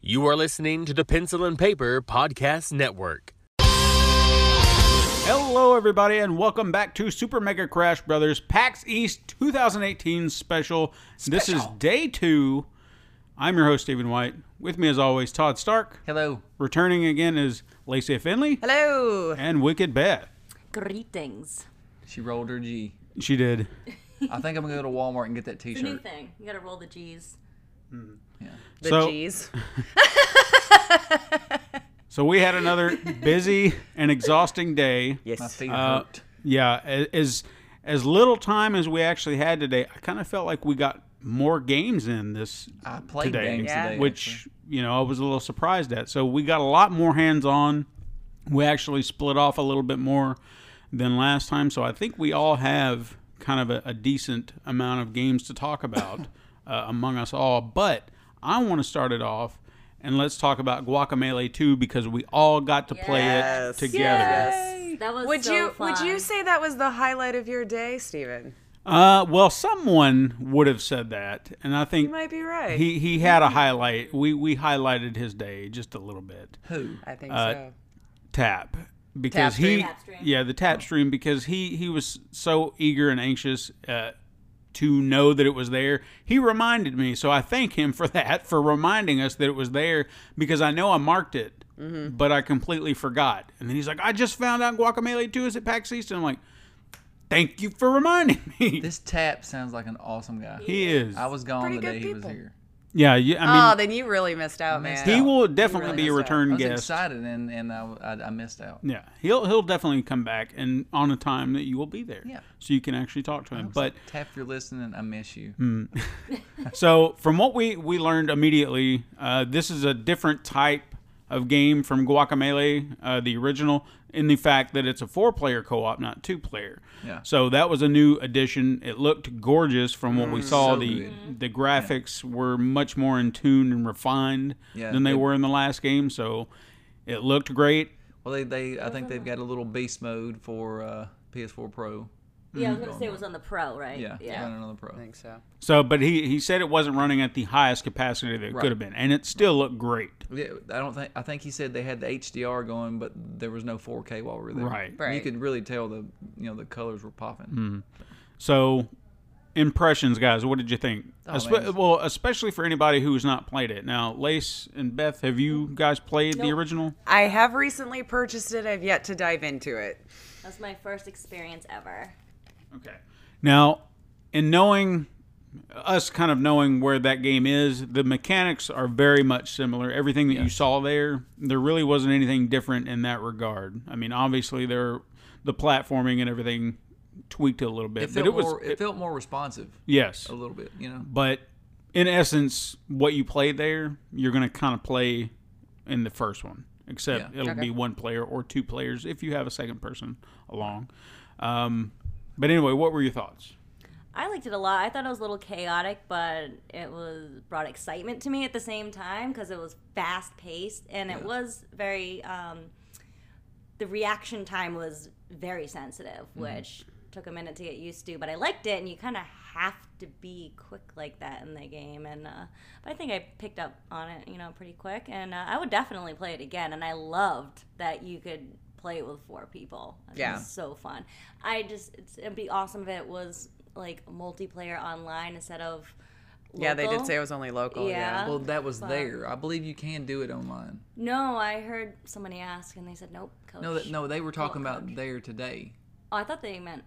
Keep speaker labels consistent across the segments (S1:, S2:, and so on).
S1: You are listening to the Pencil and Paper Podcast Network.
S2: Hello, everybody, and welcome back to Super Mega Crash Brothers PAX East 2018 special. This is day two. I'm your host, Stephen White. With me, as always, Todd Stark.
S3: Hello.
S2: Returning again is Lacey Finley
S4: Hello.
S2: and Wicked Beth.
S4: Greetings.
S3: She rolled her G.
S2: She did.
S3: I think I'm gonna go to Walmart and get that
S4: New
S3: T-shirt.
S4: thing. You gotta roll the G's.
S2: The So-
S4: G's.
S2: So we had another busy and exhausting day.
S3: My feet
S2: Uh,
S3: hurt.
S2: Yeah, a- as as little time as we actually had today, I kind of felt like we got more games in this
S3: I played
S2: today,
S3: games
S4: Yeah.
S3: today.
S2: which you know I was a little surprised at. So we got a lot more hands on. We actually split off a little bit more than last time. So I think we all have kind of a, a decent amount of games to talk about uh, among us all. But I want to start it off. And let's talk about Guacamelee 2 because we all got to play it
S5: Yes.
S2: together.
S4: That was
S5: Would
S4: so
S5: you would
S4: fun.
S5: you say that was the highlight of your day, Steven?
S2: Uh, well, someone would have said that, and I think
S5: You might be right.
S2: he he had a highlight. We we highlighted his day just a little bit.
S3: Who?
S5: I think so.
S2: tap because
S5: Tap stream.
S2: he
S4: Tap stream.
S2: yeah the tap stream because he he was so eager and anxious uh, to know that it was there he reminded me so i thank him for that for reminding us that it was there because i know i marked it but i completely forgot and then he's like i just found out guacamole 2 is at pax east and i'm like thank you for reminding me
S3: This tap sounds like an awesome guy.
S2: he is
S3: I was gone the
S5: Pretty good
S3: day he was
S5: people.
S3: here.
S2: yeah you, i
S5: oh,
S2: mean
S5: then you really missed out, man.
S2: he will definitely
S5: really
S2: be a
S5: missed out.
S2: return
S3: I was
S2: guest
S3: excited and and I, I, I missed out.
S2: Yeah, he'll he'll definitely come back and on a time that you will be there.
S3: Yeah.
S2: so you can actually talk to him. But
S3: Tap, if you're listening. I miss you.
S2: Hmm. so from what we we learned immediately, uh, this is a different type of game from Guacamelee, uh, the original, in the fact that it's a four player co op, not two player.
S3: Yeah.
S2: So that was a new addition. It looked gorgeous from what we saw.
S3: Mm, so
S2: the
S3: good.
S2: the graphics were much more in tune and refined
S3: Yeah,
S2: than they
S3: it-
S2: were in the last game. So it looked great.
S3: Well, they, they I think they've got a little beast mode for uh, PS4 Pro.
S4: Yeah, I was gonna say it was on the pro, right?
S3: Yeah, yeah.
S4: Yeah.
S3: another Pro.
S5: I think so.
S2: So, but he, he said it wasn't running at the highest capacity that it
S3: Right.
S2: could have been, and it still looked great.
S3: Yeah, I don't think I think he said they had the HDR going, but there was no 4K while we were there.
S2: Right. Mm-hmm.
S3: You
S5: Right.
S3: could really tell the you know the colors were popping.
S2: So, impressions, guys, what did you think? Espe-
S3: man.
S2: well, especially for anybody who's not played it. Now, Lace and Beth, have you guys played the
S4: Nope.
S2: original?
S5: I have recently purchased it. I've yet to dive into it.
S4: That was my first experience ever.
S2: Okay. Now, in knowing us kind of knowing where that game is, the mechanics are very much similar. Everything that you saw there, there really wasn't anything different in that regard. I mean, obviously there the platforming and everything tweaked a little bit,
S3: It
S2: but
S3: felt
S2: it was
S3: more it, felt more responsive
S2: yes.
S3: a little bit, you know.
S2: But in essence, what you play there, you're going to kind of play in the first one, except
S3: Yeah.
S2: it'll be one player or two players if you have a second person along. Um, but anyway, what were your thoughts?
S4: I liked it a lot. I thought it was a little chaotic, but it was brought excitement to me at the same time because it was fast paced and it was very. Um, the reaction time was very sensitive,
S5: Mm-hmm.
S4: which took a minute to get used to, but I liked it. And you kind of have to be quick like that in the game, and uh, but I think I picked up on it, you know, pretty quick. And uh, I would definitely play it again. And I loved that you could play it with four people. That
S5: Yeah.
S4: was so fun. I just it's, it'd be awesome if it was like multiplayer online instead of. Local.
S5: Yeah, they did say it was only local.
S4: Yeah.
S5: Yeah.
S3: Well, that was
S4: But-
S3: there. I believe you can do it online.
S4: No, I heard somebody ask, and they said, "Nope, coach."
S3: No, that, no, they were talking
S4: Well,
S3: about there today.
S4: Oh, I thought they meant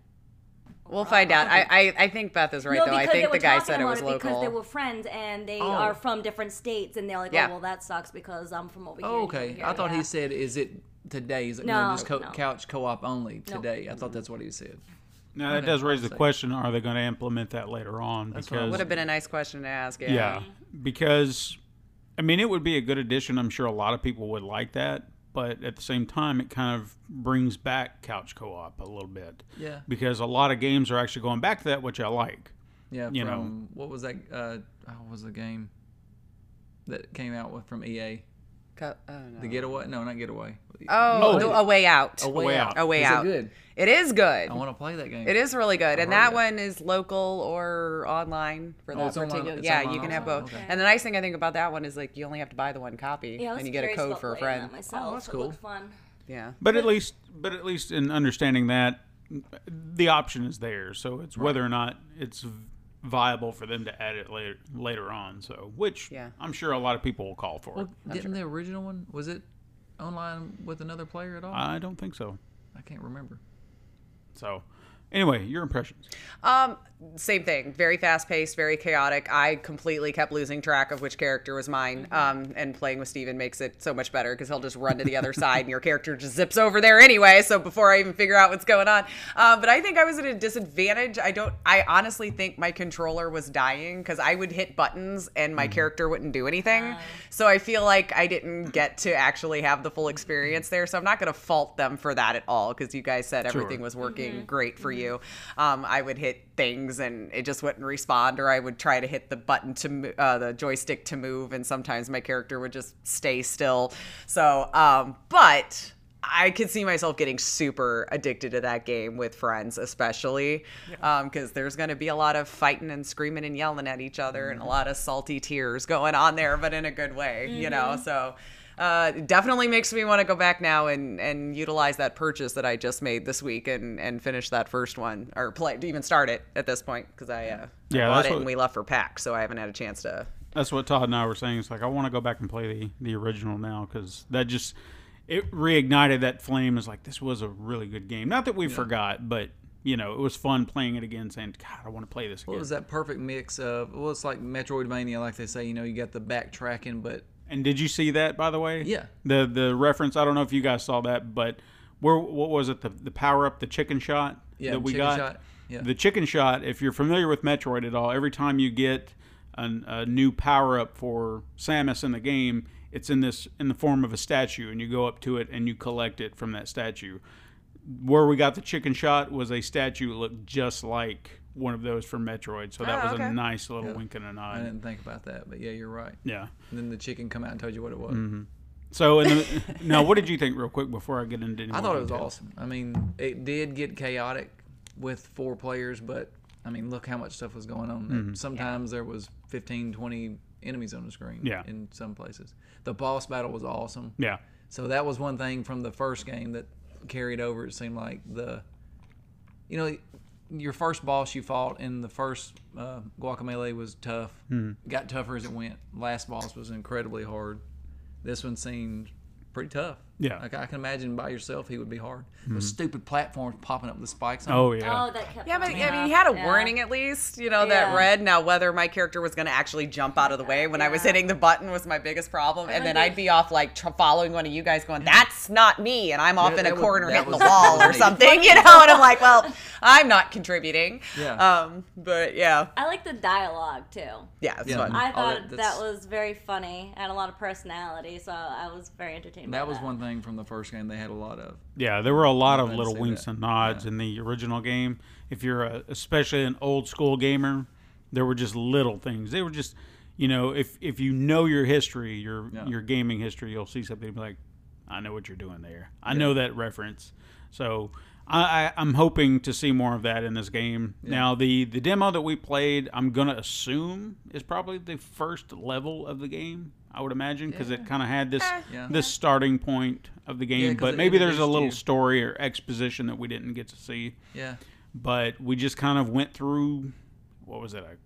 S5: We'll find out. I, I I think Beth is right though. I
S4: because they
S5: think
S4: were
S5: the guy
S4: talking
S5: said it
S4: about
S5: was
S4: Because they
S5: local. Oh.
S4: were friends and they are from different states, and they're like,
S5: Yeah.
S4: "Oh, well, that sucks because I'm from over here."
S3: Oh,
S4: and you're
S3: okay.
S4: here."
S3: I thought
S4: Yeah.
S3: he said, "Is it today?" He's like,
S4: No,
S3: no, just co-
S4: no.
S3: couch co-op only today. I thought that's what he said.
S2: Now, that
S3: Okay,
S2: does raise the
S3: I'll say.
S2: question are they going to implement that later on?
S3: what I
S2: Because,
S5: Would have been a nice question to ask. Yeah.
S2: yeah, because, I mean, it would be a good addition. I'm sure a lot of people would like that. But at the same time, it kind of brings back couch co op a little bit.
S3: Yeah.
S2: Because a lot of games are actually going back to that, which I like.
S3: Yeah.
S2: You
S3: from what was that? Uh, oh, what was the game that came out with from EA?
S5: Co- oh, no.
S3: The getaway? No, not getaway.
S5: oh,
S2: No.
S5: the- a way out.
S3: A way,
S2: Way
S3: out.
S2: Out.
S5: A way
S3: Is it
S5: out.
S3: good?
S5: It is good.
S3: I want to play that game.
S5: It is really good,
S3: heard
S5: and that
S3: of it. Oh,
S5: one is local or online for that
S3: it's online-
S5: particular.
S3: it's
S5: yeah,
S3: online
S5: you can have
S3: also?
S5: both.
S3: Okay.
S5: And the nice thing I think about that one is like you only have to buy the one copy,
S4: Yeah, I was
S5: and you get a
S4: curious
S5: code
S4: about
S5: for a
S4: playing that
S5: friend.
S4: Myself.
S3: Oh, that's
S4: It looked
S3: cool.
S4: Fun.
S5: Yeah,
S2: But at least, but at least in understanding that, the option is there. So it's whether or not it's viable for them to add it later later on. So which
S5: Yeah.
S2: I'm sure a lot of people will call for.
S3: Well,
S2: it.
S3: didn't the original one was it online with another player at all?
S2: I don't think so.
S3: I can't remember.
S2: So anyway, your impressions.
S5: Um, same thing. Very fast paced, very chaotic. I completely kept losing track of which character was mine. Um, and playing with Steven makes it so much better because he'll just run to the other side and your character just zips over there anyway. So before I even figure out what's going on, um, but I think I was at a disadvantage. I don't. I honestly think my controller was dying because I would hit buttons and my character wouldn't do anything. So I feel like I didn't get to actually have the full experience there. So I'm not going to fault them for that at all because you guys said everything was working great for you. Um, I would hit things and it just wouldn't respond, or I would try to hit the button to mo- uh, the joystick to move, and sometimes my character would just stay still. So, um, but. I could see myself getting super addicted to that game with friends, especially because there's going to be a lot of fighting and screaming and yelling at each other and a lot of salty tears going on there, but in a good way, you know. So uh, it definitely makes me want to go back now and and utilize that purchase that I just made this week and and finish that first one or play even start it at this point because I uh,
S2: Yeah,
S5: I bought
S2: that's
S5: it
S2: what-
S5: and we left for pack, so I haven't had a chance to.
S2: That's what Todd and I were saying. It's like I want to go back and play the the original now because that just it reignited that flame. Is like this was a really good game. Not that we forgot, but you know it was fun playing it again. Saying God, I want to play this
S3: What
S2: again.
S3: was that perfect mix of? Well, it's like Metroidvania, like they say. You know, you got the backtracking, but
S2: And did you see that by the way?
S3: Yeah.
S2: The the reference. I don't know if you guys saw that, but where what was it? The the power up, the chicken shot
S3: Yeah,
S2: that we
S3: chicken
S2: got.
S3: shot, yeah.
S2: The chicken shot. If you're familiar with Metroid at all, every time you get an, a new power up for Samus in the game, it's in this in the form of a statue, and you go up to it and you collect it from that statue. Where we got the chicken shot was a statue that looked just like one of those from Metroid, so that
S5: Oh,
S2: was a
S5: okay.
S2: nice little wink and an
S3: I
S2: eye.
S3: didn't think about that. But yeah, you're right.
S2: Yeah. Mm-hmm.
S3: And then the chicken come out and told you what it was.
S2: So, in the, now, what did you think, real quick, before I get into? Any
S3: I
S2: more
S3: thought it was
S2: details?
S3: awesome. I mean, it did get chaotic with four players, but I mean, look how much stuff was going on.
S2: Mm-hmm.
S3: And Sometimes there was 15, 20 enemies on the screen
S2: Yeah.
S3: in some places. The boss battle was awesome.
S2: Yeah,
S3: So that was one thing from the first game that carried over. It seemed like the, you know, your first boss you fought in the first uh, Guacamole was tough.
S2: Hmm.
S3: Got tougher as it went. Last boss was incredibly hard. This one seemed pretty tough.
S2: Yeah. Hmm.
S3: like I can imagine by yourself he would be hard. Those stupid platforms popping up the spikes. on
S2: Oh yeah.
S4: Oh, that kept.
S5: Yeah, but
S4: throwing
S5: I
S4: me
S5: mean,
S4: off.
S5: he had a
S4: Yeah.
S5: warning at least, you know, that
S4: Yeah.
S5: red. Now, whether my character was going to actually jump out of the way when I was
S4: Yeah.
S5: hitting the button was my biggest problem. And then
S4: wonder
S5: I'd be off, like, tr- following one of you guys going, that's not me. And I'm off
S3: Yeah,
S5: in a
S3: that was-
S5: corner
S3: that
S5: hitting the
S3: was- that
S5: wall
S3: was
S5: or
S3: me.
S5: something, you know? And I'm like, well, I'm not contributing.
S3: Yeah.
S5: Um, but yeah.
S4: I like the dialogue too.
S5: Yeah, it's
S3: Yeah.
S5: fun.
S4: I
S3: Oh,
S4: thought
S3: that-
S4: that
S3: that's-
S4: was very funny and a lot of personality, so I was very entertained. by
S3: That was one thing from the first game they had a lot of.
S2: yeah. There were a lot of
S3: I'd
S2: little
S3: say
S2: winks
S3: that.
S2: and nods in the original game. If you're a, especially an old school gamer, there were just little things. They were just, you know, if if you know your history, your
S3: Yeah.
S2: your gaming history, you'll see something and be like, I know what you're doing there. I know that reference. So. I, I, I'm hoping to see more of that in this game. Now, the, the demo that we played, I'm gonna assume is probably the first level of the game. I would imagine because it kind of had this
S3: Yeah.
S2: this starting point of the game
S3: Yeah, 'cause
S2: but
S3: it
S2: maybe there's a
S3: introduced
S2: little
S3: you.
S2: story or exposition that we didn't get to see.
S3: Yeah,
S2: But we just kind of went through what was it? A,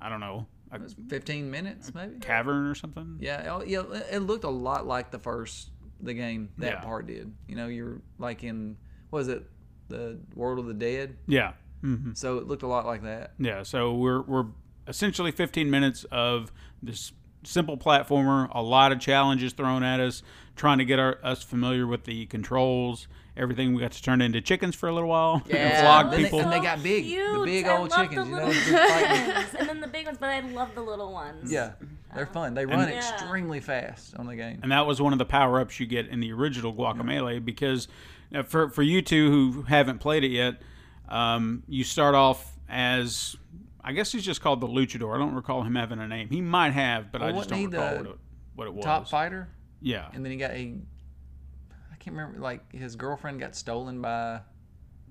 S2: I don't know, a
S3: fifteen minutes maybe.
S2: cavern or something.
S3: Yeah, oh, yeah, it- it looked a lot like the first the game that
S2: Yeah.
S3: part did. You know, you're like in what is it, the World of the Dead.
S2: Yeah, hmm
S3: So it looked a lot like that.
S2: yeah. So we're we're essentially 15 minutes of this simple platformer, a lot of challenges thrown at us, trying to get our, us familiar with the controls. Everything we got to turn into chickens for a little while
S5: Yeah.
S2: and flog
S3: Then they-
S2: people.
S3: and they got big, the
S4: Cute.
S3: big
S4: I
S3: old
S4: love
S3: chickens,
S4: The
S3: you know,
S4: little
S3: just fighting.
S4: chickens. and then the big ones, but I love the little ones.
S3: Yeah, they're fun. They run
S2: Yeah.
S3: extremely fast on the game.
S2: and that was one of the power ups you get in the original Guacamole because uh, for for you two who haven't played it yet, um, you start off as I guess he's just called the Luchador. I don't recall him having a name. He might have, but I
S3: Well,
S2: just
S3: wasn't
S2: don't
S3: he
S2: recall
S3: the
S2: what, it, what it was.
S3: Top fighter.
S2: Yeah.
S3: and then he got a I can't remember like his girlfriend got stolen by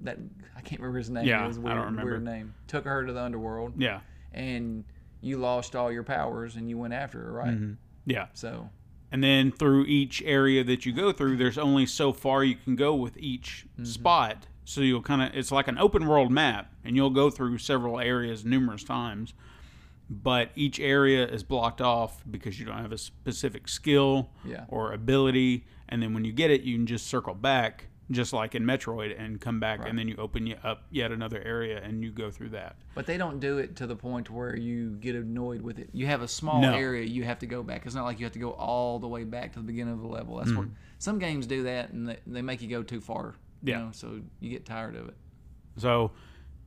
S3: that I can't remember his name.
S2: Yeah,
S3: it was a
S2: I
S3: weird,
S2: don't remember.
S3: weird name. Took her to the underworld
S2: yeah.
S3: and you lost all your powers and you went after her, right?
S2: Mm-hmm. Yeah.
S3: So
S2: And then through each area that you go through, there's only so far you can go with each spot. So you'll kind of, it's like an open world map, and you'll go through several areas numerous times. But each area is blocked off because you don't have a specific skill
S3: Yeah.
S2: or ability. And then when you get it, you can just circle back, just like in Metroid, and come back. And then you open y- up yet another area and you go through that.
S3: but they don't do it to the point where you get annoyed with it. You have a small
S2: No.
S3: area you have to go back. It's not like you have to go all the way back to the beginning of the level. That's
S2: Mm-hmm.
S3: where some games do that and they, they make you go too far. you
S2: Yeah.
S3: know, so you get tired of it.
S2: So,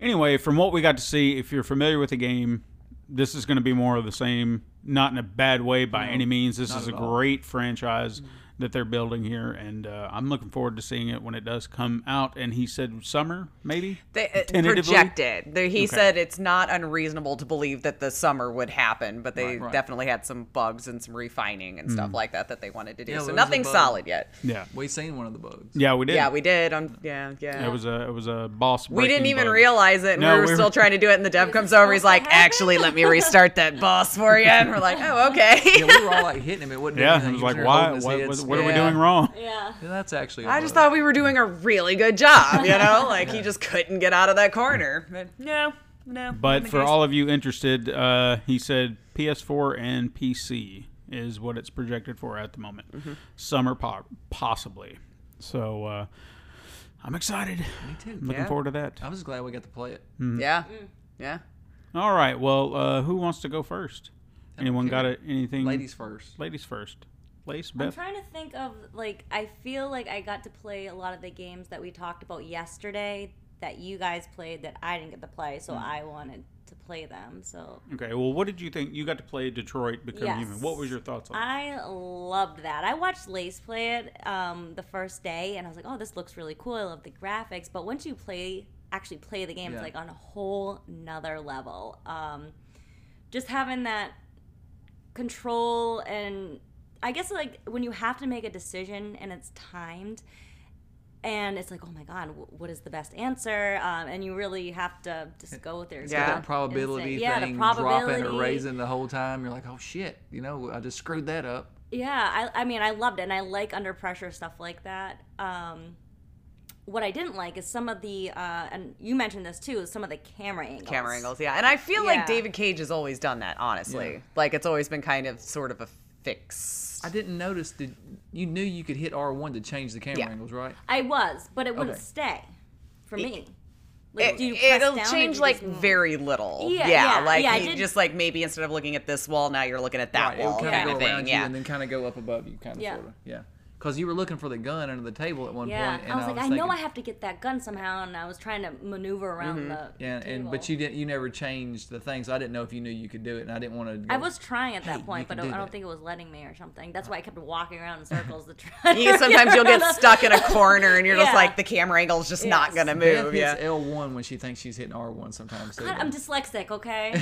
S2: anyway, from what we got to see, if you're familiar with the game, this is going to be more of the same. Not in a bad way by any means. This is a
S3: at all.
S2: great franchise
S5: Mm.
S2: that they're building here, and uh, I'm looking forward to seeing it when it does come out. And he said summer, maybe.
S5: They uh,
S2: Tentatively?
S5: projected. They- he said it's not unreasonable to believe that the summer would happen, but they definitely had some bugs and some refining and stuff like that that they wanted to do.
S3: Mm. Yeah, there was
S5: so
S3: a
S5: nothing
S3: bug.
S5: solid yet.
S2: Yeah,
S3: We seen one of the bugs.
S2: yeah, we did.
S5: Yeah, we did. Um, yeah, yeah.
S2: It was a it was a boss.
S5: we didn't
S2: breaking
S5: even
S2: bug.
S5: realize it, and
S2: No,
S5: we were
S2: we were-
S5: still trying to do it. And the dev comes over, he's
S4: supposed
S5: like,
S4: to happen?
S5: "Actually, let me restart that boss for you." And we're like, "Oh,
S3: Yeah,
S5: okay."
S3: we were all like hitting him. It wasn't.
S2: Yeah,
S3: anything.
S2: it was
S3: He
S2: like,
S3: there
S2: why?
S3: holding his
S2: What,
S3: head
S2: what,
S3: still.
S2: what are we
S5: Yeah.
S2: doing wrong?
S4: Yeah.
S3: Yeah, that's actually. a
S5: I just
S3: bug.
S5: thought we were doing a really good job, you know, like he just couldn't get out of that corner. But no, no.
S2: But for all of you interested, uh, he said PS4 and PC is what it's projected for at the moment. Summer po- possibly. So uh, I'm excited. Me
S3: too.
S2: Looking
S5: Yeah.
S2: forward to that.
S3: I was glad we got to play it.
S2: Mm-hmm.
S5: yeah, yeah.
S2: All right. Well, uh, who wants to go first? Anyone got a, anything?
S3: Ladies first.
S2: Ladies first. Lace,
S4: I'm
S2: Beth.
S4: trying to think of like I feel like I got to play a lot of the games that we talked about yesterday that you guys played that I didn't get to play, so I wanted to play them. So
S2: Okay. Well, what did you think? You got to play Detroit Become
S4: Yes.
S2: Human. What was your thoughts on? it?
S4: I loved that. I watched Lace play it um, the first day, and I was like, "Oh, this looks really cool. I love the graphics." But once you play, actually play the game,
S3: Yeah.
S4: it's like on a whole nother level. Um, just having that control and I guess like when you have to make a decision and it's timed, and it's like, "Oh my god, wh- what is the best answer?" Um, and you really have to just go with your
S5: Yeah.
S3: That probability
S4: Insane. Yeah, the
S3: thing, dropping
S4: probability.
S3: or raising the whole time. You're like, oh shit, you know, I just screwed that up.
S4: Yeah, I, I mean, I loved it, and I like under pressure stuff like that. Um, what I didn't like is some of the, uh, and you mentioned this too, is some of the camera angles.
S5: camera angles. Yeah, and I feel like
S4: Yeah.
S5: David Cage has always done that. Honestly, like it's always been kind of sort of a fix.
S3: I didn't notice that you knew you could hit R1 to change the camera
S5: Yeah.
S3: angles, right?
S4: I was, but it wouldn't
S3: Okay.
S4: stay for me. Like,
S5: It,
S4: do you press
S5: it'll
S4: down or do
S5: change
S4: you
S5: like
S4: just move?
S5: very little.
S4: Yeah,
S5: Yeah,
S4: yeah,
S5: like
S4: yeah, I
S5: you
S4: did-
S5: just like maybe instead of looking at this wall, now you're looking at that
S3: right, it
S5: wall,
S3: would kind
S5: kind
S3: of
S5: of
S3: go around
S5: thing.
S3: you
S5: Yeah,
S3: and then kind of go up above you, kind of
S4: Yeah.
S3: sort of, yeah. Because you were looking for the gun under the table at one
S4: Yeah,
S3: point,
S4: I
S3: and
S4: was like, I,
S3: thinking,
S4: know I have to get that gun somehow, and I was trying to maneuver around
S5: Mm-hmm.
S4: the.
S3: yeah, and but
S4: table.
S3: you didn't, you never changed the thing, so I didn't know if you knew you could do it, and I didn't want to. Go,
S4: I was trying at that
S3: Hey, you
S4: point, but
S3: can
S4: I
S3: do
S4: don't
S3: that.
S4: think it was letting me or something. That's why I kept walking around in circles to try.
S5: You-
S4: to
S5: sometimes you'll get
S4: around the-
S5: stuck in a corner and you're just
S4: Yeah.
S5: like the camera angle's just not
S4: Yes.
S5: gonna
S3: Beth
S5: move.
S3: hits
S5: Yeah,
S3: L1 when she thinks she's hitting R1 sometimes. Too.
S4: God, I'm dyslexic, okay?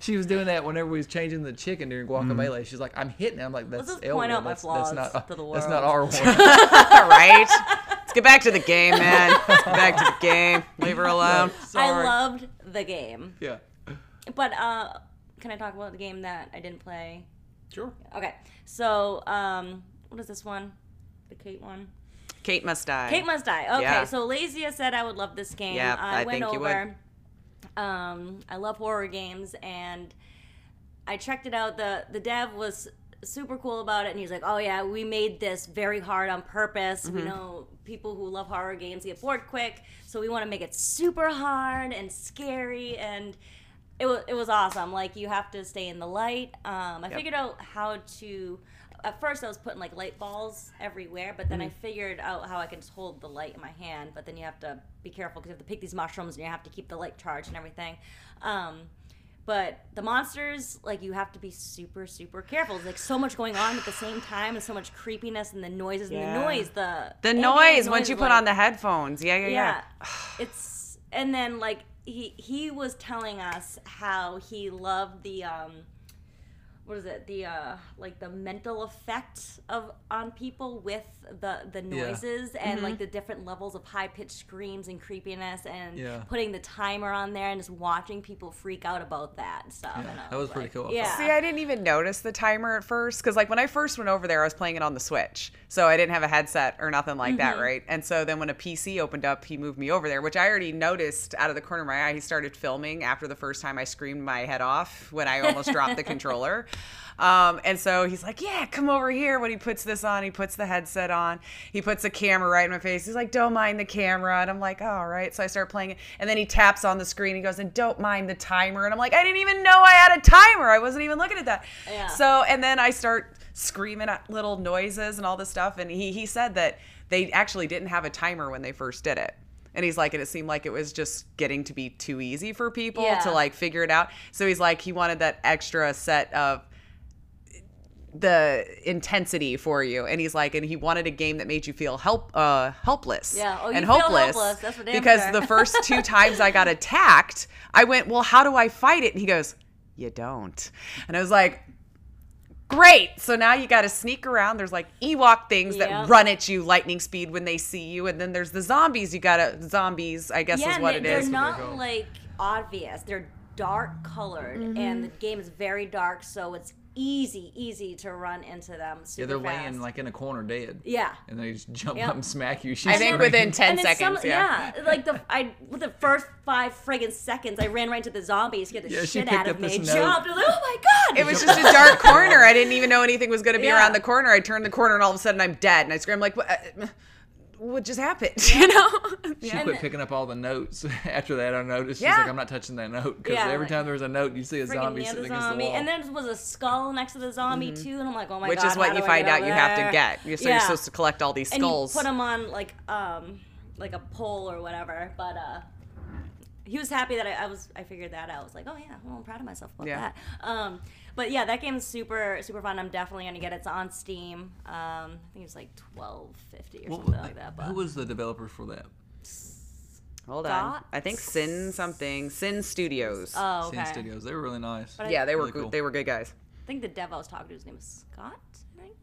S3: She was doing that whenever we was changing the chicken during guacamole. She's like, "I'm hitting." it." I'm like, "That's
S4: just
S3: L1.
S4: point out my
S3: that's, that's
S4: flaws
S3: not
S4: to the
S3: that's not R1."
S5: all right. Let's get back to the game, man. Let's get back to the game. Leave her alone.
S4: I loved the game.
S3: yeah.
S4: But uh, can I talk about the game that I didn't play?
S2: Sure.
S4: Okay, so um, what is this one? The Kate one.
S5: Kate must die.
S4: Kate must die. Okay,
S5: Yeah.
S4: so Lazia said I would love this game.
S5: Yeah,
S4: I,
S5: I
S4: went
S5: think you would.
S4: over. Um, I love horror games, and I checked it out. the The dev was super cool about it, and he's like, "Oh yeah, we made this very hard on purpose. We know people who love horror games get bored quick, so we want to make it super hard and scary and." it was it was awesome. Like you have to stay in the light. Um, I figured out how to. At first, I was putting like light balls everywhere, but then I figured out how I can just hold the light in my hand. But then you have to be careful because you have to pick these mushrooms and you have to keep the light charged and everything. Um, but the monsters, like you have to be super, super careful. There's like so much going on at the same time, and so much creepiness and the noises and the
S5: Yeah.
S4: noise. The
S5: The
S4: ambient
S5: noise once you
S4: is,
S5: put
S4: like-
S5: on the headphones. Yeah, yeah, yeah.
S4: yeah it's and then like he he was telling us how he loved the um what is it the uh like the mental effect of on people with the the noises and
S3: Mm-hmm.
S4: like the different levels of high pitched screams and creepiness and
S3: Yeah.
S4: putting the timer on there and just watching people freak out about that and stuff. and I
S3: that was pretty
S4: like,
S3: cool. I thought.
S4: Yeah.
S5: See, I didn't even notice the timer at first because, like, when I first went over there, I was playing it on the Switch, so I didn't have a headset or nothing like that, right? And so then when a PC opened up, he moved me over there, which I already noticed out of the corner of my eye. He started filming after the first time I screamed my head off when I almost dropped the controller. Um, and so he's like, "Yeah, come over here." When he puts this on, he puts the headset on, he puts the camera right in my face. He's like, "Don't mind the camera," and I'm like, "All right." So I start playing it, and then he taps on the screen. He goes, "And don't mind the timer," and I'm like, "I didn't even know I had a timer. I wasn't even looking at that."
S4: Yeah.
S5: So and then I start screaming at little noises and all this stuff, and he he said that they actually didn't have a timer when they first did it. And he's like, and it seemed like it was just getting to be too easy for people
S4: Yeah.
S5: to like figure it out. So he's like, he wanted that extra set of the intensity for you and he's like and he wanted a game that made you feel help uh helpless
S4: Yeah, oh, you
S5: and
S4: feel
S5: hopeless,
S4: helpless, that's for damn
S5: because
S4: sure.
S5: the first two times I got attacked I went well how do I fight it and he goes you don't and I was like great so now you got to sneak around there's like Ewok things that
S4: Yep.
S5: run at you lightning speed when they see you and then there's the zombies you got to zombies I guess
S4: yeah,
S5: is what
S4: and
S5: it
S4: they- they're
S5: is
S4: not like obvious. They're dark colored, and the game is very dark, so it's easy, easy to run into them. Super
S3: Yeah, they're
S4: fast.
S3: laying like in a corner dead.
S4: yeah.
S3: And they just jump
S4: Yep.
S3: up and smack you.
S5: I think within 10
S4: And then
S5: seconds
S4: some- like the I with the first five friggin' seconds, I ran right into the zombie, scared the
S3: Yeah, she
S4: shit
S3: picked
S4: out of
S3: up
S4: me,
S3: this note.
S4: jumped, I'm like, oh my god!
S5: It was just a dark corner. I didn't even know anything was going to be
S4: Yeah.
S5: around the corner. I turned the corner and all of a sudden I'm dead. And I scream like, what, uh, what just happened? You know?
S3: She quit picking up all the notes after that. I noticed she's
S5: Yeah.
S3: like, I'm not touching that note because
S4: Yeah,
S3: every
S4: like-
S3: time there was a note, you see a
S4: Friggin'
S3: zombie
S4: nailed
S3: sitting
S4: the
S3: against the
S4: zombie,
S3: wall.
S4: and then there was a skull next to the zombie too, and I'm like, oh my
S5: Mm-hmm. Which
S4: god!
S5: is what
S4: how
S5: you
S4: do I
S5: find
S4: get
S5: out you have to
S4: there?
S5: get. You're, so you're
S4: Yeah.
S5: supposed to collect all these
S4: and
S5: skulls.
S4: you put him on like um like a pole or whatever but uh he was happy that I, I was i figured that out i was like oh yeah well, i'm proud of myself about
S5: Yeah.
S4: that um but yeah that game's super super fun i'm definitely gonna get it it's on steam um i think it's like 1250 or
S3: What
S4: something
S3: was-
S4: like that but
S3: Who was the developer for that?
S5: Hold on.
S4: Dot?
S5: I think Sin something. Sin Studios.
S4: oh
S3: Sin
S4: okay
S3: Studios. They were really nice.
S4: But I-
S5: yeah, they were
S3: really
S5: good.
S3: cool.
S5: They were good guys.
S4: i think the dev i was talking to his name was scott i think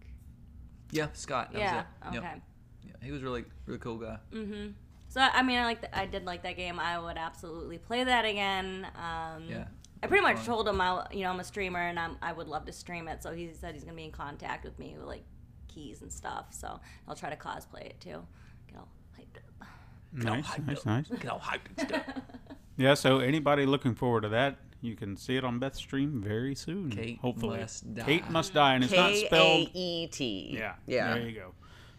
S3: yeah, Scott. That
S4: yeah
S3: Was it.
S4: okay
S3: Yep. Yeah, he was really, really cool guy.
S4: so i mean i like th- i did like that game i would absolutely play that again um
S3: Yeah.
S4: I pretty much told him I, you know, I'm a streamer and I'm, I would love to stream it. So he said he's gonna be in contact with me with like keys and stuff. So I'll try to cosplay it too. Get all hyped up.
S2: Nice, nice, nice.
S3: Get all hyped and stuff.
S2: Yeah, so anybody looking forward to that, you can see it on Beth's stream very soon.
S3: Kate
S2: hopefully.
S3: Must Die.
S2: Kate Must Die, and it's not
S5: K A
S2: spelled.
S5: E T.
S2: Yeah.
S5: Yeah.
S2: There you go.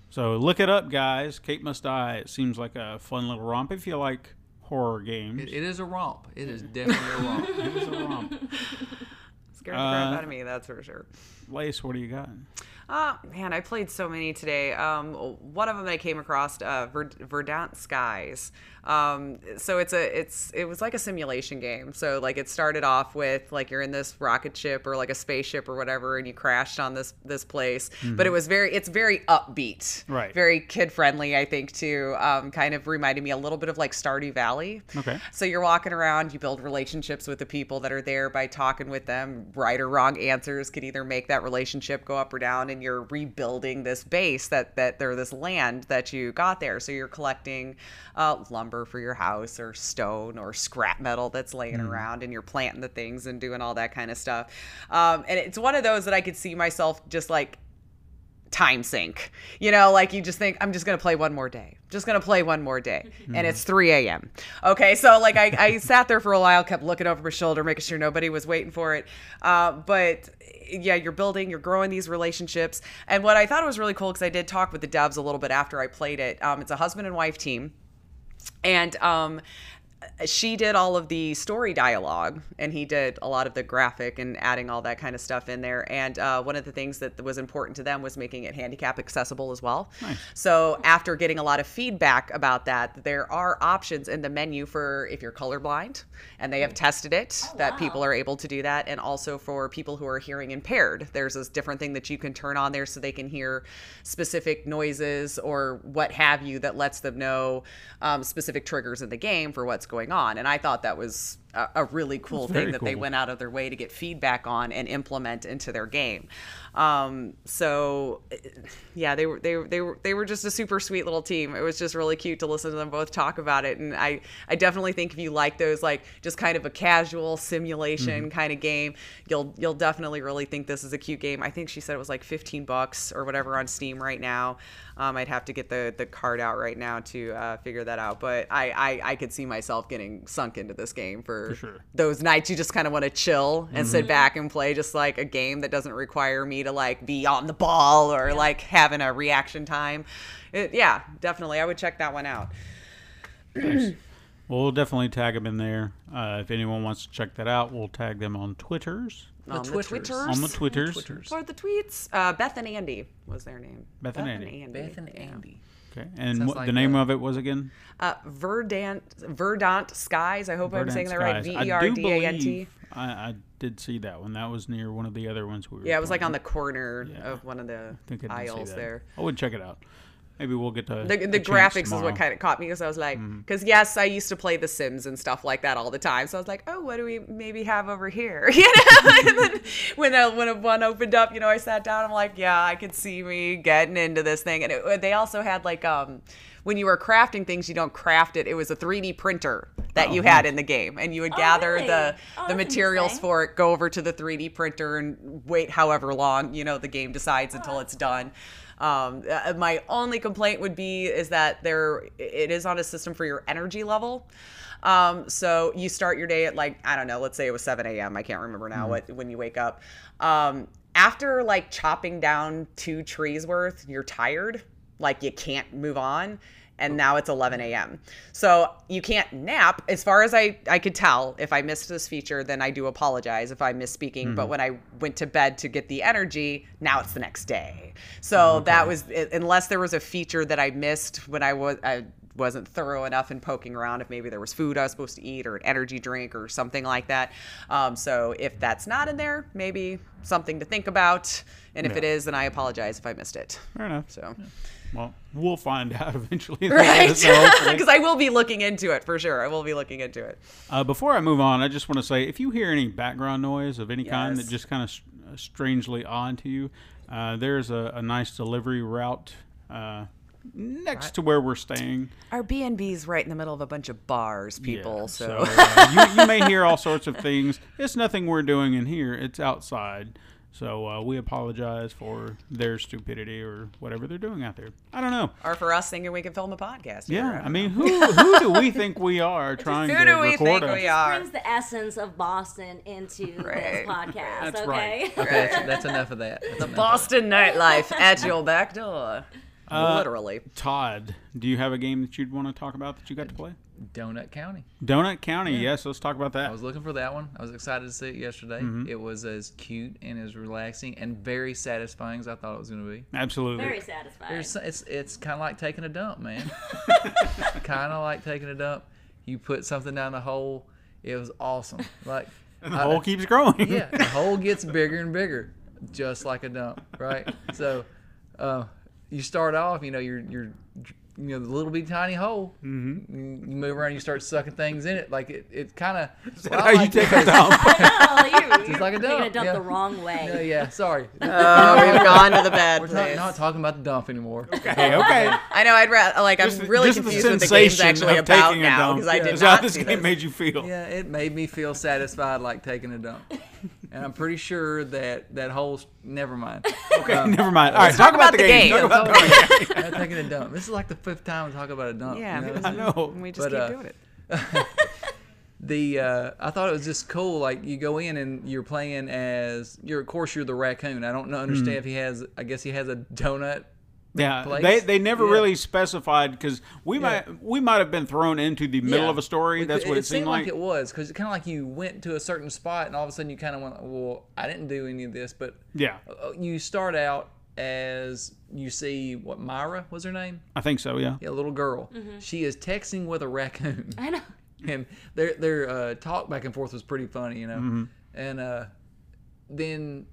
S2: So look it up, guys. Kate Must Die. It seems like a fun little romp if you like horror games.
S3: It, it is a romp. It is definitely a romp.
S2: It's a romp.
S5: Scared the crap out of me, that's for sure.
S2: Lace, what do you got?
S5: Oh, man, I played so many today. Um, one of them I came across, uh, Ver- Verdant Skies. Um, so it's a it's it was like a simulation game. So like it started off with like you're in this rocket ship or like a spaceship or whatever, and you crashed on this this place. But it was very it's very upbeat,
S2: Right.
S5: Very kid friendly, I think too. Um, kind of reminded me a little bit of like Stardew Valley.
S2: Okay.
S5: So you're walking around, you build relationships with the people that are there by talking with them. Right or wrong answers can either make that relationship go up or down, and you're rebuilding this base that that or this land that you got there. So you're collecting uh, lumber for your house or stone or scrap metal that's laying around, and you're planting the things and doing all that kind of stuff. Um, and it's one of those that I could see myself just like time sink. You know, like you just think, I'm just gonna play one more day. Just gonna play one more day. And it's 3 a.m. Okay, so like I, I sat there for a while, kept looking over my shoulder, making sure nobody was waiting for it. Uh, but yeah, you're building, you're growing these relationships. And what I thought was really cool, because I did talk with the devs a little bit after I played it, um, it's a husband and wife team. And um, she did all of the story dialogue and he did a lot of the graphic and adding all that kind of stuff in there and uh, one of the things that was important to them was making it handicap accessible as well so after getting a lot of feedback about that there are options in the menu for if you're colorblind and they have tested it that people are able to do that and also for people who are hearing impaired there's this different thing that you can turn on there so they can hear specific noises or what have you that lets them know um, specific triggers in the game for what's going on. And I thought that was a, a really cool
S2: That's
S5: thing
S2: very
S5: that they
S2: cool.
S5: went out of their way to get feedback on and implement into their game. Um, so, eh, yeah, they were they were they were they were just a super sweet little team. It was just really cute to listen to them both talk about it, and I I definitely think if you like those like just kind of a casual simulation kind of game, you'll you'll definitely really think this is a cute game. I think she said it was like 15 bucks or whatever on Steam right now. Um, I'd have to get the the card out right now to uh, figure that out, but I, I I could see myself getting sunk into this game for,
S2: sure.
S5: those nights you just kind of want to chill and
S2: Mm-hmm.
S5: sit back and play just like a game that doesn't require me to like be on the ball or like having a reaction time. It, yeah, definitely, I would check that one out.
S2: Well, we'll definitely tag them in there. Uh, if anyone wants to check that out, we'll tag them on Twitters.
S5: On Um, the
S3: Twitters.
S5: Twitters.
S2: On the Twitters.
S3: Twitters.
S5: For the tweets, uh, Beth and Andy was their name.
S2: Beth and Andy.
S3: Beth and Andy.
S2: Okay. And
S3: Sounds
S2: what, the
S3: like
S2: name
S3: a-
S2: of it was again?
S5: Uh, Verdant, Verdant Skies. I hope I'm
S2: Verdant
S5: saying that right.
S2: Skies.
S5: V
S2: I
S5: E
S2: do
S5: R D A N T.
S2: believe- I, I did see that one. That was near one of the other ones we were
S5: Yeah, it was like
S2: playing.
S5: on the corner
S2: Yeah.
S5: of one of the
S2: I think I did see
S5: aisles
S2: that.
S5: there.
S2: I would check it out. Maybe we'll get to
S5: the,
S2: a
S5: the
S2: chance
S5: graphics is
S2: tomorrow.
S5: what kind of caught me because I was like, because yes, I used to play The Sims and stuff like that all the time. So I was like, oh, what do we maybe have over here? You know, and then when that when one opened up, you know, I sat down. I'm like, yeah, I could see me getting into this thing. And it, uh, they also had like, um, when you were crafting things, you don't craft it. It was a 3D printer that you had in the game, and you would gather
S4: really?
S5: the
S4: Oh,
S5: the
S4: that's
S5: materials
S4: interesting.
S5: for for it, go over to the 3D printer and wait however long, you know, the game decides until it's done. Um, uh, my only complaint would be is that there it is on a system for your energy level. Um, so you start your day at like I don't know, let's say it was 7 a.m. I can't remember now what when you wake up. Um, after like chopping down two trees worth, you're tired, like you can't move on
S2: Oh.
S5: and now it's 11 a.m. So you can't nap. As far as I, I could tell, if I missed this feature, then I do apologize if I'm misspeaking. But
S2: Mm-hmm.
S5: when I went to bed to get the energy, now it's the next day.
S2: Oh,
S5: So that was unless there was a feature that I missed when I was I wasn't thorough enough in poking around. If maybe there was food I was supposed to eat or an energy drink or something like that. Um, so if that's not in there, maybe something to think about. And if it is, then I apologize if I missed it.
S2: Fair enough.
S5: So.
S2: Well, we'll find out eventually.
S5: Right.
S2: So hopefully-
S5: Because I will be looking into it for sure. I will be looking into it.
S2: Uh, before I move on, I just want to say if you hear any background noise of any kind that
S5: Yes.
S2: just kind of uh strangely odd to you, uh, there's a, a nice delivery route uh, next to where we're staying.
S5: Our B and B's right in the middle of a bunch of bars, people.
S2: Yeah,
S5: so,
S2: uh, you, you may hear all sorts of things. It's nothing we're doing in here, it's outside. So uh, we apologize for their stupidity or whatever they're doing out there. I don't know.
S5: or for us thinking we can film a podcast. here.
S2: Yeah, I mean, who who do we think we are trying
S5: who
S2: to
S5: do we
S2: record
S5: think
S2: us?
S5: we are?
S4: brings the essence of Boston into
S5: Right.
S4: this podcast.
S2: That's
S4: okay.
S2: right.
S3: Okay, that's, that's enough of that. That's enough of
S5: Boston nightlife at your back door.
S2: Uh,
S5: Literally.
S2: Todd, do you have a game that you'd want to talk about that you got to play?
S3: that. Donut County.
S2: Donut County, yes. Let's talk about
S3: I
S2: that.
S3: was looking for that one. I was excited to see it yesterday.
S2: Mm-hmm.
S3: It was as cute and as relaxing and very satisfying as I thought it was going to be.
S2: Absolutely.
S4: Very satisfying.
S3: There's, it's it's kind of like taking a dump, man. kind of like taking a dump. You put something down the hole. It was awesome. Like
S2: the hole keeps growing.
S3: yeah, the hole gets bigger and bigger, just like a dump, right? So, uh, you start off, you know, you're you're you know the little bitty tiny hole. Mm-hmm. You move around, you start sucking things in it. Like it, it kind of.
S2: How you take a dump?
S4: no, you're, you're
S3: like a
S4: taking
S3: dump, yeah.
S4: the wrong way.
S3: Yeah, yeah, sorry.
S5: Oh, we've gone to the bad
S3: We're
S5: place.
S3: not, not talking about the dump anymore.
S2: okay, okay.
S5: I know. I'd rather like. I'm
S2: Just-
S5: really
S2: just
S5: confused what the game's
S2: sensation
S5: actually
S2: of
S5: about
S2: taking a
S5: now
S2: dump
S5: because I did
S2: is
S5: not
S2: how this
S5: see
S2: game
S5: this.
S2: made you feel.
S3: Yeah, it made me feel satisfied like taking a dump. And I'm pretty sure that that hole's never mind.
S2: Okay, never mind. All right, talk, about, the game. Talk about the game.
S3: I'm taking a dump. This is like the fifth time we talk about a dump.
S5: Yeah,
S3: you know?
S5: because
S2: I know.
S5: we just
S3: But,
S5: keep
S3: uh,
S5: doing it.
S3: the uh, I thought it was just cool. Like you go in and you're playing as you're of course you're the raccoon. I don't know, understand if he has. I guess he has a donut.
S2: Yeah,
S3: place.
S2: they they never
S3: Yeah.
S2: really specified because we might we might have been thrown into the middle
S3: Yeah.
S2: of a story.
S3: It-
S2: That's what it, seemed like.
S3: it was because kind of like you went to a certain spot and all of a sudden you kind of went, well, I didn't do any of this, but
S2: yeah,
S3: uh, you start out as you see what Myra was her name,
S2: I think so. Yeah,
S3: yeah, little girl. She is texting with a raccoon.
S4: I know.
S3: and their their uh, talk back and forth was pretty funny, you know.
S2: Mm-hmm.
S3: And uh, then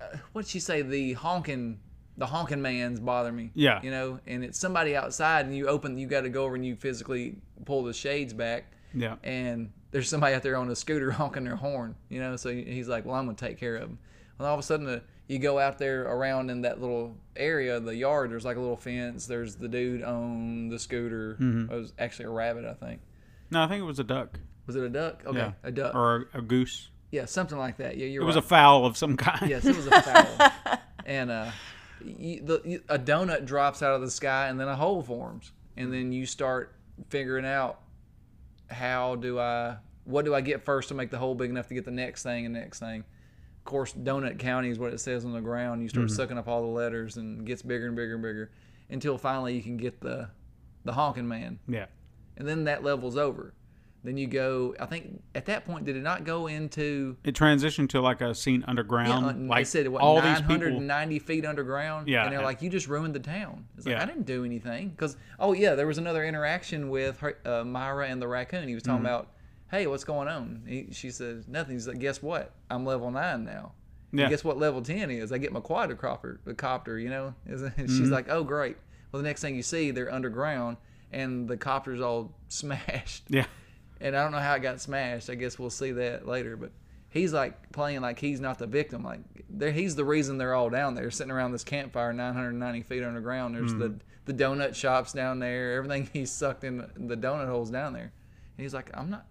S3: uh, what'd she say? The honking, the honking man's bother me.
S2: Yeah.
S3: you know. And it's somebody outside, and you open, you got to go over and you physically pull the shades back.
S2: yeah.
S3: And there's somebody out there on a scooter honking their horn, you know. So he's like, well, I'm gonna take care of them. And all of a sudden, uh, you go out there around in that little area, the yard. There's like a little fence. There's the dude on the scooter.
S2: Mm-hmm.
S3: It was actually a rabbit, I think.
S2: No, I think it was a duck.
S3: Was it a duck? Okay,
S2: Yeah.
S3: a duck.
S2: Or a, a goose.
S3: yeah, something like that. Yeah, you're.
S2: It was
S3: right.
S2: a fowl of some kind.
S3: Yes, it was a fowl. and uh, you, the, you, a donut drops out of the sky, and then a hole forms, and then you start figuring out how do I, what do I get first to make the hole big enough to get the next thing and next thing. Of course, donut county is what it says on the ground. You
S2: Mm-hmm.
S3: start sucking up all the letters, and it gets bigger and bigger and bigger, until finally you can get the, the honking man,
S2: Yeah.
S3: and then that level's over. Then you go. I think at that point, did it not go into
S2: It transitioned to like a scene
S3: yeah,
S2: underground.
S3: uh,
S2: like
S3: they said what
S2: all these people.
S3: 990 feet underground.
S2: Yeah,
S3: and they're
S2: yeah.
S3: like, you just ruined the town. It's like
S2: Yeah.
S3: I didn't do anything because oh yeah, there was another interaction with her, uh, Myra and the raccoon. He was
S2: Mm-hmm.
S3: talking about, hey, what's going on? He, she says nothing. He's like, guess what? I'm level nine now. And
S2: Yeah.
S3: guess what level ten is? I get my quadcopter, the copter. You know, Isn't- and she's
S2: Mm-hmm.
S3: like, oh great. Well, the next thing you see, they're underground and the copter's all smashed
S2: Yeah.
S3: and I don't know how it got smashed. I guess we'll see that later. But he's like playing like he's not the victim. Like there, he's the reason they're all down there, sitting around this campfire, 990 feet underground. There's
S2: Hmm.
S3: the the donut shops down there. Everything he's sucked in the donut holes down there. And he's like, I'm not.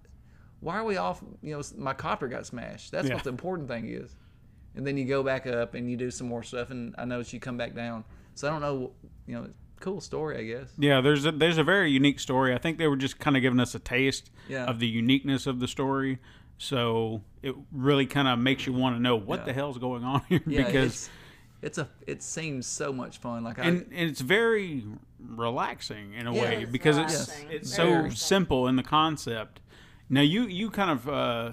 S3: Why are we off? You know, my copter got smashed. That's
S2: Yeah.
S3: what the important thing is. And then you go back up and you do some more stuff. And I notice you come back down. So I don't know. You know, cool story, I guess.
S2: Yeah, there's a, there's a very unique story. I think they were just kind of giving us a taste
S3: Yeah.
S2: of the uniqueness of the story. So it really kind of makes you want to know what the hell's going on here
S3: Yeah,
S2: because
S3: it's, it's a it seems so much fun. Like I,
S2: and, and it's very relaxing in a way
S3: it's
S2: because
S4: relaxing.
S2: it's it's
S4: Very
S2: so
S4: relaxing.
S2: simple in the concept. Now you you kind of uh,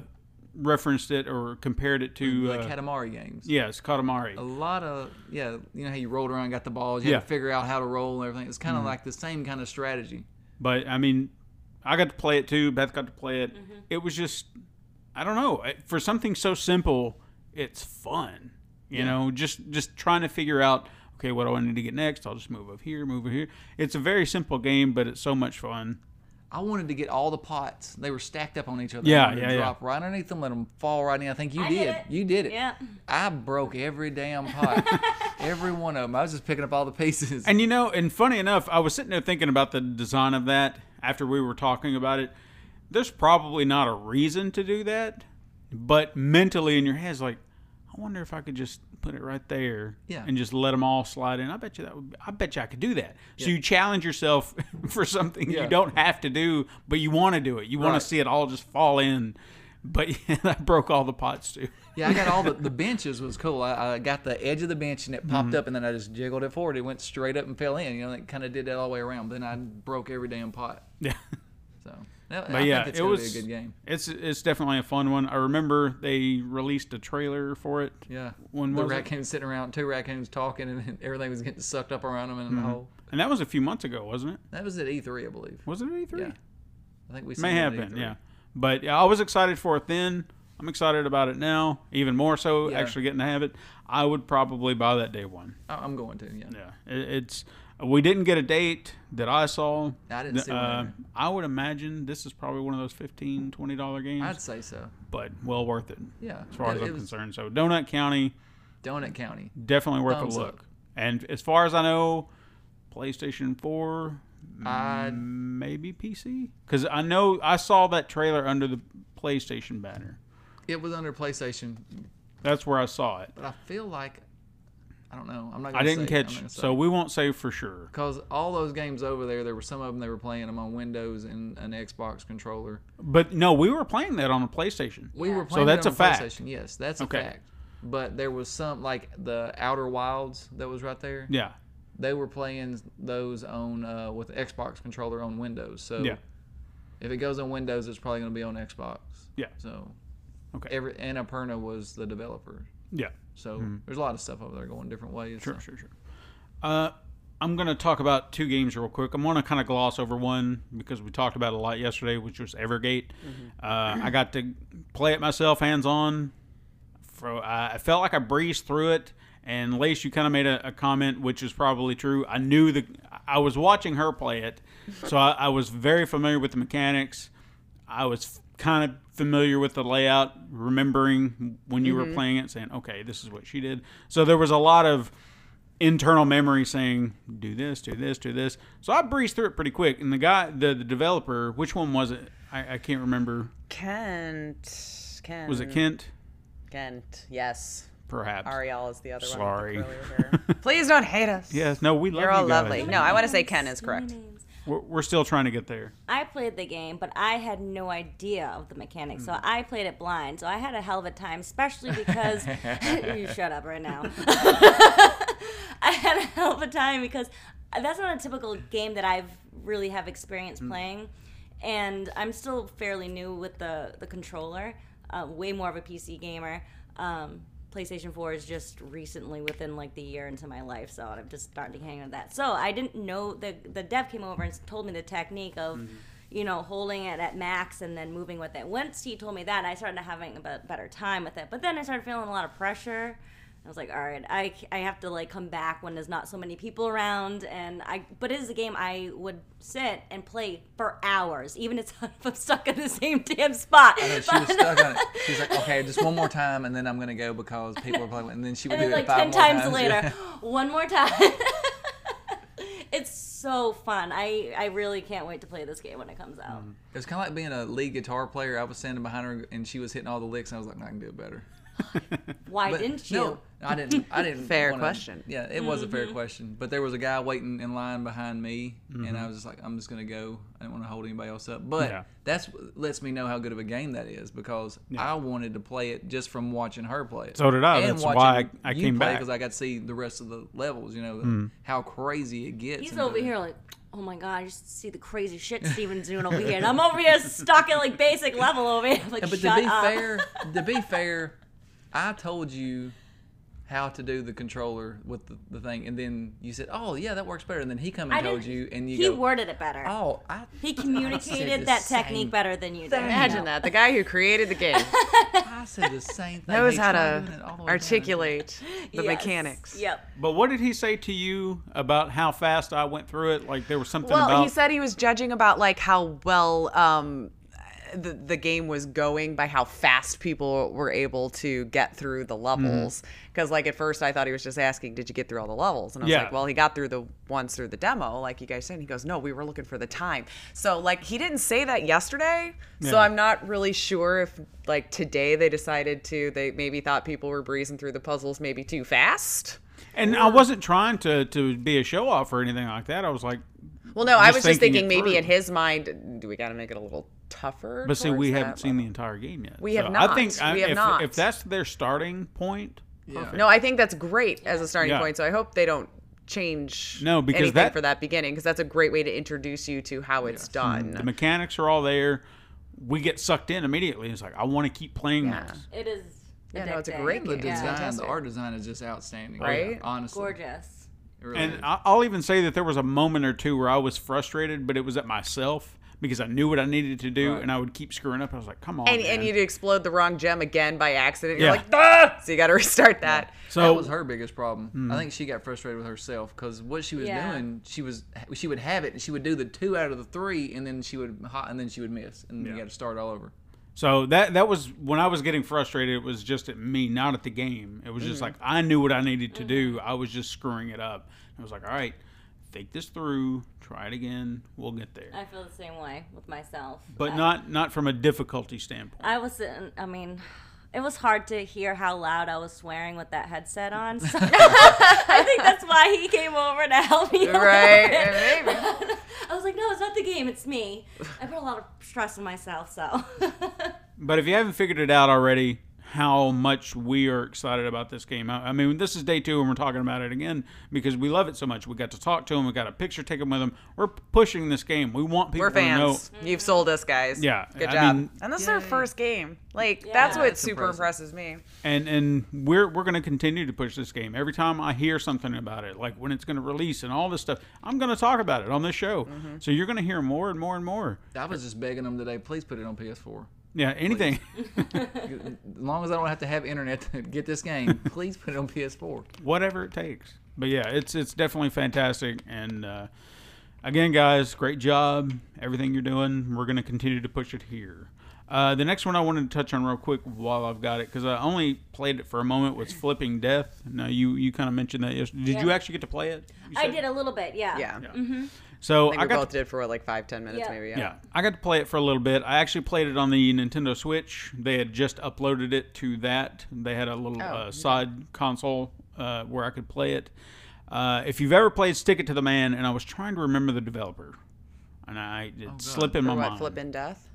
S2: referenced it or compared it to
S3: the
S2: uh,
S3: Katamari games.
S2: yes Katamari.
S3: A lot of yeah, you know how you rolled around, and got the balls, you
S2: Yeah. Mm-hmm.
S3: had to figure out how to roll and everything. It's kind of like the same kind of strategy.
S2: But I mean, I got to play it too. Beth got to play it. It was just, I don't know. it- For something so simple, it's fun. You know, just just trying to figure out, okay, what do I need to get next? I'll just move over here, move over here. It's a very simple game, but it's so much fun.
S3: I wanted to get all the pots; they were stacked up on each other.
S2: Yeah,
S3: I wanted to
S2: yeah, yeah.
S3: Drop right underneath them, let them fall right in. I think you
S4: I
S3: did.
S4: did it.
S3: You did it.
S4: Yeah.
S3: I broke every damn pot, every one of them. I was just picking up all the pieces.
S2: And you know, and funny enough, I was sitting there thinking about the design of that after we were talking about it. There's probably not a reason to do that, but mentally in your head's like, I wonder if I could just put it right there
S3: Yeah.
S2: and just let them all slide in. I bet you that would. I bet you I could do that. So you challenge yourself for something
S3: Yeah.
S2: you don't have to do, but you want to do it. You want
S3: Right.
S2: to see it all just fall in. But yeah, I broke all the pots too.
S3: Yeah, I got all the, the benches was cool. I, I got the edge of the bench and it popped
S2: Mm-hmm.
S3: up, and then I just jiggled it forward. It went straight up and fell in. You know, it kind of did that all the way around. But then I broke every damn pot.
S2: Yeah.
S3: So, no,
S2: But
S3: I
S2: yeah,
S3: think it's
S2: it
S3: gonna
S2: was
S3: be a good game.
S2: It's it's definitely a fun one. I remember they released a trailer for it.
S3: Yeah,
S2: When
S3: the
S2: was it?
S3: raccoons sitting around, two raccoons talking, and, then everything was getting sucked up around them in the hole.
S2: And that was a few months ago, wasn't it?
S3: That was at E3, I believe.
S2: Was it E three?
S3: Yeah, E I think we seen
S2: May
S3: it
S2: have
S3: at
S2: been,
S3: E3.
S2: yeah. But yeah, I was excited for it then. I'm excited about it now, even more so.
S3: Yeah.
S2: Actually, getting to have it, I would probably buy that day one.
S3: I- I'm going to. Yeah,
S2: Yeah, It- it's we didn't get a date that I saw.
S3: I didn't see one
S2: Uh,
S3: either.
S2: I would imagine this is probably one of those 15 20 dollar games,
S3: I'd say so.
S2: but well worth it.
S3: Yeah,
S2: As far
S3: it,
S2: as I'm
S3: it was
S2: concerned, so Donut County
S3: Donut County.
S2: definitely worth
S3: Thumbs
S2: a
S3: up.
S2: look. And as far as I know, PlayStation 4,
S3: I
S2: Mm. maybe PC? Because I know I saw that trailer under the PlayStation banner.
S3: it was under PlayStation,
S2: That's where I saw it.
S3: but I feel like I don't know. I'm not.
S2: I
S3: Gonna
S2: didn't
S3: say. I'm not
S2: catch,
S3: gonna say.
S2: so we won't say for sure.
S3: Because all those games over there, there were some of them they were playing them on Windows and an Xbox controller.
S2: But no, we were playing that on a PlayStation.
S3: We were
S4: So
S3: playing
S2: that's
S3: it on
S2: a fact.
S3: PlayStation. Yes, that's
S2: Okay.
S3: a fact. But there was some like the Outer Wilds that was right there.
S2: Yeah,
S3: They were playing those on uh, with the Xbox controller on Windows. So
S2: yeah,
S3: if it goes on Windows, it's probably going to be on Xbox.
S2: yeah,
S3: So
S2: Okay.
S3: every Annapurna was the developer.
S2: yeah.
S3: So there's a lot of stuff over there going different ways.
S2: Mm-hmm. Sure,
S3: so.
S2: sure, sure. Uh, I'm going to talk about two games real quick. I'm going to kind of gloss over one because we talked about it a lot yesterday, which was Evergate. Uh, I got to play it myself, hands on. For I I felt like I breezed through it. And Lace, you kind of made a, a comment, which is probably true. I knew the. I was watching her play it, so I, I was very familiar with the mechanics. I was kind of familiar with the layout, remembering when you were playing it, saying, okay, this is what she did. So there was a lot of internal memory saying, do this, do this, do this. So I breezed through it pretty quick. And the guy, the, the developer, which one was it? I, I can't remember.
S5: Kent. Kent.
S2: Was it Kent?
S5: Kent? Yes.
S2: Perhaps.
S5: Ariel is the other
S2: Sorry.
S5: one. Sorry. Please don't hate us.
S2: Yes. No, we love
S5: You're
S2: you
S5: all
S2: guys.
S5: lovely. No, I want to say Ken is correct.
S2: We're, we're still trying to get there.
S4: I played the game, but I had no idea of the mechanics,
S3: Hmm.
S4: so I played it blind. So I had a hell of a time, especially because you shut up right now. I had a hell of a time because that's not a typical game that I've really have experience playing, and I'm still fairly new with the the controller. Uh, way more of a PC gamer. Um, PlayStation 4 is just recently within like the year into my life, so I'm just starting to hang on to that. So I didn't know the the dev came over and told me the technique of. You know, holding it at max and then moving with it. Once he told me that, I started having a bet- better time with it. But then I started feeling a lot of pressure I was like, all right, I, I have to like come back when there's not so many people around, and I. But it is a game I would sit and play for hours, even if I'm stuck in the same damn spot.
S3: And she was stuck on it. She was like, okay, just one more time, and then I'm gonna go because people are playing. And then she would
S4: and then
S3: do
S4: like
S3: it five
S4: ten
S3: more
S4: times, later,
S3: Yeah.
S4: one more time. it's so fun. I I really can't wait to play this game when it comes out.
S3: It was kind of like being a lead guitar player. I was standing behind her, and she was hitting all the licks, and I was like, no, I can do it better.
S4: Why
S3: But
S4: didn't you? Mm-hmm.
S3: No, I didn't. I didn't.
S5: Fair
S3: wanna-
S5: question.
S3: Yeah, it was a fair question. But there was a guy waiting in line behind me, and I was just like, I'm just gonna go. I didn't want to hold anybody else up. But
S2: Mm-hmm. Yeah.
S3: that's what lets me know how good of a game that is because I wanted to play it just from watching her play it.
S2: So did I.
S3: And
S2: That's
S3: watching
S2: why I- I
S3: you
S2: came
S3: play
S2: back. Mm.
S3: because I got to see the rest of the levels. You know how crazy it gets.
S4: He's
S3: into
S4: over
S3: the-
S4: here like, oh my god, I just see the crazy shit Steven's doing over here, and I'm over here stuck at like basic level over here. I'm like,
S3: but
S4: shut
S3: to be
S4: up.
S3: fair, to be fair, I told you how to do the controller with the, the thing, and then you said, "Oh, yeah, that works better." And then he come and
S4: I
S3: told
S4: didn't-
S3: you, and you
S4: he
S3: go,
S4: worded it better.
S3: "Oh, I."
S4: He
S3: the
S4: communicated that
S3: same
S4: technique better than you did.
S5: Imagine that. The guy who created the game
S3: I said the same thing.
S5: knows
S3: He
S5: how
S3: tried doing it all
S5: to
S3: the way down.
S5: articulate the
S4: Yes.
S5: mechanics.
S4: Yep.
S2: But what did he say to you about how fast I went through it? Like there was something
S5: Well,
S2: about
S5: he said he was judging about like how well um, the the game was going by how fast people were able to get through the
S2: Mm-hmm.
S5: levels. Because like at first I thought he was just asking, "Did you get through all the levels?" And I was
S2: Yeah.
S5: like, "Well, he got through the ones through the demo, like you guys said." And he goes, "No, we were looking for the time." So like he didn't say that yesterday. So
S2: Yeah.
S5: I'm not really sure if like today they decided to they maybe thought people were breezing through the puzzles maybe too fast.
S2: And I wasn't trying to, to be a show off or anything like that. I was like,
S5: Well, no, I
S2: Just
S5: was just
S2: thinking
S5: thinking
S2: it
S5: maybe in
S2: through.
S5: his mind, do we got to make it a little tougher?
S2: but see,
S5: towards
S2: we
S5: that
S2: haven't seen the
S5: level?
S2: entire game yet.
S5: We have
S2: So I
S5: not.
S2: think I-
S5: We have
S2: if,
S5: not.
S2: if that's their starting point,
S5: No, I think that's great as a starting
S2: Yeah.
S5: point. So I hope they don't change
S2: No, because
S5: anything
S2: that-
S5: for that beginning because that's a great way to introduce you to how it's done.
S2: the mechanics are all there. We get sucked in immediately. It's like I want to keep playing this.
S4: It is.
S5: Yeah, no, it's a
S4: addicting.
S5: great
S3: The
S5: game.
S4: Yeah.
S3: design,
S5: fantastic.
S3: the art design is just outstanding.
S5: Right?
S3: Honestly,
S4: Gorgeous.
S3: It really is.
S2: And I- I'll even say that there was a moment or two where I was frustrated, but it was at myself because I knew what I needed to do, and I would keep screwing up. I was like, "Come on!"
S5: And, and
S2: man."
S5: you'd explode the wrong gem again by accident. You're
S2: Yeah.
S5: like, ah! So you got to restart that.
S2: so
S3: that was her biggest problem. I think she got frustrated with herself because what she was
S4: Yeah.
S3: doing, she was she would have it and she would do the two out of the three, and then she would hot, and then she would miss, and you got to start all over.
S2: So that that was when I was getting frustrated. It was just at me, not at the game. It was
S3: Mm-hmm.
S2: just like I knew what I needed to do. I was just screwing it up. I was like, all right, think this through. Try it again. We'll get there.
S4: I feel the same way with myself.
S2: But not not from a difficulty standpoint.
S4: I was. in- I mean. It was hard to hear how loud I was swearing with that headset on. So I think that's why he came over to help me. a little
S5: Right?
S4: bit.
S5: And maybe.
S4: I was like, no, it's not the game, it's me. I put a lot of stress on myself, so.
S2: But if you haven't figured it out already, how much we are excited about this game. I I mean, this is day two, and we're talking about it again because we love it so much. We got to talk to him. We got a picture taken with him. We're pushing this game. We want people
S5: We're
S2: to know.
S5: fans. You've sold us, guys.
S2: Oh, Yeah,
S5: Good
S2: I
S5: job.
S2: mean-
S5: and this is our first game. Like,
S4: Yeah.
S5: that's what
S3: That's
S5: super
S3: impressive.
S5: impresses me.
S2: and and we're we're going to continue to push this game. Every time I hear something about it, like when it's going to release and all this stuff, I'm going to talk about it on this show.
S5: Mm-hmm.
S2: So you're going to hear more and more and more.
S3: I was just begging them today, please put it on PS4.
S2: Yeah, anything.
S3: As long as I don't have to have internet to get this game, please put it on PS4.
S2: whatever it takes. But yeah, it's it's definitely fantastic. And uh, again, guys, great job, everything you're doing. We're gonna continue to push it here. Uh, the next one I wanted to touch on real quick while I've got it because I only played it for a moment was Flipping Death. Now you you kind of mentioned that yesterday. Did you actually get to play it? You
S4: I
S2: said?
S4: did a little bit, yeah.
S5: Yeah.
S2: So
S5: I think
S2: I
S5: we
S2: got
S5: both did for what, like five, ten minutes
S4: Yeah.
S5: maybe.
S2: Yeah, I got to play it for a little bit. I actually played it on the Nintendo Switch. They had just uploaded it to that. They had a
S3: Oh,
S2: little uh, side console uh, where I could play it. Uh, if you've ever played Stick It to the Man, and I was trying to remember the developer, and I
S3: Oh,
S2: it slipped in my
S5: Or what,
S2: mind.
S5: Flippin' Death?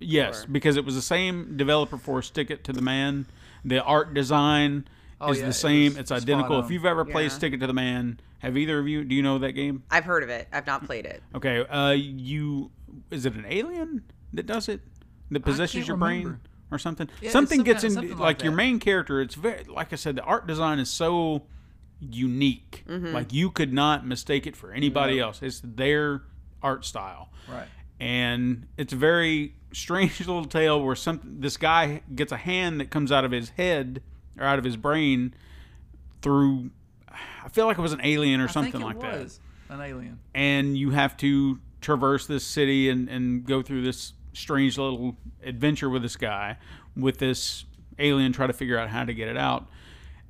S2: Yes, because it was the same developer for Stick It to the Man. The art design
S3: Oh,
S2: is
S3: yeah,
S2: the
S3: it
S2: same.
S3: was
S2: It's
S3: spot
S2: identical. If
S3: on.
S2: you've ever played
S5: Yeah.
S2: Stick It to the Man, have either of you? Do you know that game?
S5: I've heard of it. I've not played it.
S2: Okay, uh, you is it an alien that does it? That possesses
S3: can't
S2: your brain
S3: remember.
S2: or something?
S3: Yeah, it's
S2: something
S3: some
S2: gets
S3: kind-
S2: in
S3: something
S2: like,
S3: like
S2: your
S3: that.
S2: main character. It's very like I said, the art design is so unique.
S3: Mm-hmm.
S2: Like you could not mistake it for anybody else. It's their art style
S3: Right.
S2: and it's a very strange little tale where some this guy gets a hand that comes out of his head or out of his brain through I feel like it was an alien or something
S3: I think
S2: like
S3: it
S2: that
S3: was An alien.
S2: and you have to traverse this city and, and go through this strange little adventure with this guy with this alien try to figure out how to get it out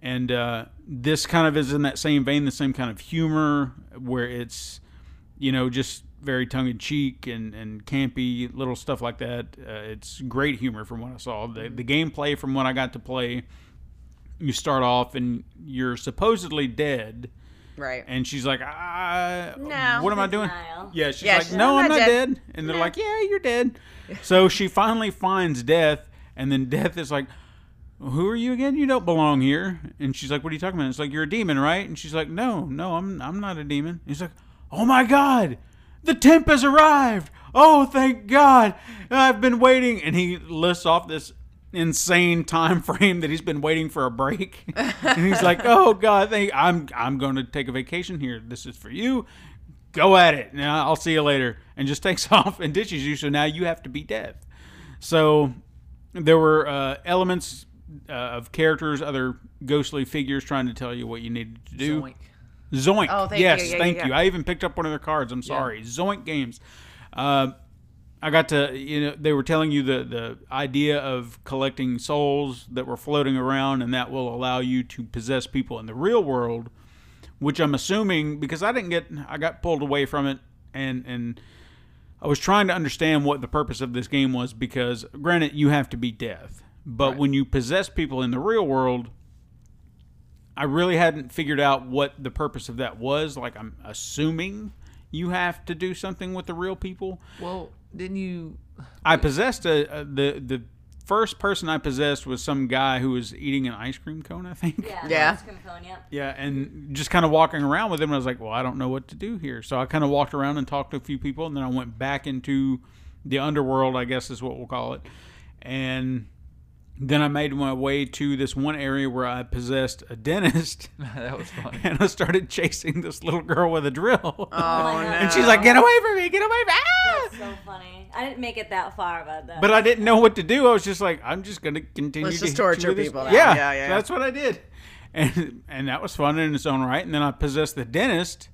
S2: and uh, this kind of is in that same vein the same kind of humor where it's you know just very tongue-in-cheek and, and campy little stuff like that uh, it's great humor from what i saw the, the gameplay from what i got to play you start off and you're supposedly dead
S5: Right.
S2: and she's like, I,
S4: No,
S2: what am I
S4: it's
S2: doing?
S4: denial.
S2: Yeah, she's
S5: Yeah,
S2: like,
S5: she's
S2: no,
S5: like,
S2: I'm not dead. And they're like, yeah, you're dead. So she finally finds Death, and then Death is like, who are you again? You don't belong here. And she's like, what are you talking about? It's like, you're a demon, right? And she's like, no, no, I'm, I'm not a demon. And he's like, oh my God, the temp has arrived. Oh, thank God. I've been waiting. And he lists off this insane time frame that he's been waiting for a break. and he's like, oh God, thank, I'm, I'm going to take a vacation here. This is for you go at it. Now I'll see you later, and just takes off and ditches you. So now you have to be death. So there were uh, elements uh, of characters, other ghostly figures trying to tell you what you needed to do.
S3: Zoink.
S2: Zoink.
S5: Oh, thank you.
S2: yes,
S5: Yeah, yeah,
S2: thank
S5: yeah.
S2: you. I even picked up one of their cards. I'm sorry. Zoink Games. Uh, I got to, you know, they were telling you the, the idea of collecting souls that were floating around, and that will allow you to possess people in the real world, which I'm assuming because I didn't get, I got pulled away from it, and and I was trying to understand what the purpose of this game was because, granted, you have to be death, but when you possess people in the real world, I really hadn't figured out what the purpose of that was. Like, I'm assuming you have to do something with the real people.
S3: Well, didn't you?
S2: I possessed a, a the the first person I possessed was some guy who was eating an ice cream cone, I think.
S4: Yeah.
S5: Yeah.
S4: ice cream cone, yep.
S2: Yeah, and just kind of walking around with him, I was like, "Well, I don't know what to do here." So I kind of walked around and talked to a few people, and then I went back into the underworld, I guess is what we'll call it. And then I made my way to this one area where I possessed a dentist,
S3: that was funny.
S2: and I started chasing this little girl with a drill.
S4: uh,
S5: Oh, no.
S2: and she's like, "Get away from me! Get away from me!" Ah!
S4: So funny. I didn't make it that far, but that.
S2: but I didn't know what to do. I was just like, I'm just gonna continue
S5: Let's
S2: to
S5: just
S2: hit you with
S5: torture
S2: this-
S5: people now.
S2: Yeah,
S5: Yeah, yeah,
S2: so
S5: yeah.
S2: that's what I did, and and that was fun in its own right. And then I possessed the dentist.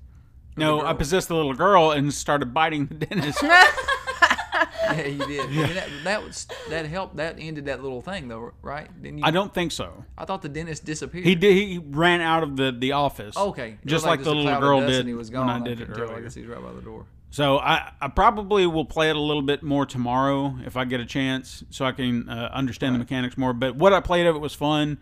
S2: No, I possessed the little girl and started biting the dentist.
S3: yeah, you did. I mean, that, that was that helped. That ended that little thing though, right? Didn't you?
S2: I don't think so.
S3: I thought the dentist disappeared.
S2: He did. He ran out of the the office.
S3: Okay. It was
S2: just like,
S3: just
S2: the
S3: a
S2: little
S3: cloud of
S2: girl
S3: dust
S2: did
S3: and he was
S2: when
S3: gone.
S2: I did it
S3: couldn't tell. I
S2: earlier.
S3: guess he's right by the door.
S2: So I, I probably will play it a little bit more tomorrow if I get a chance, so I can uh, understand the mechanics more. But what I played of it was fun.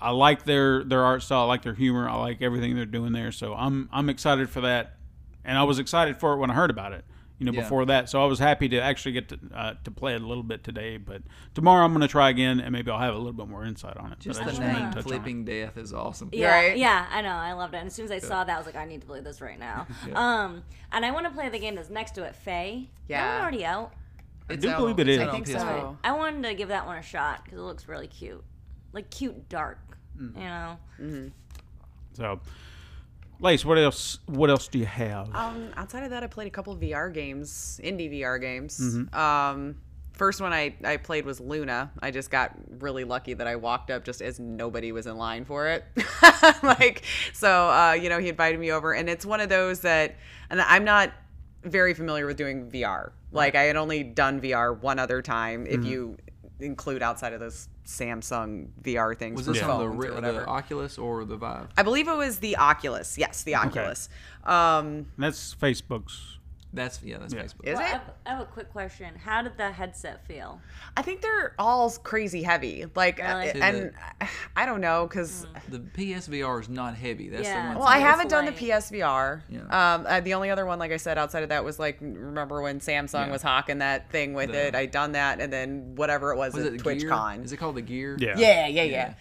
S2: I like their their art style, I like their humor, I like everything they're doing there. So I'm I'm excited for that, and I was excited for it when I heard about it, you know,
S3: Yeah.
S2: before that. So I was happy to actually get to uh, to play it a little bit today. But tomorrow I'm gonna try again, and maybe I'll have a little bit more insight on it.
S3: Just
S2: but I
S3: the
S2: wanted to
S3: name
S2: touch on it.
S3: "Flipping Death" is awesome.
S4: Yeah,
S5: Right?
S4: yeah, I know. I loved it. And as soon as I saw that, I was like, I need to play this right now. Um, and I want to play the game that's next to it, Faye.
S5: Yeah. Oh.
S4: that one already out.
S3: It's
S2: do
S3: out
S2: believe
S3: on-
S2: it
S3: it's
S2: is.
S3: out
S2: I
S3: on
S5: think
S3: PS4.
S5: so.
S4: I wanted to give that one a shot because it looks really cute, like cute dark.
S5: Mm.
S4: You know,
S2: So, Lace, what else? What else do you have?
S5: Um, outside of that, I played a couple VR games, indie VR games.
S3: Mm-hmm.
S5: Um, first one I, I played was Luna. I just got really lucky that I walked up just as nobody was in line for it. like, so, uh, you know, he invited me over, and it's one of those that, and I'm not very familiar with doing VR. Like I had only done VR one other time,
S3: Mm-hmm.
S5: if you include outside of those Samsung VR things.
S3: Was
S5: for
S3: this on the,
S5: phones
S3: ri-
S5: or
S3: the
S2: uh,
S5: whatever.
S3: Oculus or the Vive?
S5: I believe it was the Oculus. Yes, the Oculus. Um,
S2: That's Facebook's.
S3: That's yeah, that's Facebook.
S5: is
S4: Well, I
S5: it?
S4: have, I have a quick question. How did the headset feel?
S5: I think they're all crazy heavy. Like,
S4: Really?
S5: uh, and uh, I don't know because
S3: The PSVR is not heavy. That's
S4: Yeah.
S3: the one.
S5: well, I
S4: it's
S5: haven't done the
S4: light.
S5: PSVR.
S3: Yeah.
S5: Um, uh, the only other one, like I said, outside of that was like remember when Samsung was hawking that thing with it? I done that, and then whatever it was,
S3: was
S5: at
S3: it Gear?
S5: TwitchCon.
S3: Is it called the Gear?
S5: yeah, yeah, yeah.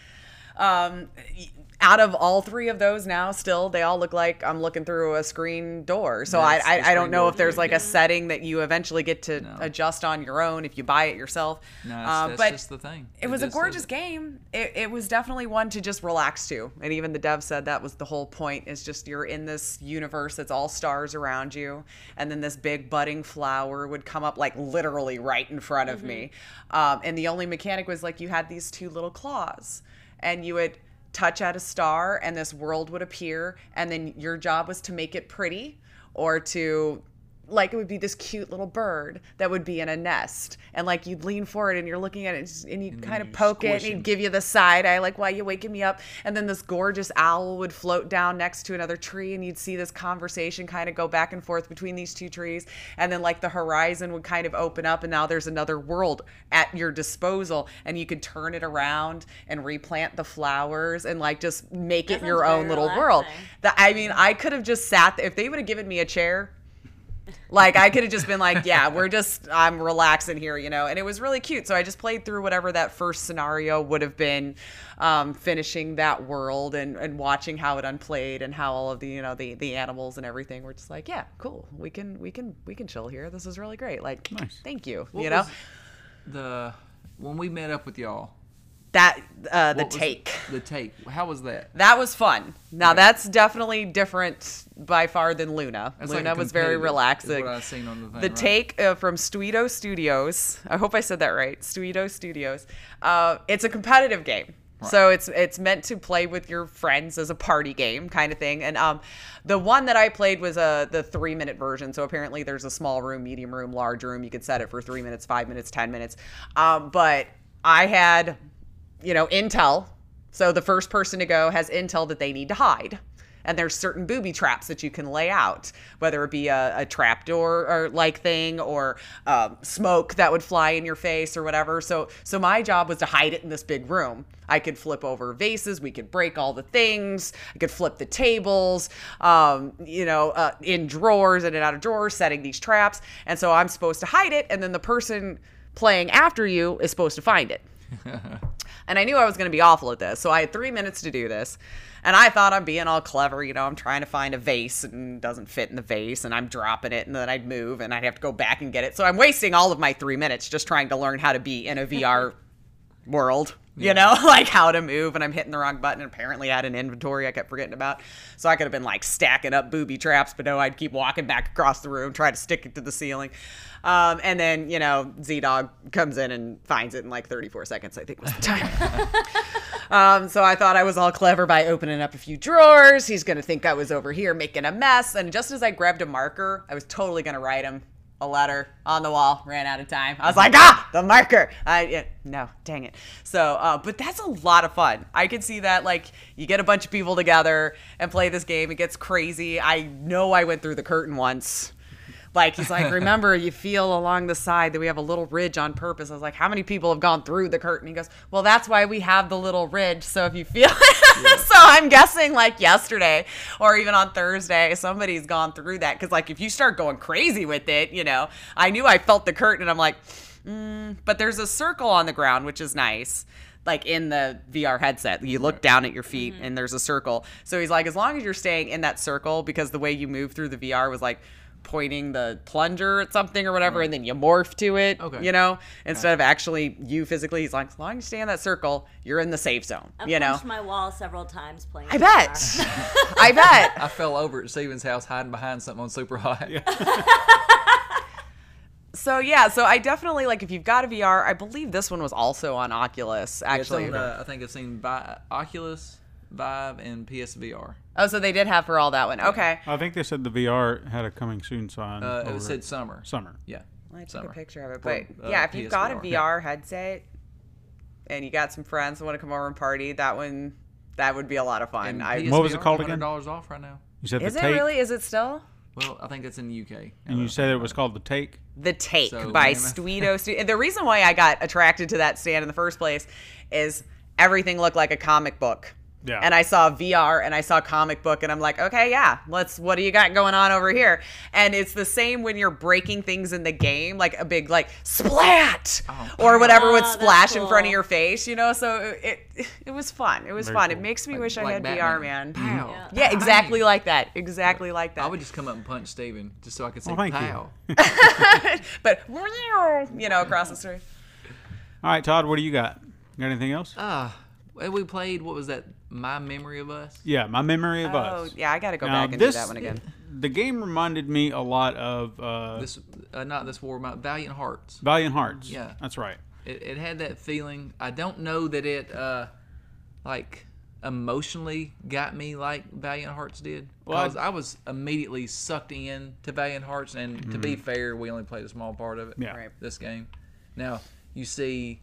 S5: Um, y- out of all three of those now, still they all look like I'm looking through a screen door. So I,
S3: That's the
S5: I, I
S3: screen
S5: don't know
S3: door
S5: if there's
S3: thing,
S5: like a setting that you eventually get to adjust on your own if you buy it yourself.
S3: No, that's,
S5: Uh,
S3: that's just the thing.
S5: it was a gorgeous game. It, it was definitely one to just relax to. And even the dev said that was the whole point is just you're in this universe that's all stars around you. And then this big budding flower would come up like literally right in front of me. Um, and the only mechanic was like you had these two little claws and you would touch at a star and this world would appear. And then your job was to make it pretty or to like it would be this cute little bird that would be in a nest and like you'd lean forward and you're looking at it and just- and you kind of poke it and he'd give you the side eye like why you waking me up and then this gorgeous owl would float down next to another tree and you'd see this conversation kind of go back and forth between these two trees and then like the horizon would kind of open up and now there's another world at your disposal and you could turn it around and replant the flowers and like just make it
S4: sounds
S5: your own
S4: very
S5: little world
S4: relaxing.
S5: that i mean i could have just sat if they would have given me a chair like I could have just been like, yeah, we're just I'm relaxing here, you know. And it was really cute. So I just played through whatever that first scenario would have been, um, finishing that world and, and watching how it unplayed and how all of the you know the the animals and everything were just like, yeah, cool. We can we can we can chill here. This is really great. Like, thank you. you know
S3: was The when we met up with y'all,
S5: that uh, the
S3: what was
S5: take.
S3: The take. How was that?
S5: That was fun. Now that's definitely different by far than Luna.
S3: That's like
S5: Luna
S3: a
S5: was very
S3: competitive, is
S5: relaxing.
S3: what I seen on the thing, right?
S5: take uh, from Stuido Studios. I hope I said that right. Stuido Studios. Uh, it's a competitive game. So it's it's meant to play with your friends as a party game kind of thing, and um, the one that I played was a the three minute version. So apparently there's a small room, medium room, large room. You could set it for three minutes, five minutes, ten minutes. Um, but I had you know, intel. So the first person to go has intel that they need to hide. And there's certain booby traps that you can lay out, whether it be a, a trap door or like thing or um, smoke that would fly in your face or whatever. So, so my job was to hide it in this big room. I could flip over vases. We could break all the things. I could flip the tables, um, you know, uh, in drawers, in and out of drawers, setting these traps. And so I'm supposed to hide it. And then the person playing after you is supposed to find it. And I knew I was going to be awful at this. So I had three minutes to do this. And I thought I'm being all clever. You know, I'm trying to find a vase and it doesn't fit in the vase. And I'm dropping it. And then I'd move and I'd have to go back and get it. So I'm wasting all of my three minutes just trying to learn how to be in a VR world. You know, like how to move, and I'm hitting the wrong button. And apparently, I had an inventory I kept forgetting about, so I could have been like stacking up booby traps, but no, I'd keep walking back across the room, try to stick it to the ceiling, um, and then you know, Z Dog comes in and finds it in like 34 seconds, I think was the time. um, so I thought I was all clever by opening up a few drawers. He's gonna think I was over here making a mess, and just as I grabbed a marker, I was totally gonna write him a letter on the wall. Ran out of time. I was like, ah, the marker. I yeah, no, dang it. So, uh, but that's a lot of fun. I could see that. Like, you get a bunch of people together and play this game. It gets crazy. I know I went through the curtain once. Like he's like, remember, you feel along the side that we have a little ridge on purpose. I was like, how many people have gone through the curtain? He goes, well, that's why we have the little ridge. So if you feel, so I'm guessing like yesterday or even on Thursday, somebody's gone through that because like if you start going crazy with it, you know, I knew I felt the curtain, and I'm like, mm, but there's a circle on the ground, which is nice. Like in the VR headset, you look down at your feet
S3: Mm-hmm.
S5: and there's a circle. So he's like, as long as you're staying in that circle, because the way you move through the VR was like pointing the plunger at something or whatever, and then you morph to it,
S3: Okay.
S5: you know, instead of actually you physically. He's like, as long as you stay in that circle, you're in the safe zone,
S4: I
S5: you know.
S4: punched my wall several times playing.
S5: I bet. I bet.
S3: I fell over at Steven's house hiding behind something on super hot.
S5: So yeah, so I definitely like if you've got a VR, I believe this one was also on
S3: It's
S5: Oculus actually.
S3: on, uh, I think I've seen Vi- Oculus, Vive, and PSVR.
S5: oh, so they did have for all that one. Okay.
S2: I think they said the VR had a coming soon sign.
S3: Uh,
S2: over
S3: it said summer.
S2: summer.
S3: Yeah.
S5: I took a
S3: summer.
S5: picture of it, but
S3: From, uh,
S5: yeah, if you've got a
S3: PS4.
S5: VR headset and you got some friends who want to come over and party, that one that would be a lot of fun.
S3: And
S5: I,
S3: PSVR,
S2: What was it called again?
S3: $100 off right now.
S2: You said
S5: is
S2: the
S5: it
S2: take,
S5: really? Is it still
S3: Well, I think that's in the UK.
S2: and you said it was called the take.
S5: the Take
S3: So,
S5: by
S3: wait a minute.
S5: Stuido? Stu- and the reason why I got attracted to that stand in the first place is everything looked like a comic book.
S2: Yeah.
S5: And I saw VR and I saw comic book and I'm like, okay, yeah, let's what do you got going on over here? And it's the same when you're breaking things in the game, like a big like splat or whatever would
S4: Oh, that's
S5: splash in front of
S4: cool.
S5: your face, you know. So it it, it was fun. It was
S2: Very
S5: fun. It
S2: cool.
S5: makes me wish I
S3: like
S5: had
S3: Batman.
S5: VR, man.
S3: Pow.
S4: Yeah.
S5: Yeah, exactly like that. Exactly like that.
S3: I would just come up and punch Steven just so I could say
S2: Well, thank you.
S3: pow.
S5: but you know, across the street.
S2: All right, Todd, what do you got? Got anything else?
S5: Uh,
S3: Ah, and we played what was that? My memory of us.
S2: yeah, my memory of
S5: Oh
S2: us.
S5: yeah, I gotta go
S2: Now,
S5: back and
S2: this-
S5: do that one again.
S2: The game reminded me a lot of uh,
S3: This uh, not this war, my Valiant Hearts.
S2: Valiant Hearts.
S3: Yeah.
S2: that's right.
S3: It, it had that feeling. I don't know that it uh like emotionally got me like Valiant Hearts did
S2: I-
S3: because I was immediately sucked in to Valiant Hearts. And to be fair, we only played a small part of it.
S2: Mm-hmm. Yeah.
S5: Right.
S3: This game. Now you see.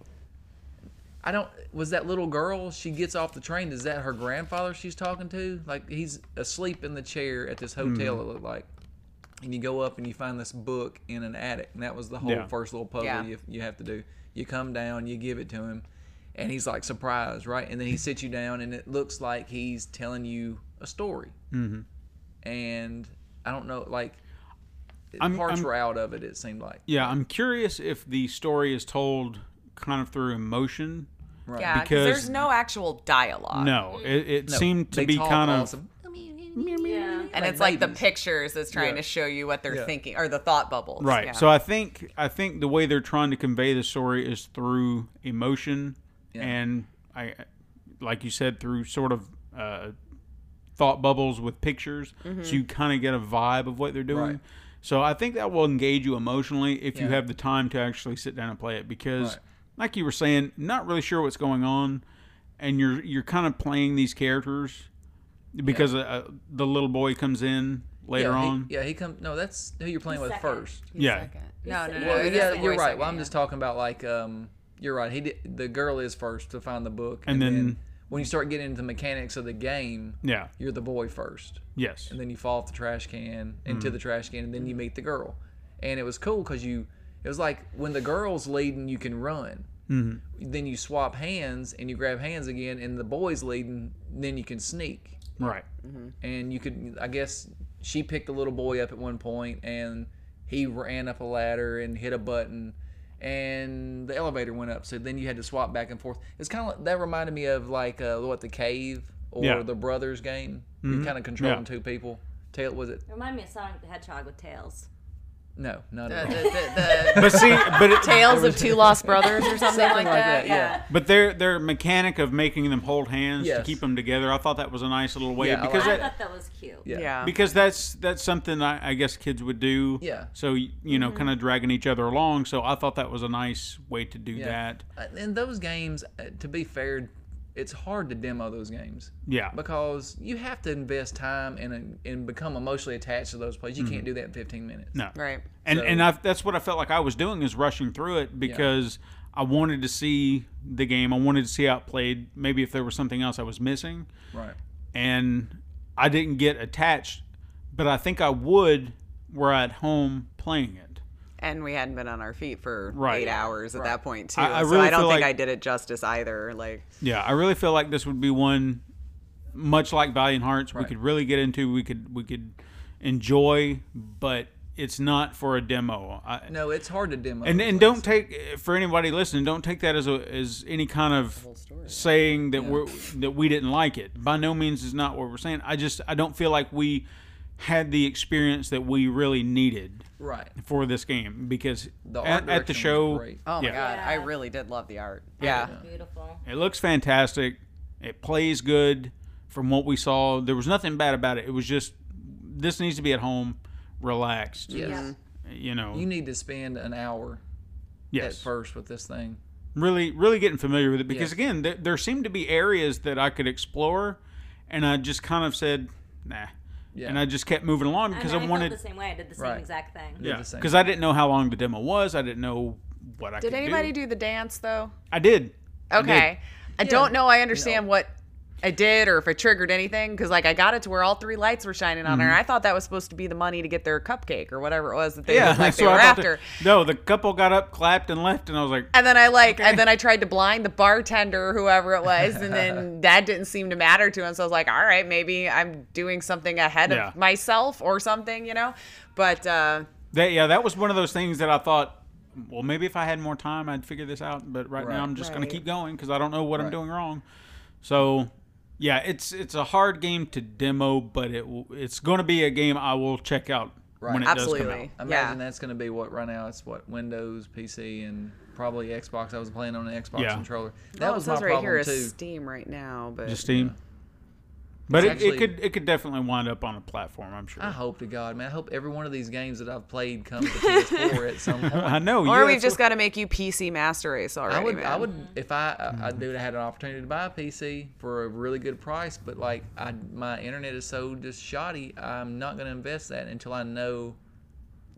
S3: I don't. Was that little girl? She gets off the train. Is that her grandfather she's talking to? Like he's asleep in the chair at this hotel.
S2: Mm-hmm.
S3: It looked like. And you go up and you find this book in an attic, and that was the whole
S2: Yeah.
S3: first little puzzle
S5: Yeah.
S3: you, you have to do. You come down, you give it to him, and he's like surprised, right? And then he sits you down, and it looks like he's telling you a story. Mm-hmm. And I don't know, like
S2: I'm-
S3: parts
S2: I'm-
S3: were out of it. It seemed like.
S2: Yeah, I'm curious if the story is told kind of through emotion.
S5: Yeah, because
S2: Because-
S5: there's no actual dialogue.
S2: No, it, it
S3: No,
S2: seemed to
S3: they
S2: be
S3: talk
S2: kind of
S3: awesome.
S4: Yeah.
S5: And
S3: like
S5: it's like the
S3: babies.
S5: pictures that's trying
S3: Yeah.
S5: to show you what they're
S3: Yeah.
S5: thinking or the thought bubbles.
S2: right.
S5: Yeah.
S2: So I think I think the way they're trying to convey the story is through emotion
S3: Yeah.
S2: and I, like you said, through sort of uh, thought bubbles with pictures, so you kind of get a vibe of what they're doing.
S3: Right.
S2: So I think that will engage you emotionally if you
S3: Yeah.
S2: have the time to actually sit down and play it because,
S3: Right.
S2: like you were saying, not really sure what's going on, and you're you're kind of playing these characters because uh, the little boy comes in later
S3: yeah,
S2: on.
S3: He, yeah, he comes. No, that's who you're playing with
S4: second.
S3: first.
S2: yeah.
S5: no, no, no.
S3: Well,
S5: it is
S3: yeah,
S5: the
S3: you're
S5: voice
S3: right.
S5: acting,
S3: Well, I'm
S5: yeah.
S3: just talking about like um, you're right. He did, the girl is first to find the book,
S2: And then-
S3: when you start getting into the mechanics of the game,
S2: Yeah.
S3: you're the boy first,
S2: Yes.
S3: and then you fall off the trash can into
S2: Mm-hmm.
S3: the trash can, and then you meet the girl, and it was cool because you it was like when the girl's leading, you can run. Mm-hmm. Then you swap hands and you grab hands again, and the boy's leading. Then you can sneak
S2: right.
S3: Mm-hmm. and you could i guess she picked the little boy up at one point and he ran up a ladder and hit a button and the elevator went up so then you had to swap back and forth it's kind of like, that reminded me of like uh, what the cave or
S2: Yeah. Mm-hmm.
S3: the brothers game you're kind of controlling
S2: Yeah.
S3: two people tail was it
S4: Remind me of Sonic the Hedgehog with tails.
S3: no not
S5: The,
S3: at all
S5: the, the,
S2: But see, but it,
S5: Tales of Two Lost Brothers or something, like, that.
S3: yeah
S2: But their their mechanic of making them hold hands to
S3: Yes.
S2: keep them together, I thought that was a nice little way
S3: Yeah, I
S2: because
S3: like
S4: I
S2: that,
S4: thought that was cute.
S3: yeah
S5: Yeah.
S2: because that's that's something I, I guess kids would do.
S3: Yeah. Mm-hmm.
S2: So y- you know, kind of dragging each other along. So I thought that was a nice way to do that.
S3: Uh, in those games uh, to be fair it's hard to demo those games
S2: Yeah.
S3: because you have to invest time and and become emotionally attached to those plays. You can't do that in 15 minutes.
S2: Mm-hmm. no.
S5: Right.
S2: And
S3: So-
S2: and I, that's what I felt like I was doing is rushing through it because I wanted to see the game. I wanted to see how it played. Maybe if there was something else I was missing.
S3: Right.
S2: and I didn't get attached, but I think I would were I at home playing it.
S5: And we hadn't been on our feet for
S2: Right.
S5: eight hours at that point too.
S2: I- I
S5: so
S2: really
S5: I don't
S2: feel
S5: think
S2: like-
S5: I did it justice either. Like
S2: Yeah, I really feel like this would be one much like Valiant Hearts we
S3: Right.
S2: could really get into, we could we could enjoy, but it's not for a demo. I,
S3: No, it's hard to demo.
S2: and and
S3: those
S2: don't take for anybody listening, don't take that as a as any kind of saying that we're that we didn't like it. By no means is not what we're saying. I just I don't feel like we had the experience that we really needed.
S3: plays. right.
S2: for this game because
S3: The art
S2: at, at the
S3: direction was
S2: show,
S3: great.
S5: oh my
S2: Yeah.
S5: god, I really did love the art. Yeah.
S4: Beautiful.
S2: it looks fantastic. It plays good from what we saw. There was nothing bad about it. It was just this needs to be at home, relaxed.
S3: Yes.
S2: You know,
S3: You need to spend an hour at
S2: yes.
S3: first with this thing.
S2: Really, really getting familiar with it because
S3: Yes.
S2: again, there, there seemed to be areas that I could explore, and I just kind of said, nah.
S3: Yeah.
S2: and I just kept moving along because
S4: I, mean,
S2: I
S4: I
S2: wanted
S4: felt the same way. I did the same
S3: Right.
S4: exact thing.
S3: did
S2: Yeah,
S3: the same
S2: because I didn't know how long the demo was. I didn't know what I
S5: Did
S2: could
S5: anybody
S2: do.
S5: do the dance though?
S2: I did. I did.
S5: Okay. I don't know. I understand what I did or if I triggered anything because, like, I got it to where all three lights were shining on
S2: Mm-hmm.
S5: her. I thought that was supposed to be the money to get their cupcake or whatever it was that they
S2: Yeah,
S5: looked like
S2: that's
S5: they
S2: what
S5: were
S2: I thought.
S5: after.
S2: too. No, the couple got up, clapped, and left, and I was like,
S5: And then I like, and then I tried to blind the bartender, or whoever it was, and then that didn't seem to matter to him. So I was like, all right, maybe I'm doing something ahead
S2: Yeah.
S5: of myself or something, you know. But uh,
S2: that, yeah, that was one of those things that I thought, well, maybe if I had more time, I'd figure this out. But right, now, I'm just going
S5: Right.
S2: to keep going because I don't know what I'm doing wrong. So, yeah, it's it's a hard game to demo, but it w- it's going to be a game I will check out
S3: Right.
S2: when it does come out.
S5: absolutely, yeah.
S3: Imagine that's going to be what right now it's what Windows, PC, and probably Xbox. I was playing on an Xbox
S2: Yeah.
S3: controller. That
S5: That
S3: was
S5: was
S3: my
S5: Oh, right
S3: problem
S5: here is
S3: too.
S5: Steam right now, but
S2: Just Steam. But it,
S3: It's
S2: it
S3: actually-
S2: could it could definitely wind up on a platform, I'm
S5: Ah.
S2: sure.
S3: I hope to God, man. I hope every one of these games that I've played comes to PS4 at some point.
S2: I know. yeah,
S5: or we've
S2: that's
S5: just
S2: what-
S5: got to make you PC master race already.
S3: I would,
S5: man.
S3: I would, if I, I,
S2: Mm-hmm.
S3: I dude, I had an opportunity to buy a PC for a really good price, but like, I, my internet is so just shoddy. I'm not going to invest that until I know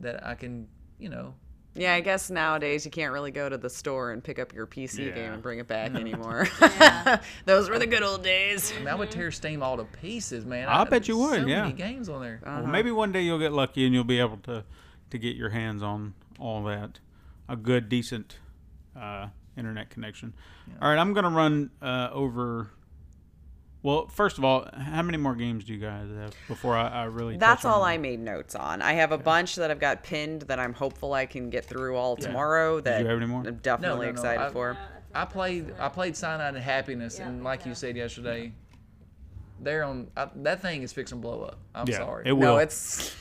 S3: that I can, you know,
S5: Yeah, I guess nowadays you can't really go to the store and pick up your PC
S2: Yeah.
S5: game and bring it back anymore. Those were the good old days.
S3: I, mean, I would tear Steam all to pieces, man.
S2: I bet you would,
S3: So
S2: yeah.
S3: many games on there.
S2: Well, maybe one day you'll get lucky and you'll be able to to get your hands on all that a good decent uh, internet connection. All right, I'm gonna run uh, over. Well, first of all, how many more games do you guys have before I, I really?
S5: That's
S2: touch on
S5: all
S2: them?
S5: I made notes on. I have a bunch that I've got pinned that I'm hopeful I can get through all tomorrow. That
S2: you have any more?
S5: I'm definitely
S3: no,
S5: excited
S3: I-
S5: for.
S3: I played I played Cyanide and Happiness, and like you said yesterday, they're on I, that thing is fixing to blow up. I'm
S2: Yeah,
S3: sorry.
S2: it will.
S5: No, it's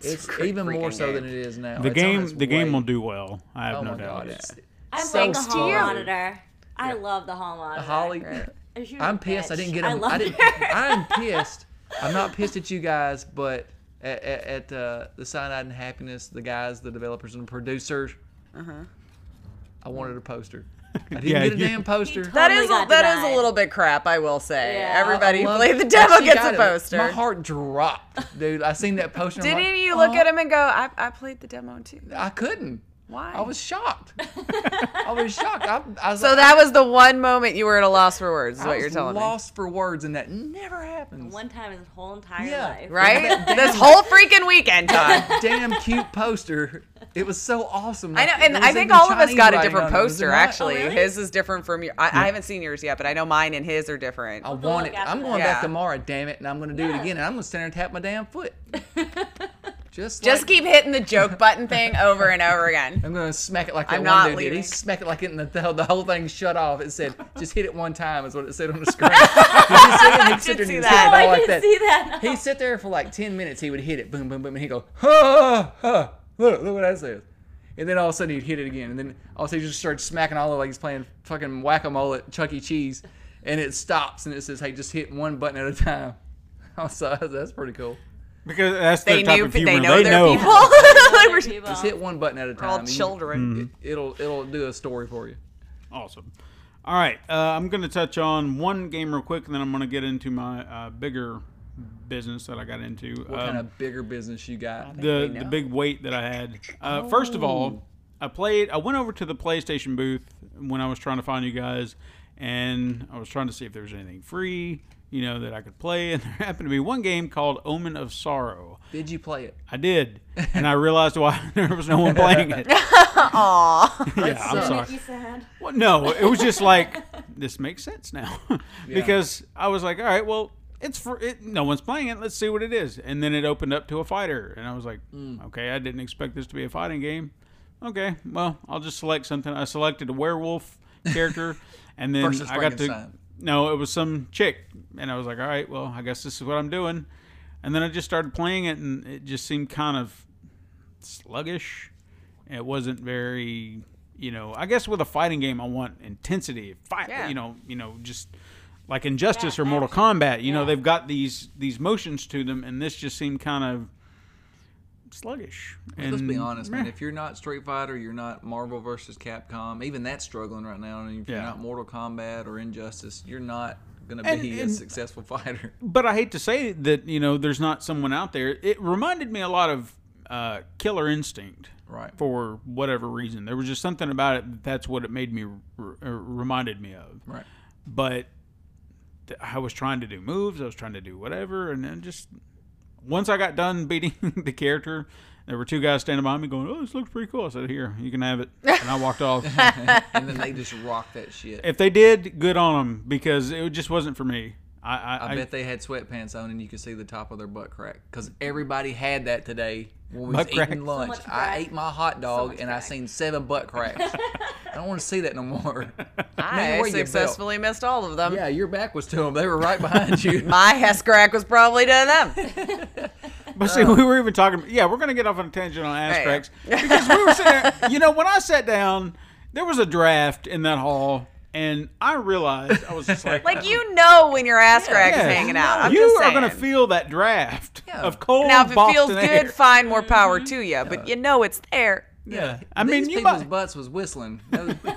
S3: it's
S5: a great
S3: even more
S5: freaking
S3: so than
S5: game.
S3: it is now.
S2: the
S3: It's on
S2: game.
S3: its
S2: The game
S3: way-
S2: will do well. I have
S3: Oh
S2: no
S3: my
S2: doubt.
S3: god! It's,
S4: I'm playing
S5: Thanks
S4: the
S5: to
S4: hall
S5: you.
S4: monitor. I love the hall monitor.
S3: Holly,
S4: And she was
S3: I'm
S4: a
S3: pissed. I
S4: bitch.
S3: didn't get
S4: I
S3: him. I,
S4: love
S3: didn't.
S4: her.
S3: I'm pissed. I'm not pissed at you guys, but at, at, at uh, the Cyanide and Happiness, the guys, the developers and producers.
S5: Mm-hmm.
S3: I wanted a poster. I didn't
S2: Yeah,
S3: get a
S2: you-
S3: damn poster.
S4: He
S5: that
S4: Totally
S5: is a,
S4: got
S5: that is
S4: denied.
S5: a little bit crap. I will say.
S4: Yeah.
S5: Everybody
S3: I
S5: who
S3: love-
S5: played the
S3: like,
S5: demo
S3: she
S5: gets
S3: got
S5: a
S3: it.
S5: poster.
S3: My heart dropped, dude. I seen that poster. and I'm
S5: Didn't
S3: like,
S5: you look
S3: "Uh-huh."
S5: at him and go, I, I played the demo too?
S3: I couldn't.
S5: Why?
S3: I was shocked. I was shocked. I, I was
S5: so
S3: like,
S5: that was the one moment you were at a loss for words, is
S3: I
S5: what
S3: was
S5: you're telling me.
S3: lost for words, and that never happens.
S4: One time in his whole entire
S3: Yeah.
S4: life.
S5: Right?
S3: Damn.
S5: this whole freaking weekend, Todd.
S3: Damn cute poster. It was so awesome.
S5: I know,
S3: Like,
S5: and
S3: there was
S5: I think
S3: even
S5: all of us
S3: Chinese
S5: got a
S3: writing
S5: different
S3: on it, was
S5: poster.
S3: there not? Oh,
S5: Actually,
S4: really?
S5: his is different from your. I, I haven't seen yours yet, but I know mine and his are different.
S3: I
S4: go look
S3: want it.
S4: after
S3: I'm
S4: that.
S3: going
S5: Yeah.
S3: back tomorrow, damn it, and I'm going to do it again, and I'm going to stand there and tap my damn foot. Just,
S5: Just
S3: like-
S5: keep hitting the joke button thing over and over again.
S3: I'm going to smack it like that
S5: I'm
S3: one
S5: not
S3: dude did.
S5: leaving.
S3: He smacked it like it, and the, the whole thing shut off. It said, "Just hit it one time," is what it said on the screen. I
S5: did see that.
S4: Oh, I didn't see that.
S3: He'd sit there for like 10 minutes. He would hit it, boom, boom, boom, and he'd go, ha, ha, look, look what that says. And then all of a sudden he'd hit it again. And then all of a sudden he just started smacking all over like he's playing fucking whack a mole at Chuck E. Cheese. And it stops and it says, hey, just hit one button at a time. I was like, that's pretty cool.
S2: Because that's their
S5: They
S2: type
S5: knew.
S2: of
S5: They
S2: humor.
S5: know
S2: they
S5: their
S2: know.
S5: people. Like, we're- Mm.
S4: People.
S3: Just hit one button at a time.
S5: we're all
S3: and you-
S5: children.
S3: it, will it'll do a story for you.
S2: Awesome. All right, uh, I'm going to touch on one game real quick, and then I'm going to get into my uh, bigger business that I got into.
S3: What kind of bigger business you got?
S2: Um, the the big weight that I had. Uh, First of all, I played. I went over to the PlayStation booth when I was trying to find you guys, and I was trying to see if there was anything free, you know, that I could play. And there happened to be one game called Omen of Sorrow.
S3: Did you play it?
S2: I did, and I realized why there was no one playing it. Aww. yeah, I'm
S3: sucks.
S2: sorry.
S4: He said.
S2: Well, no, it was just like this makes sense now because I was like, all right, well, it's for it. No one's playing it. Let's see what it is. And then it opened up to a fighter, and I was like,
S3: Mm.
S2: okay, I didn't expect this to be a fighting game. Okay, well, I'll just select something. I selected a werewolf character, and then
S3: Versus
S2: I got to.
S3: Frankenstein.
S2: No, it was some chick, and I was like, all right, well, I guess this is what I'm doing. And then I just started playing it, and it just seemed kind of sluggish. It wasn't very, you know. I guess with a fighting game, I want intensity, fight.
S5: Yeah.
S2: You know, you know, just like Injustice
S4: Yeah,
S2: or Mortal Kombat. You know, they've got these these motions to them, and this just seemed kind of sluggish. And
S3: Let's be honest, man.
S2: meh.
S3: If you're not Street Fighter, you're not Marvel versus Capcom. Even that's struggling right now. And if
S2: Yeah.
S3: you're not Mortal Kombat or Injustice, you're not going to
S2: And-
S3: be
S2: and-
S3: a successful fighter.
S2: but I hate to say that you know there's not someone out there. It reminded me a lot of uh, Killer Instinct,
S3: Right.
S2: For whatever reason, there was just something about it. that That's what it made me r- uh, reminded me of.
S3: Right.
S2: But th- I was trying to do moves. I was trying to do whatever, and then just once I got done beating the character. There were two guys standing behind me going, Oh, this looks pretty cool. I said, Here, you can have it. And I walked off.
S3: And then they just rock that shit.
S2: if they did, good on them because it just wasn't for me. I, I,
S3: I, bet they had sweatpants on and you could see the top of their butt crack because everybody had that today when we
S2: Butt
S3: was
S2: crack.
S3: eating lunch.
S4: much
S3: I
S4: crack.
S3: ate my hot dog
S4: much
S3: and I
S4: crack.
S3: seen seven butt cracks. I don't want to see that no more. Man,
S5: I
S3: where your belt?
S5: successfully missed all of them.
S3: Yeah, your back was to them. They were right behind you.
S5: My Hess crack was probably to them.
S2: But see, we were even talking. Yeah, we're gonna get off on a tangent on ass
S5: Yeah.
S2: cracks because we were sitting. There, you know, when I sat down, there was a draft in that hall, and I realized I was just like,
S5: Like you know when your ass crack
S2: "Yeah,
S5: is hanging out. I'm
S2: you
S5: just
S2: are
S5: saying.
S2: gonna feel that draft
S3: Yeah.
S2: of cold
S5: now if it feels
S2: Boston
S5: good,
S2: air.
S5: fine, more power to you. But you know it's there.
S2: Yeah, I
S3: These
S2: mean, you
S3: people's
S2: might.
S3: butts was whistling. That was- you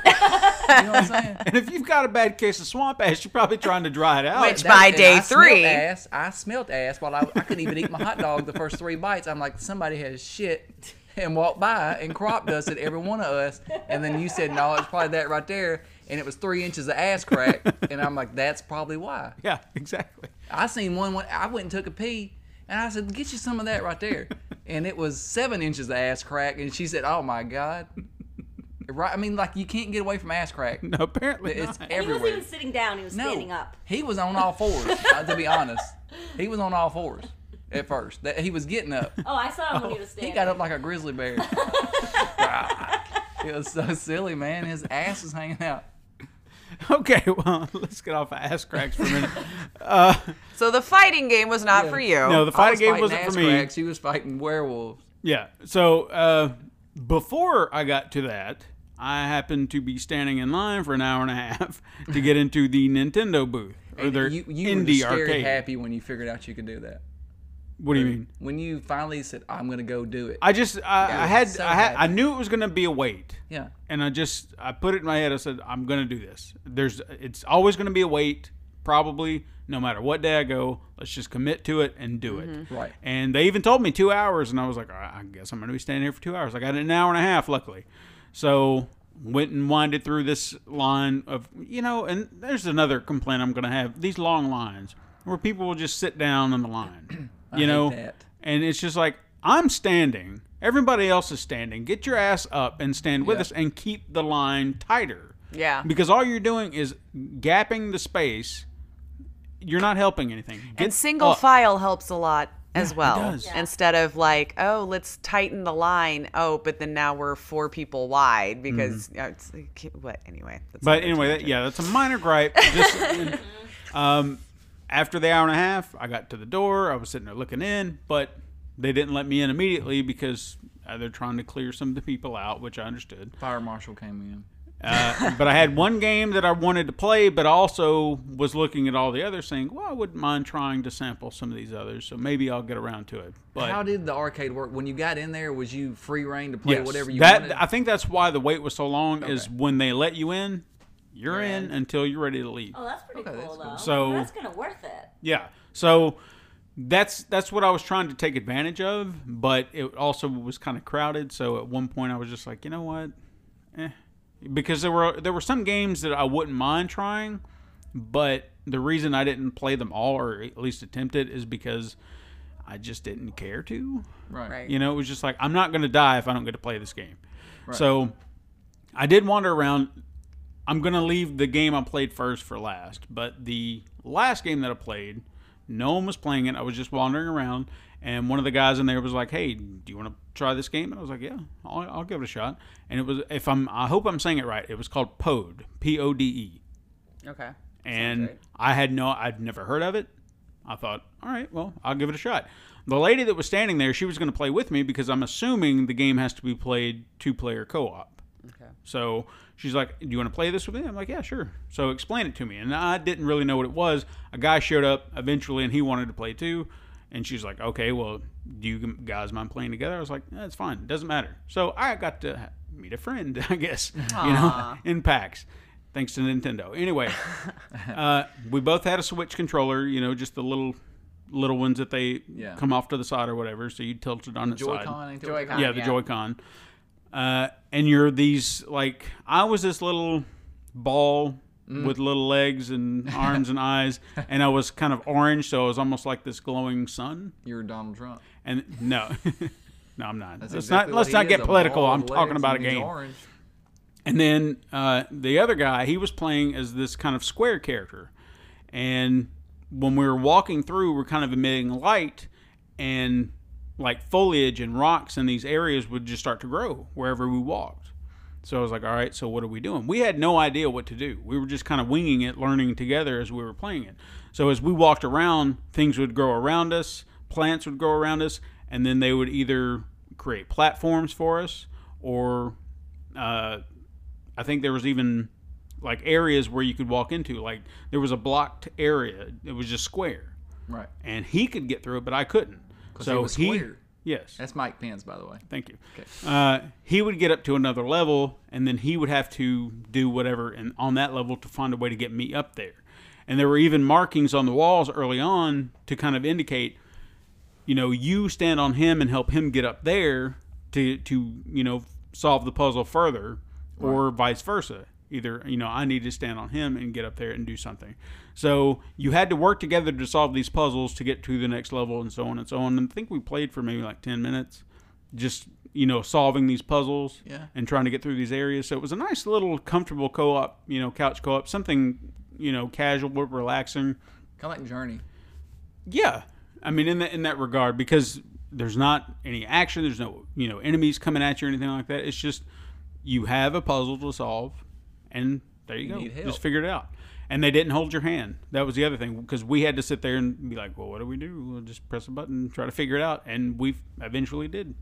S3: know what I'm saying?
S2: And if you've got a bad case of swamp ass, you're probably trying to dry it out.
S5: Which-
S3: That was-
S5: By
S3: and
S5: day
S3: I smelt
S5: three.
S3: ass. I smelt ass while I, I couldn't even eat my hot dog the first three bites. I'm like, somebody has shit and walked by and crop dusted every one of us. And then you said, no, it's probably that right there. And it was three inches of ass crack. And I'm like, that's probably why.
S2: yeah, exactly.
S3: I seen one when I went and took a pee. And I said, get you some of that right there. And it was seven inches of ass crack. And she said, oh my God. Right, I mean, like you can't get away from ass crack.
S2: No, apparently
S3: It's
S2: not.
S4: He
S3: everywhere.
S4: wasn't even sitting down. He was
S3: No,
S4: standing up.
S3: He was on all fours, uh, to be honest. He was on all fours at first. That he was getting up.
S4: Oh, I saw him when he was
S3: He
S4: standing.
S3: got up like a grizzly bear. Ah, it was so silly, man. His ass was hanging out.
S2: Okay, well, let's get off of ass cracks for a minute.
S5: So the fighting game was not for you.
S2: No, the
S3: I
S2: fighting
S3: was
S2: game
S3: fighting
S2: wasn't for
S3: ass
S2: me.
S3: cracks. He was fighting werewolves.
S2: Yeah. So uh, before I got to that, I happened to be standing in line for an hour and a half to get into the Nintendo booth or their
S3: you you were
S2: indie
S3: just very
S2: arcade.
S3: happy when you figured out you could do that.
S2: What do you mean?
S3: When you finally said, "I'm gonna go do it,"
S2: I just I, I had
S3: so
S2: I had I
S3: happy.
S2: knew it was gonna be a wait.
S3: yeah,
S2: And I just I put it in my head. I said I'm gonna do this. There's it's always gonna be a wait. Probably no matter what day I go, let's just commit to it and do it.
S3: right.
S2: And they even told me two hours, and I was like, "All right, I guess I'm going to be standing here for two hours. I got an hour and a half, luckily. So went and winded through this line of, you know, and there's another complaint I'm going to have these long lines where people will just sit down in the line, you know,
S3: that.
S2: and it's just like, I'm standing, everybody else is standing. Get your ass up and stand with
S3: Yeah.
S2: us and keep the line tighter.
S5: Yeah.
S2: Because all you're doing is gapping the space. You're not helping anything.
S5: And uh,
S2: Get
S5: single
S2: up.
S5: file helps a lot as well.
S2: does. Yeah.
S5: Instead of like, oh, let's tighten the line. Oh, but then now we're four people wide because uh, it's, what anyway. That's
S2: But
S5: another
S2: anyway, that,
S5: tangent.
S2: yeah, that's a minor gripe. Just, um, after the hour and a half, I got to the door. I was sitting there looking in, but they didn't let me in immediately because uh, they're trying to clear some of the people out, which I understood.
S3: Fire marshal came in.
S2: Uh, but I had one game that I wanted to play, but also was looking at all the others, saying, "Well, I wouldn't mind trying to sample some of these others, so maybe I'll get around to it." But
S3: How did the arcade work? When you got in there, was you free reign to play
S2: Yes.
S3: whatever you
S2: that,
S3: wanted?
S2: I think that's why the wait was so long. Is
S3: Okay.
S2: when they let you in, you're,
S3: You're
S2: in,
S3: in.
S2: until you're ready to leave.
S4: Oh, that's pretty
S3: Okay,
S4: cool
S3: that's cool.
S4: though.
S2: So-
S4: that's kind of worth it.
S2: Yeah. So that's that's what I was trying to take advantage of, but it also was kind of crowded. So at one point, I was just like, you know what? Eh. Because there were there were some games that I wouldn't mind trying, but the reason I didn't play them all or at least attempt it is because I just didn't care to.
S3: right.
S5: Right.
S2: You know, it was just like I'm not going to die if I don't get to play this game. So I did wander around. I'm going to leave the game I played first for last, but the last game that I played, no one was playing it. I was just wandering around, and one of the guys in there was like, "Hey, do you want to try this game?" And I was like, "Yeah, I'll, I'll give it a shot." And it was, if I'm, I hope I'm saying it right. It was called Pode, P O D E
S5: Okay.
S2: and I had no, I'd never heard of it. I thought, all right, well, I'll give it a shot. The lady that was standing there, she was going to play with me because I'm assuming the game has to be played two player co op. Okay. So she's like, Do you want to play this with me? I'm like, Yeah, sure. So explain it to me. And I didn't really know what it was. A guy showed up eventually and he wanted to play too. And she's like, Okay, well, do you guys mind playing together? I was like, That's fine. It doesn't matter. So I got to meet a friend, I guess, you know, in PAX. thanks to Nintendo. Anyway, uh, we both had a Switch controller, you know, just the little little ones that they
S3: Yeah.
S2: come off to the side or whatever. So you tilt it on its side.
S3: Joy-Con, ain't that what they
S5: Joy-Con.
S3: call it?
S2: Yeah, the
S5: Yeah.
S2: Joy-Con. Uh, and you're these like I was this little ball
S3: Mm.
S2: with little legs and arms and eyes, and I was kind of orange, so I was almost like this glowing sun.
S3: You're Donald Trump.
S2: And no, no, I'm not.
S3: That's
S2: let's
S3: exactly
S2: not let's
S3: what
S2: not
S3: he is,
S2: get
S3: a
S2: political.
S3: ball
S2: I'm
S3: with
S2: talking
S3: legs
S2: about a
S3: and he's
S2: game.
S3: orange.
S2: And then uh, the other guy, he was playing as this kind of square character. And when we were walking through, we're kind of emitting light, and like foliage and rocks in these areas would just start to grow wherever we walked. So I was like, all right, so what are we doing? We had no idea what to do. We were just kind of winging it, learning together as we were playing it. So as we walked around, things would grow around us, plants would grow around us, and then they would either create platforms for us or uh, I think there was even like areas where you could walk into. Like there was a blocked area. It was just square,
S3: Right.
S2: and he could get through it, but I couldn't.
S3: 'Cause he was square.
S2: yes,
S3: That's Mike Pence, by the way.
S2: thank you. Uh, he would get up to another level, and then he would have to do whatever and on that level to find a way to get me up there. And there were even markings on the walls early on to kind of indicate, you know, you stand on him and help him get up there to to you know solve the puzzle further, or vice versa. Either you know I need to stand on him and get up there and do something. So you had to work together to solve these puzzles to get to the next level and so on and so on. And I think we played for maybe like ten minutes just you know solving these puzzles
S3: Yeah.
S2: and trying to get through these areas so it was a nice little comfortable co-op you know couch co-op something you know casual relaxing
S3: Kind of like Journey.
S2: yeah i mean in that in that regard because there's not any action there's no you know enemies coming at you or anything like that it's just you have a puzzle to solve and there you,
S3: need
S2: go
S3: help.
S2: just figure it out and they didn't hold your hand that was the other thing because we had to sit there and be like well what do we do we'll just press a button try to figure it out and we eventually did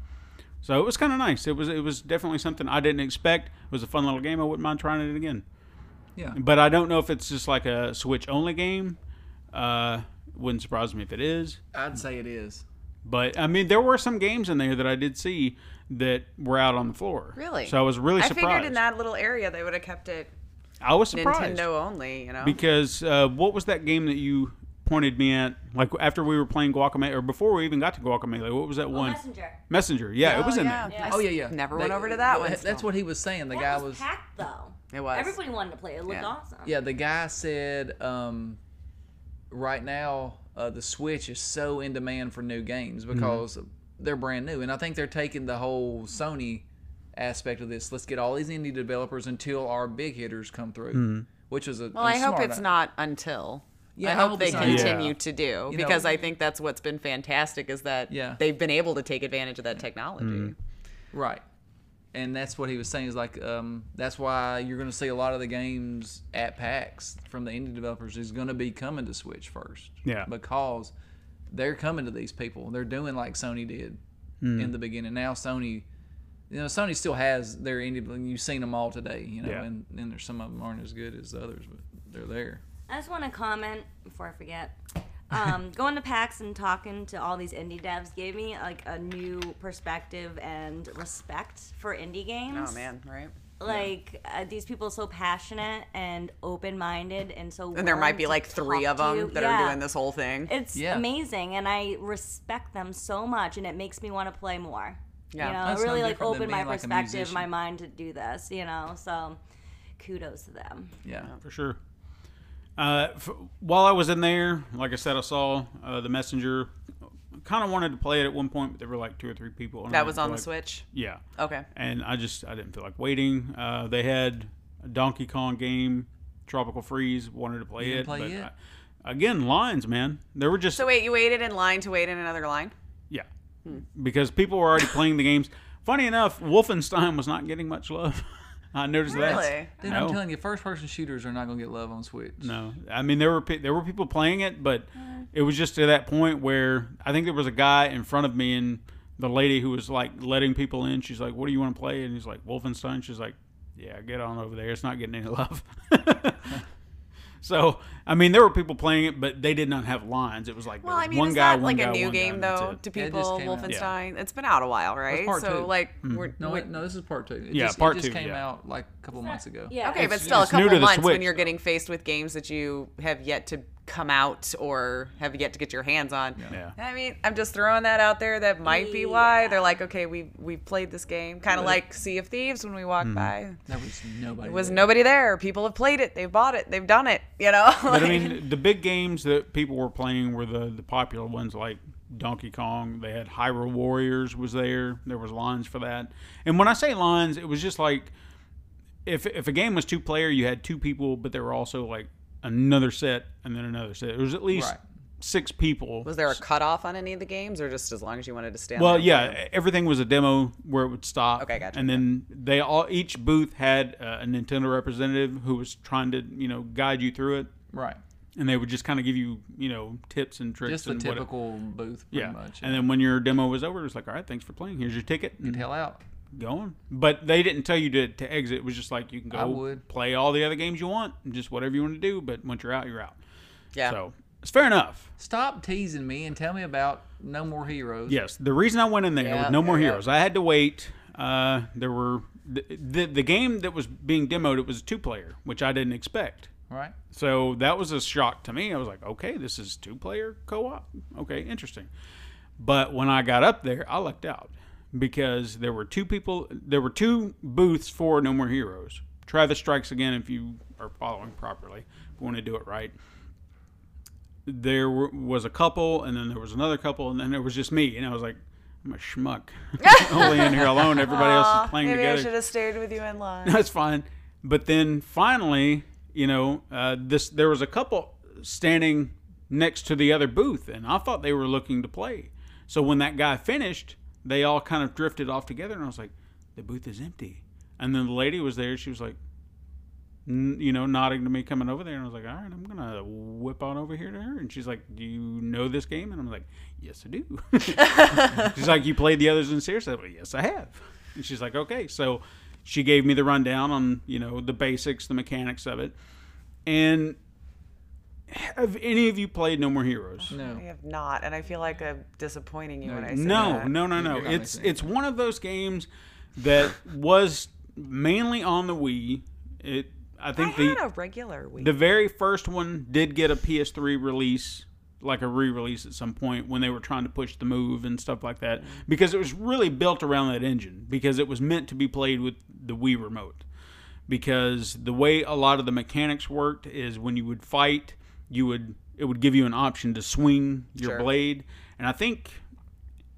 S2: so it was kind of nice it was it was definitely something i didn't expect it was a fun little game i wouldn't mind trying it again
S3: Yeah.
S2: but I don't know if it's just like a Switch only game. Uh, wouldn't surprise me if it is.
S3: I'd say it is.
S2: But I mean, there were some games in there that I did see that were out on the floor.
S5: Really?
S2: So I was really
S5: I
S2: surprised.
S5: figured in that little area they would have kept it
S2: I was surprised
S5: Nintendo only, you know.
S2: because uh, what was that game that you pointed me at? Like after we were playing Guacamole, or before we even got to Guacamole, what was that one?
S4: Oh, Messenger.
S2: Messenger. Yeah, it was in there.
S5: I
S4: Yeah.
S5: s-
S3: Oh yeah, yeah.
S5: Never
S3: They-
S5: went over to that one.
S3: That's
S5: still.
S3: what he was saying. The
S4: That
S3: guy
S4: was,
S3: was.
S4: packed though.
S5: It was.
S4: Everybody wanted to play. It It looked
S5: Yeah.
S4: awesome.
S3: Yeah, the guy said, um, right now uh, the Switch is so in demand for new games
S2: Mm-hmm.
S3: because they're brand new, and I think they're taking the whole Sony aspect of this. Let's get all these indie developers until our big hitters come through,
S2: Mm-hmm.
S3: which was a
S5: Well, I hope it's not until.
S3: Yeah,
S5: I
S3: I
S5: hope
S3: hope
S5: they
S3: it's not.
S5: continue
S2: Yeah.
S5: to do
S3: You know-
S5: because I think that's what's been fantastic is that
S3: Yeah.
S5: they've been able to take advantage of that technology.
S3: right. And that's what he was saying. Is like um, that's why you're going to see a lot of the games at PAX from the indie developers is going to be coming to Switch first.
S2: Yeah.
S3: because they're coming to these people. They're doing like Sony did
S2: Hmm.
S3: in the beginning. Now Sony, you know, Sony still has their indie. You've seen them all today, you know,
S2: Yeah.
S3: and and there's some of them aren't as good as the others, but they're there.
S4: I just want to comment before I forget. Um, going to PAX and talking to all these indie devs gave me like a new perspective and respect for indie games.
S5: Oh man, right?
S4: Like uh, these people are so passionate and open-minded and so.
S5: And there
S4: willing
S5: might be
S4: to
S5: like three
S4: talk
S5: of
S4: to you.
S5: them that
S4: Yeah.
S5: are doing this whole thing.
S4: It's
S3: Yeah.
S4: amazing, and I respect them so much, and it makes me want to play more.
S5: Yeah.
S4: you know,
S3: That's
S4: it
S3: no
S4: really like
S3: different than
S4: opened my
S3: being, like, a
S4: perspective,
S3: musician.
S4: my mind to do this. You know, so kudos to them.
S3: Yeah,
S2: for sure. Uh, f- while I was in there, like I said, I saw uh, the messenger. Kind of wanted to play it at one point, but there were like two or three people. and I
S5: that
S2: didn't
S5: was on
S2: feel
S5: the
S2: like-
S5: Switch. Oh,
S2: Yeah,
S5: Okay.
S2: and I just I didn't feel like waiting. Uh, they had a Donkey Kong game, Tropical Freeze. Wanted to play
S3: didn't
S2: it,
S3: play
S2: but
S3: it?
S2: I- again lines, man. There were just
S5: So Hmm. wait, you waited in line to wait in another line?
S2: yeah, because people were already playing the games. Funny enough, Wolfenstein was not getting much love. I noticed
S5: Really?
S2: that.
S3: dude,
S2: No.
S3: I'm telling you, first-person shooters are not going to get love on Switch.
S2: No, I mean there were pe- there were people playing it, but
S5: Uh.
S2: it was just to that point where I think there was a guy in front of me and the lady who was like letting people in. She's like, "What do you want to play?" And he's like, "Wolfenstein." She's like, "Yeah, get on over there. It's not getting any love." So I mean, there were people playing it, but they did not have lines. It was like
S5: Well,
S2: there
S5: I
S2: was
S5: mean,
S2: one
S5: is
S2: guy,
S5: that
S2: one
S5: like
S2: guy,
S5: a new
S2: one guy,
S5: game
S2: and that's
S5: though
S2: it.
S5: to
S3: Yeah, it
S5: people?
S3: just came out.
S5: Wolfenstein. It's been out a while, right?
S3: part
S5: so
S3: two.
S5: like we're,
S3: No,
S5: we're
S3: wait, no, this is part two. It
S2: Yeah,
S3: just,
S2: part
S3: it just
S2: two,
S3: came
S2: yeah.
S3: out like a couple months ago.
S4: Yeah.
S5: okay, but
S2: It's-
S5: still a
S2: it's new
S5: couple
S2: to the
S5: months when
S2: Switch,
S5: you're
S2: though.
S5: getting faced with games that you have yet to come out or have yet to get your hands on.
S2: Yeah.
S5: I mean, I'm just throwing that out there. That might be why they're like, okay, we we played this game, kind of like Sea of Thieves when we
S2: Mm-hmm.
S5: walked by.
S3: There was nobody.
S5: There was
S3: there.
S5: nobody there. People have played it. They've bought it. They've done it. You know.
S2: But I
S5: Like-
S2: mean, the big games that people were playing were the the popular ones like Donkey Kong. They had Hyrule Warriors was there. There was lines for that. And when I say lines, it was just like if if a game was two player, you had two people, but there were also like another set and then another set. It was at least
S3: Right.
S2: six people.
S5: was there a cutoff on any of the games, or just as long as you wanted to stand?
S2: Well,
S5: there?
S2: yeah, everything was a demo where it would stop.
S5: Okay, gotcha.
S2: And then they all each booth had uh, a Nintendo representative who was trying to you know guide you through it,
S3: Right.
S2: and they would just kind of give you you know tips and tricks.
S3: Just the
S2: and what-
S3: typical booth, pretty
S2: yeah.
S3: much.
S2: And then when your demo was over, it was like, all right, thanks for playing. Here's your ticket. And
S3: hell out.
S2: go on. But they didn't tell you to, to exit. It was just like you can
S3: I
S2: go
S3: would.
S2: play all the other games you want, and just whatever you want to do. But once you're out, you're out.
S5: yeah.
S2: So it's fair enough.
S3: Stop teasing me and tell me about No More Heroes.
S2: Yes, the reason I went in there
S5: Yeah,
S2: with no more
S5: yeah, yeah.
S2: heroes, I had to wait. Uh, there were the, the the game that was being demoed. It was two player, which I didn't expect.
S3: Right.
S2: So that was a shock to me. I was like, okay, this is two player co op. Okay, interesting. But when I got up there, I lucked out because there were two people, there were two booths for No More Heroes. Travis Strikes Again, if you are following properly, if you want to do it right. There were, was a couple, and then there was another couple, and then there was just me. And I was like, I'm a schmuck. Only in here alone. Everybody else is playing
S5: Maybe
S2: together.
S5: I should have stayed with you in line.
S2: That's fine. But then finally, you know, uh, this there was a couple standing next to the other booth, and I thought they were looking to play. So when that guy finished, they all kind of drifted off together, and I was like, "The booth is empty." And then the lady was there. She was like, n- you know, nodding to me coming over there, and I was like, "All right, I'm gonna whip on over here to her." And she's like, "Do you know this game?" And I'm like, "Yes, I do." she's like, "You played the others in serious?" I was like, "Yes, I have." And she's like, "Okay." So she gave me the rundown on you know the basics, the mechanics of it, and have any of you played No More Heroes?
S5: I
S3: No.
S5: have not, and I feel like I'm disappointing you when I say
S2: No,
S5: that.
S2: no, no, no.
S3: You're not
S2: It's
S3: missing
S2: it's one of those games that was mainly on the Wii. It I
S5: I
S2: think the
S5: had a regular week.
S2: the very first one did get a PS3 release, like a re-release at some point when they were trying to push the move and stuff like that,
S5: Mm-hmm.
S2: because it was really built around that engine because it was meant to be played with the Wii remote. Because the way a lot of the mechanics worked is when you would fight, you would it would give you an option to swing your
S5: Sure.
S2: blade, and I think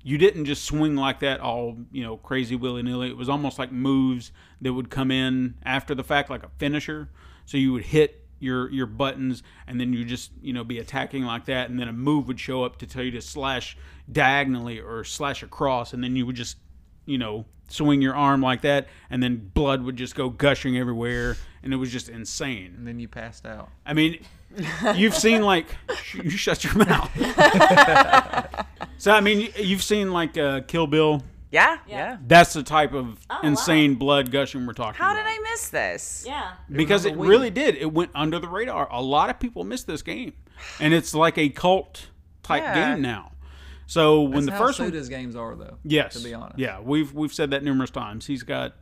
S2: you didn't just swing like that all you know crazy willy nilly. It was almost like moves that would come in after the fact, like a finisher. So you would hit your your buttons, and then you just you know be attacking like that, and then a move would show up to tell you to slash diagonally or slash across, and then you would just you know swing your arm like that, and then blood would just go gushing everywhere, and it was just insane.
S3: And then you passed out.
S2: I mean, you've seen like sh- you shut your mouth. so I mean, y- you've seen like uh, Kill Bill.
S5: yeah, yeah.
S2: That's the type of
S4: wow.
S2: insane blood gushing we're talking
S5: How
S2: about.
S5: did I miss this?
S4: Yeah.
S2: Because
S3: on
S2: it
S3: the Wii.
S2: really did. It went under the radar. A lot of people missed this game, and it's like a cult type
S5: Yeah.
S2: game now. So when
S3: That's
S2: the
S3: how
S2: first one,
S3: Suda's games are, though.
S2: yes,
S3: To be honest.
S2: yeah, we've we've said that numerous times. He's got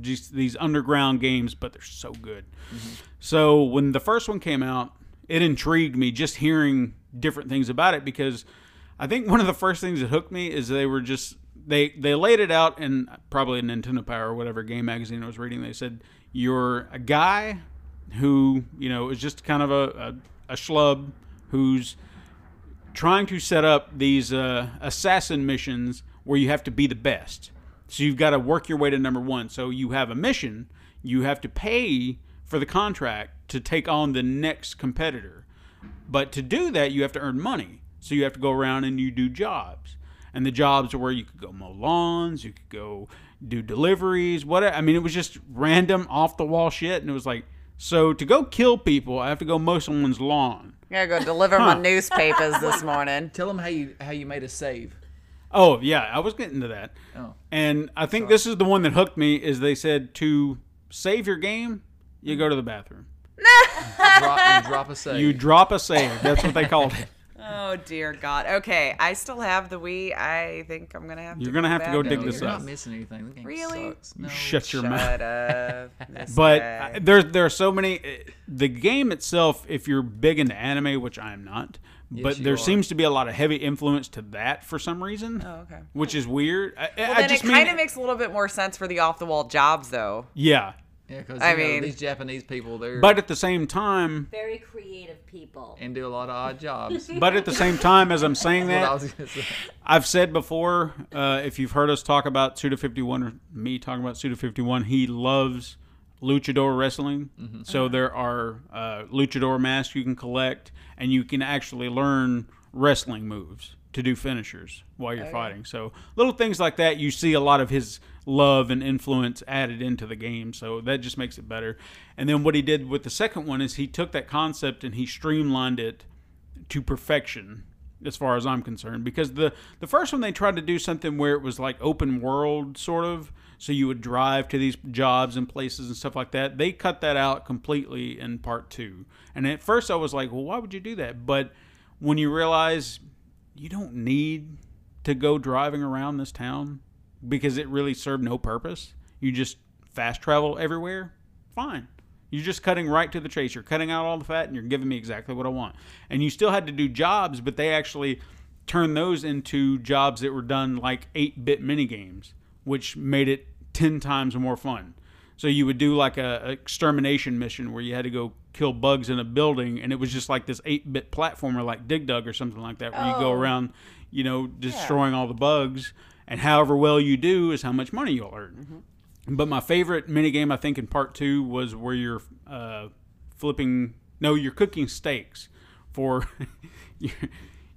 S2: just these underground games, but they're so good.
S3: Mm-hmm.
S2: So when the first one came out, it intrigued me just hearing different things about it because I think one of the first things that hooked me is they were just they they laid it out in probably a Nintendo Power or whatever game magazine I was reading. They said you're a guy who you know is just kind of a a, a schlub who's trying to set up these uh, assassin missions where you have to be the best. So you've got to work your way to number one. So you have a mission, you have to pay for the contract to take on the next competitor. But to do that, you have to earn money. So you have to go around and you do jobs. And the jobs are where you could go mow lawns, you could go do deliveries, whatever. I mean, it was just random, off the wall shit. And it was like, so to go kill people, I have to go mow someone's lawn.
S5: I gotta go deliver my newspapers this morning.
S3: Tell them how you how you made a save.
S2: Oh yeah, I was getting to that.
S3: Oh.
S2: And I think this is the one that hooked me is they said to save your game, you go to the bathroom.
S3: drop, you drop a save.
S2: You drop a save. That's what they called it.
S5: Oh dear God. Okay, I still have the Wii. I think I'm gonna have.
S2: You're
S5: to
S2: gonna
S5: go
S2: have to
S5: back
S2: go
S5: and-
S2: dig
S3: No,
S2: this
S3: you're
S2: up.
S3: not missing anything. The game
S5: Really?
S3: sucks. No.
S2: Shut your mouth.
S5: Shut up. this
S2: But
S5: guy.
S2: uh, there, there are so many. uh, The game itself, if you're big into anime, which I am not, but
S3: you
S2: there
S3: are.
S2: seems to be a lot of heavy influence to that for some reason.
S5: Oh, okay.
S2: Which is weird. I, I- I
S5: then it
S2: just
S5: kind
S2: mean,
S5: of makes a little bit more sense for the off the wall jobs, though.
S2: yeah.
S3: Yeah, because
S5: I
S3: you know,
S5: mean-
S3: these Japanese people, they're
S2: But at the same time,
S4: Very creative people.
S3: and do a lot of odd jobs.
S2: but at the same time, as I'm saying
S3: What I
S2: that,
S3: was gonna say.
S2: I've said before, uh, if you've heard us talk about Suda 51 or me talking about Suda 51, he loves luchador wrestling. So there are uh, luchador masks you can collect, and you can actually learn wrestling moves to do finishers while you're fighting. So little things like that, you see a lot of his love and influence added into the game. So that just makes it better. And then what he did with the second one is he took that concept and he streamlined it to perfection as far as I'm concerned because the the first one they tried to do something where it was like open world sort of so you would drive to these jobs and places and stuff like that they cut that out completely in part 2 and at first I was like well why would you do that but when you realize you don't need to go driving around this town because it really served no purpose. You just fast travel everywhere. Fine. You're just cutting right to the chase. You're cutting out all the fat and you're giving me exactly what I want. And you still had to do jobs, but they actually turned those into jobs that were done like 8 bit mini games, which made it 10 times more fun. So you would do like a a extermination mission where you had to go kill bugs in a building, and it was just like this eight-bit platformer, like Dig Dug or something like that, where you go around, you know, destroying all the bugs, and however well you do is how much money you'll earn. But my favorite minigame, I think, in part two was where you're uh, flipping. No, you're cooking steaks for your,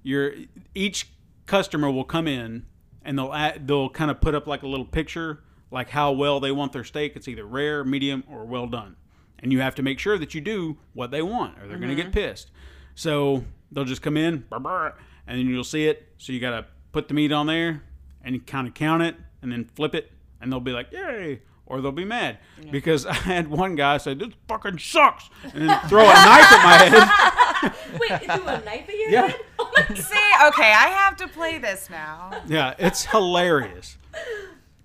S2: your each customer will come in and they'll add, they'll kind of put up like a little picture like how well they want their steak. It's either rare, medium, or well done, and you have to make sure that you do what they want, or they're going to get pissed. So they'll just come in, brr, brr, and then you'll see it. So you got to put the meat on there and you kind of count it, and then flip it, and they'll be like, "Yay!" Or they'll be mad because I had one guy say, "This fucking sucks," and then throw a knife at my head.
S4: Wait, threw a knife at your
S2: Yeah.
S4: head? Oh my god.
S5: See, okay, I have to play this now.
S2: Yeah, it's hilarious.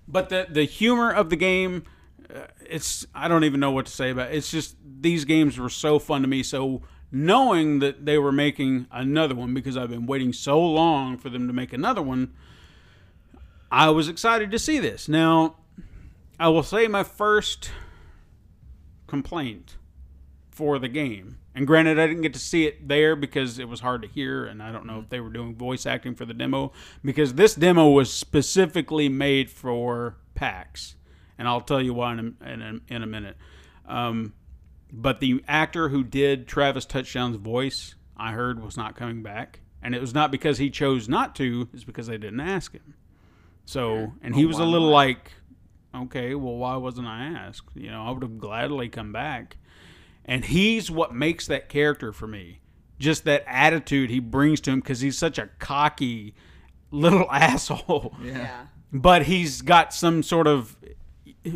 S2: But the the humor of the game, uh, it's I don't even know what to say about. It. It's just these games were so fun to me. So knowing that they were making another one because I've been waiting so long for them to make another one, I was excited to see this. Now, I will say my first complaint for the game. And granted, I didn't get to see it there because it was hard to hear, and I don't know if they were doing voice acting for the demo because this demo was specifically made for PAX, and I'll tell you why in a, in a, in a minute. Um, but the actor who did Travis Touchdown's voice, I heard, was not coming back, and it was not because he chose not to; it's because they didn't ask him. So, and he was a little like, "Okay, well, why wasn't I asked? You know, I would have gladly come back." and he's what makes that character for me. Just that attitude he brings to him because he's such a cocky little asshole.
S5: Yeah.
S2: But he's got some sort of,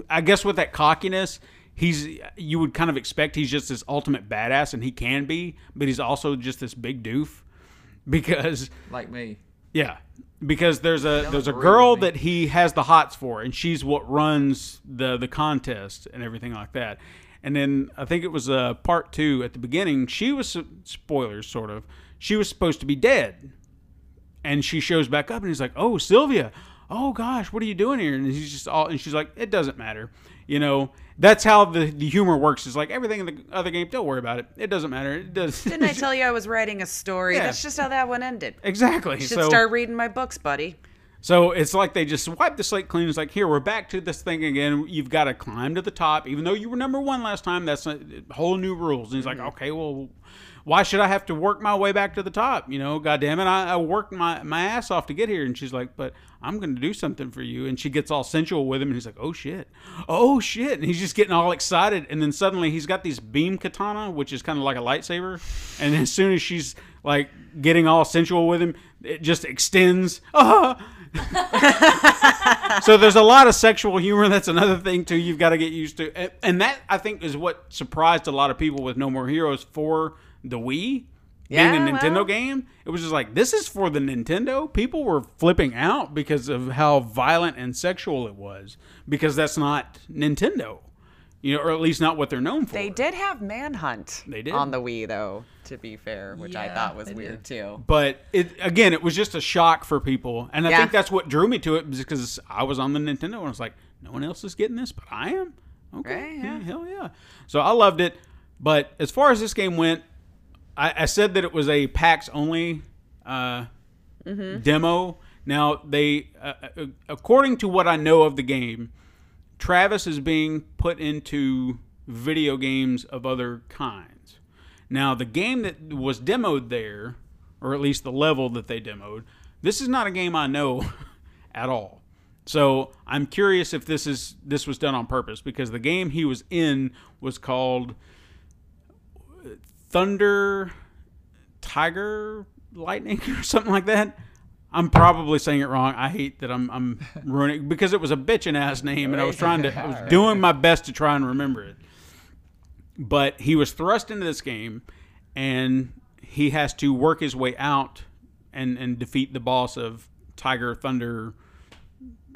S2: I guess, with that cockiness, he's you would kind of expect he's just this ultimate badass, and he can be, but he's also just this big doof because
S3: like me.
S2: yeah, because there's a there's a
S3: agree
S2: girl
S3: with me.
S2: that he has the hots for, and she's what runs the the contest and everything like that. And then I think it was uh, part two at the beginning. She was uh, spoilers, sort of. She was supposed to be dead, and she shows back up, and he's like, "Oh, Sylvia, oh gosh, what are you doing here?" And he's just all, and she's like, "It doesn't matter." You know, that's how the, the humor works. It's like everything in the other game. Don't worry about it. It doesn't matter. It does.
S5: Didn't I tell you I was writing a story?
S2: Yeah.
S5: That's just how that one ended.
S2: exactly.
S5: Should
S2: so,
S5: start reading my books, buddy.
S2: So it's like they just wipe the slate clean. It's like, here, we're back to this thing again. You've got to climb to the top. Even though you were number one last time, that's a whole new rules. And he's like, okay, well, why should I have to work my way back to the top? You know, God damn it, I, I worked my, my ass off to get here. And she's like, but I'm going to do something for you. And she gets all sensual with him. And he's like, oh shit. Oh shit. And he's just getting all excited. And then suddenly he's got these beam katana, which is kind of like a lightsaber. And as soon as she's like getting all sensual with him, it just extends. Ah! so there's a lot of sexual humor. That's another thing too. You've got to get used to, And- and that I think is what surprised a lot of people with No More Heroes for the Wii. being
S5: Yeah,
S2: a Nintendo
S5: well.
S2: game, it was just like this is for the Nintendo. People were flipping out because of how violent and sexual it was, because that's not Nintendo, you know, or at least not what they're known for.
S5: They did have Manhunt
S2: They did.
S5: on the Wii, though, to be fair, which I
S3: Yeah,
S5: thought was
S3: they
S5: weird,
S3: did.
S5: too.
S2: But it again, it was just a shock for people, and I
S5: Yeah.
S2: think that's what drew me to it because I was on the Nintendo and I was like, no one else is getting this, but I am. Okay,
S5: Right,
S2: yeah,
S5: yeah.
S2: hell yeah. So I loved it. But as far as this game went, I, I said that it was a PAX only uh,
S5: Mm-hmm.
S2: demo. Now they, uh, uh, according to what I know of the game, Travis is being put into video games of other kinds. Now, the game that was demoed there, or at least the level that they demoed, this is not a game I know at all. So I'm curious if this is this was done on purpose because the game he was in was called Thunder Tiger Lightning or something like that. I'm probably saying it wrong. I hate that I'm I'm ruining because it was a bitchin' ass name and I was trying to I was doing my best to try and remember it but he was thrust into this game and he has to work his way out and and defeat the boss of Tiger Thunder.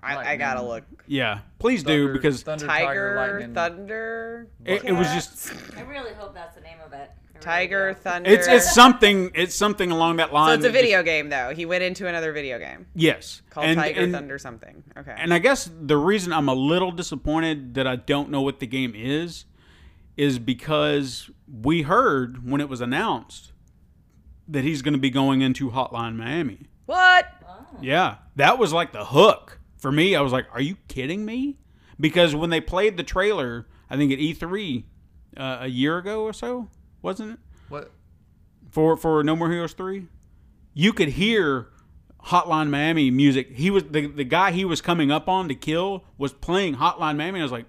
S5: I, I gotta look.
S2: Yeah, please do
S3: Thunder-
S2: because
S3: Thunder,
S5: Tiger,
S3: Lightning.
S5: Thunder.
S2: it, it was just
S4: I really hope that's the name of it. I really
S5: Tiger,
S4: do.
S5: Thunder.
S2: it's it's something it's something along that line.
S5: so it's a
S2: that just-
S5: video game, though. He went into another video game
S2: yes,
S5: called
S2: And-
S5: Tiger
S2: and-
S5: Thunder something. Okay.
S2: And I guess the reason I'm a little disappointed that I don't know what the game is is because we heard when it was announced that he's going to be going into Hotline Miami.
S5: what?
S2: Yeah, that was like the hook for me. I was like, "Are you kidding me?" Because when they played the trailer, I think at E3 uh, a year ago or so, wasn't it
S3: What?
S2: for for No More Heroes three? You could hear Hotline Miami music. He was the the guy he was coming up on to kill was playing Hotline Miami. I was like,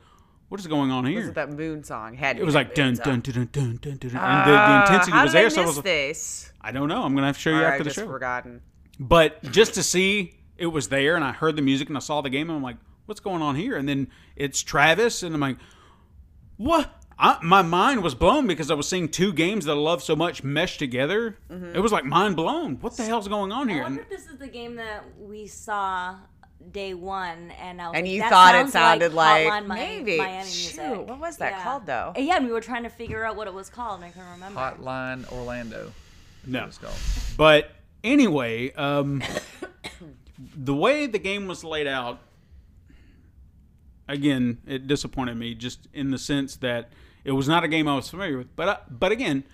S2: "What is going on
S5: Was
S2: here?"
S5: it that moon song? Had
S2: It was like dun dun dun dun dun dun, dun and the, the
S5: Uh,
S2: intensity
S5: how
S2: was
S5: did
S2: there.
S5: I
S2: So I
S5: miss
S2: was like,
S5: this.
S2: "I don't know. I'm gonna have to show you
S5: Or
S2: after
S5: I've
S2: the
S5: just
S2: show."
S5: forgotten.
S2: but just to see it was there and I heard the music and I saw the game and I'm like, what's going on here? And then it's Travis and I'm like, what? I, my mind was blown because I was seeing two games that I love so much meshed together. It was like mind blown. What the hell's going on
S4: Mm-hmm. I
S2: here?
S4: wonder
S2: And
S4: if this is the game that we saw day one, and I was
S5: And
S4: like,
S5: you
S4: that
S5: thought it
S4: sounds
S5: sounded like-
S4: Hotline Miami,
S5: Maybe.
S4: Miami
S5: Shoot,
S4: music.
S5: what was that
S4: Yeah.
S5: called, though?
S4: And yeah, and we were trying to figure out what it was called, and I couldn't remember.
S3: Hotline Orlando.
S2: no,
S3: It's called.
S2: but anyway, um, the way the game was laid out, again, it disappointed me just in the sense that it was not a game I was familiar with. But I, but again,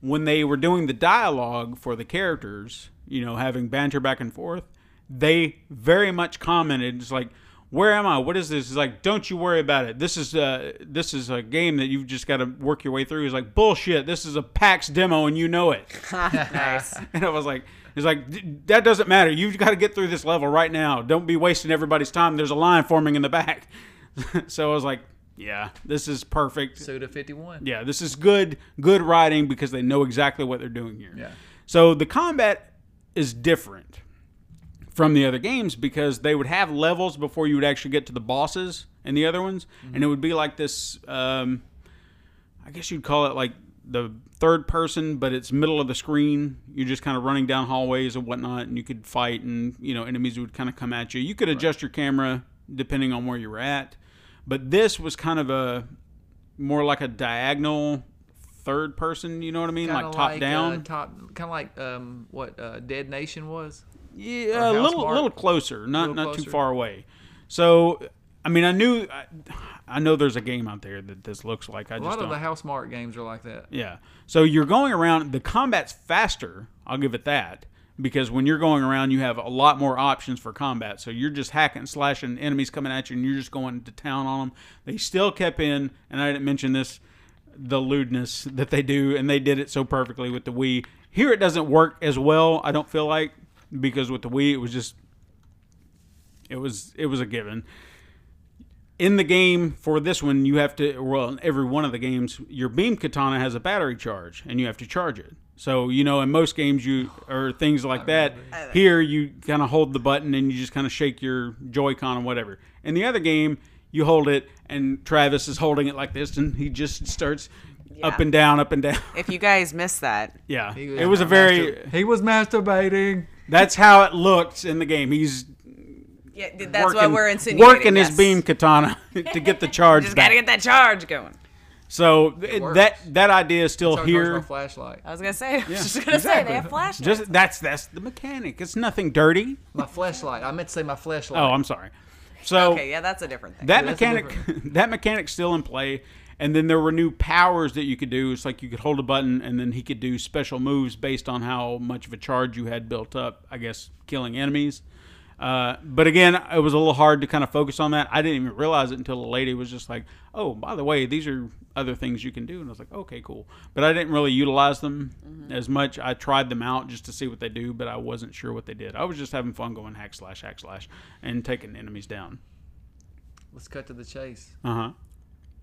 S2: when they were doing the dialogue for the characters, you know, having banter back and forth, they very much commented, "It's like, where am I? What is this?" It's like, "Don't you worry about it. This is uh this is a game that you've just got to work your way through." It's like, "Bullshit. This is a PAX demo, and you know it."
S5: nice.
S2: And I was like, "It's like "D- that doesn't matter. You've got to get through this level right now. Don't be wasting everybody's time. There's a line forming in the back." so I was like, "Yeah, this is perfect.
S3: Suda 51.
S2: Yeah, this is good good writing because they know exactly what they're doing here."
S3: Yeah.
S2: So the combat is different from the other games because they would have levels before you would actually get to the bosses and the other ones, and it would be like this. Um, I guess you'd call it like the third person, but it's middle of the screen. You're just kind of running down hallways and whatnot, and you could fight, and you know enemies would kind of come at you. You could adjust your camera depending on where you were at, but this was kind of a more like a diagonal third person. You know what I mean?
S3: Kinda
S2: like top down.
S3: Uh, top, kind of like um, what uh, Dead Nation was.
S2: Yeah, a
S3: Or house
S2: little
S3: mark?
S2: little closer, not
S3: Little
S2: not too
S3: closer.
S2: far away. So, I mean, I knew I, I know there's a game out there that this looks like. I
S3: A
S2: just
S3: lot
S2: don't.
S3: of the House Mark games are like that.
S2: yeah. So you're going around. The combat's faster. I'll give it that because when you're going around, you have a lot more options for combat. So you're just hacking, slashing enemies coming at you, and you're just going to town on them. They still kept in, and I didn't mention this, the lewdness that they do, and they did it so perfectly with the Wii. Here it doesn't work as well. I don't feel like because with the Wii it was just it was it was a given. in the game for this one, you have to, well, in every one of the games, your beam katana has a battery charge and you have to charge it. So, you know, in most games, you, or things like that, here you kind of hold the button and you just kind of shake your Joy-Con or whatever. In the other game, you hold it and Travis is holding it like this and he just starts up and down, up and down.
S5: If you guys missed that,
S2: Yeah. it was a very,
S3: He was masturbating.
S2: that's how it looked in the game. He's
S5: yeah, th- that's
S2: working,
S5: what we're insinuating.
S2: working his
S5: yes.
S2: beam katana to get the charge
S5: Just
S2: back.
S5: gotta get that charge going.
S2: So th-
S3: works.
S2: that that idea is still
S3: Sorry, where's
S2: here.
S3: my flashlight.
S5: I was gonna say. I was just gonna say they have flash.
S2: Just that's that's the mechanic. It's nothing dirty.
S3: My flashlight. I meant to say my flashlight.
S2: Oh, I'm sorry. So
S5: okay, yeah, that's a different thing.
S2: that
S3: that's a
S2: mechanic that mechanic's still in play. And then there were new powers that you could do. It's like you could hold a button, and then he could do special moves based on how much of a charge you had built up. I guess killing enemies. Uh, but again, it was a little hard to kind of focus on that. I didn't even realize it until the lady was just like, "Oh, by the way, these are other things you can do," and I was like, "Okay, cool." But I didn't really utilize them
S3: Mm-hmm.
S2: as much. I tried them out just to see what they do, but I wasn't sure what they did. I was just having fun going hack slash hack slash and taking enemies down.
S3: Let's cut to the chase.
S2: Uh huh.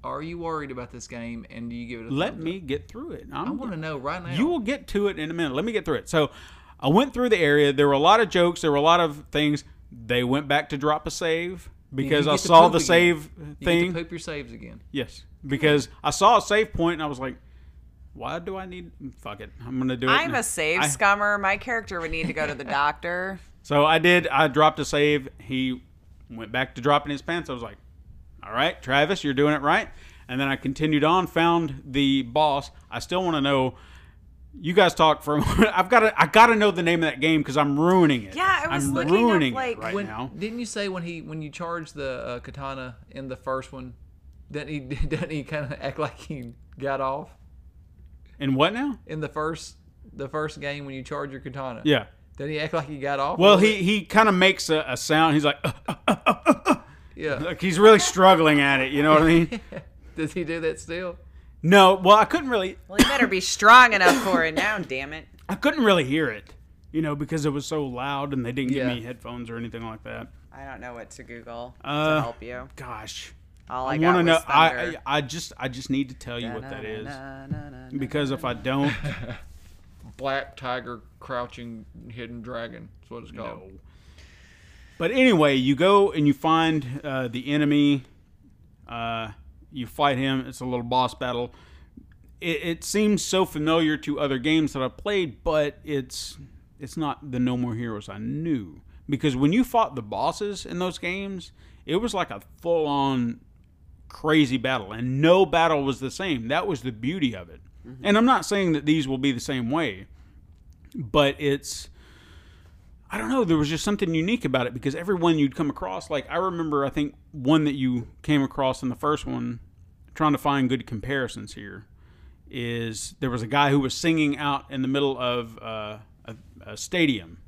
S3: Are you worried about this game? And do you give it? a
S2: Let
S3: thumbs
S2: me get through it. I'm
S3: Up? I want to know right now.
S2: You will get to it in a minute. Let me get through it. So I went through the area. There were a lot of jokes. There were a lot of things. They went back to drop a save because
S3: you
S2: I
S3: get to
S2: saw
S3: poop
S2: the
S3: again.
S2: save
S3: You get
S2: thing.
S3: to poop your saves again.
S2: Yes, because I saw a save point and I was like, why do I need? Fuck it, I'm gonna do it.
S5: I'm a save
S2: I-
S5: scummer. My character would need to go to the doctor.
S2: So I did. I dropped a save. He went back to dropping his pants. I was like, all right, Travis, you're doing it right. And then I continued on, found the boss. I still want to know. You guys talk for. a moment. I've got to. I got to know the name of that game because I'm ruining it.
S5: Yeah, I was
S2: I'm
S5: looking up,
S2: ruining
S5: like,
S2: it right
S3: when,
S2: now.
S3: Didn't you say when he when you charged the uh, katana in the first one, doesn't he doesn't he kind of act like he got off
S2: And what now?
S3: in the first the first game when you charge your katana?
S2: Yeah.
S3: Doesn't he act like he got off?
S2: Well,
S3: with
S2: he
S3: it?
S2: he kind of makes a, a sound. He's like,
S3: yeah.
S2: like he's really struggling at it. You know what I mean?
S3: Does he do that still?
S2: No. Well, I couldn't really.
S5: Well, you better be strong enough for it now. Damn it.
S2: I couldn't really hear it. You know, because it was so loud, and they didn't
S3: Yeah.
S2: give me headphones or anything like that.
S5: I don't know what to Google
S2: Uh,
S5: to help you.
S2: gosh
S5: All I,
S2: i
S5: got
S2: want to
S5: was
S2: know I,
S5: thunder.
S2: I i just i just need to tell you what that is
S5: is.
S2: because if i don't
S3: Black tiger crouching hidden dragon. That's what it's called.
S2: no. but anyway you go and you find uh, the enemy uh, you fight him it's a little boss battle it, it seems so familiar to other games that i've played but it's it's not the no more heroes i knew because when you fought the bosses in those games it was like a full-on crazy battle and no battle was the same that was the beauty of it and i'm not saying that these will be the same way but it's i don't know there was just something unique about it because everyone you'd come across like i remember i think one that you came across in the first one trying to find good comparisons here is there was a guy who was singing out in the middle of uh, a, a stadium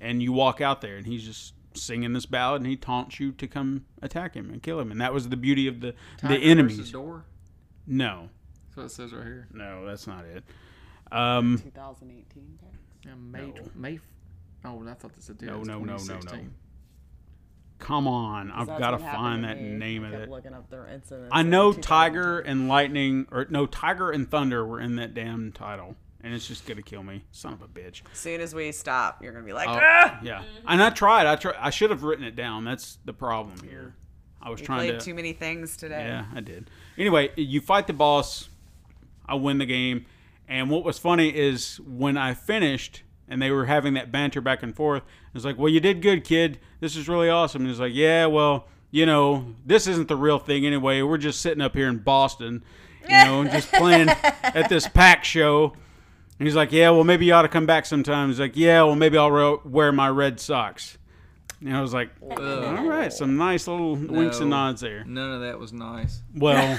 S2: and you walk out there and he's just singing this ballad and he taunts you to come attack him and kill him and that was the beauty of the
S3: Tiger
S2: the
S3: versus
S2: enemies
S3: Door.
S2: no
S3: That's what it says right here.
S2: no that's not it um
S5: 2018.
S3: Yeah, May
S2: No.
S3: May. Oh, I thought that's a
S2: No,
S3: deal.
S2: no, no, no, no. Come on, I've got to find that name of it.
S5: Looking up their incidents.
S2: I know Tiger and Lightning, or no, Tiger and Thunder were in that damn title, and it's just gonna kill me, son of a bitch.
S5: As soon as we stop, you're gonna be like,
S2: Oh,
S5: ah!
S2: yeah, and I tried. I tried. I should have written it down. That's the problem here. I was
S5: Mm-hmm. You
S2: trying
S5: played
S2: to.
S5: too many things today.
S2: Yeah, I did. Anyway, you fight the boss. I win the game. And what was funny is when I finished and they were having that banter back and forth, it's like, well, you did good, kid. This is really awesome. And it's like, yeah, well, you know, this isn't the real thing anyway. We're just sitting up here in Boston, you know, and just playing at this pack show. And he's like, yeah, well, maybe you ought to come back sometime. He's like, yeah, well, maybe I'll ro- wear my red socks. And I was like, all right, some nice little winks and
S3: No.
S2: nods there.
S3: None of that was nice.
S2: Well,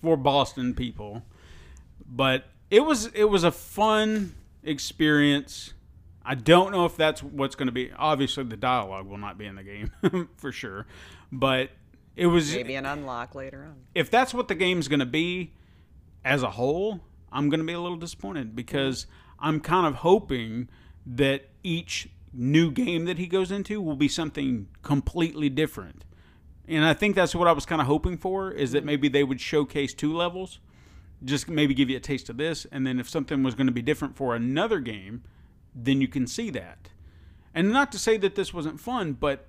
S2: for Boston people, but it was it was a fun experience. I don't know if that's what's going to be. Obviously, the dialogue will not be in the game for sure, but it was
S5: Maybe an unlock later on.
S2: if that's what the game's going to be as a whole, I'm going to be a little disappointed because I'm kind of hoping that each new game that he goes into will be something completely different. And I think that's what I was kind of hoping for is that maybe they would showcase two levels, just maybe give you a taste of this, and then if something was going to be different for another game, then you can see that. And not to say that this wasn't fun, but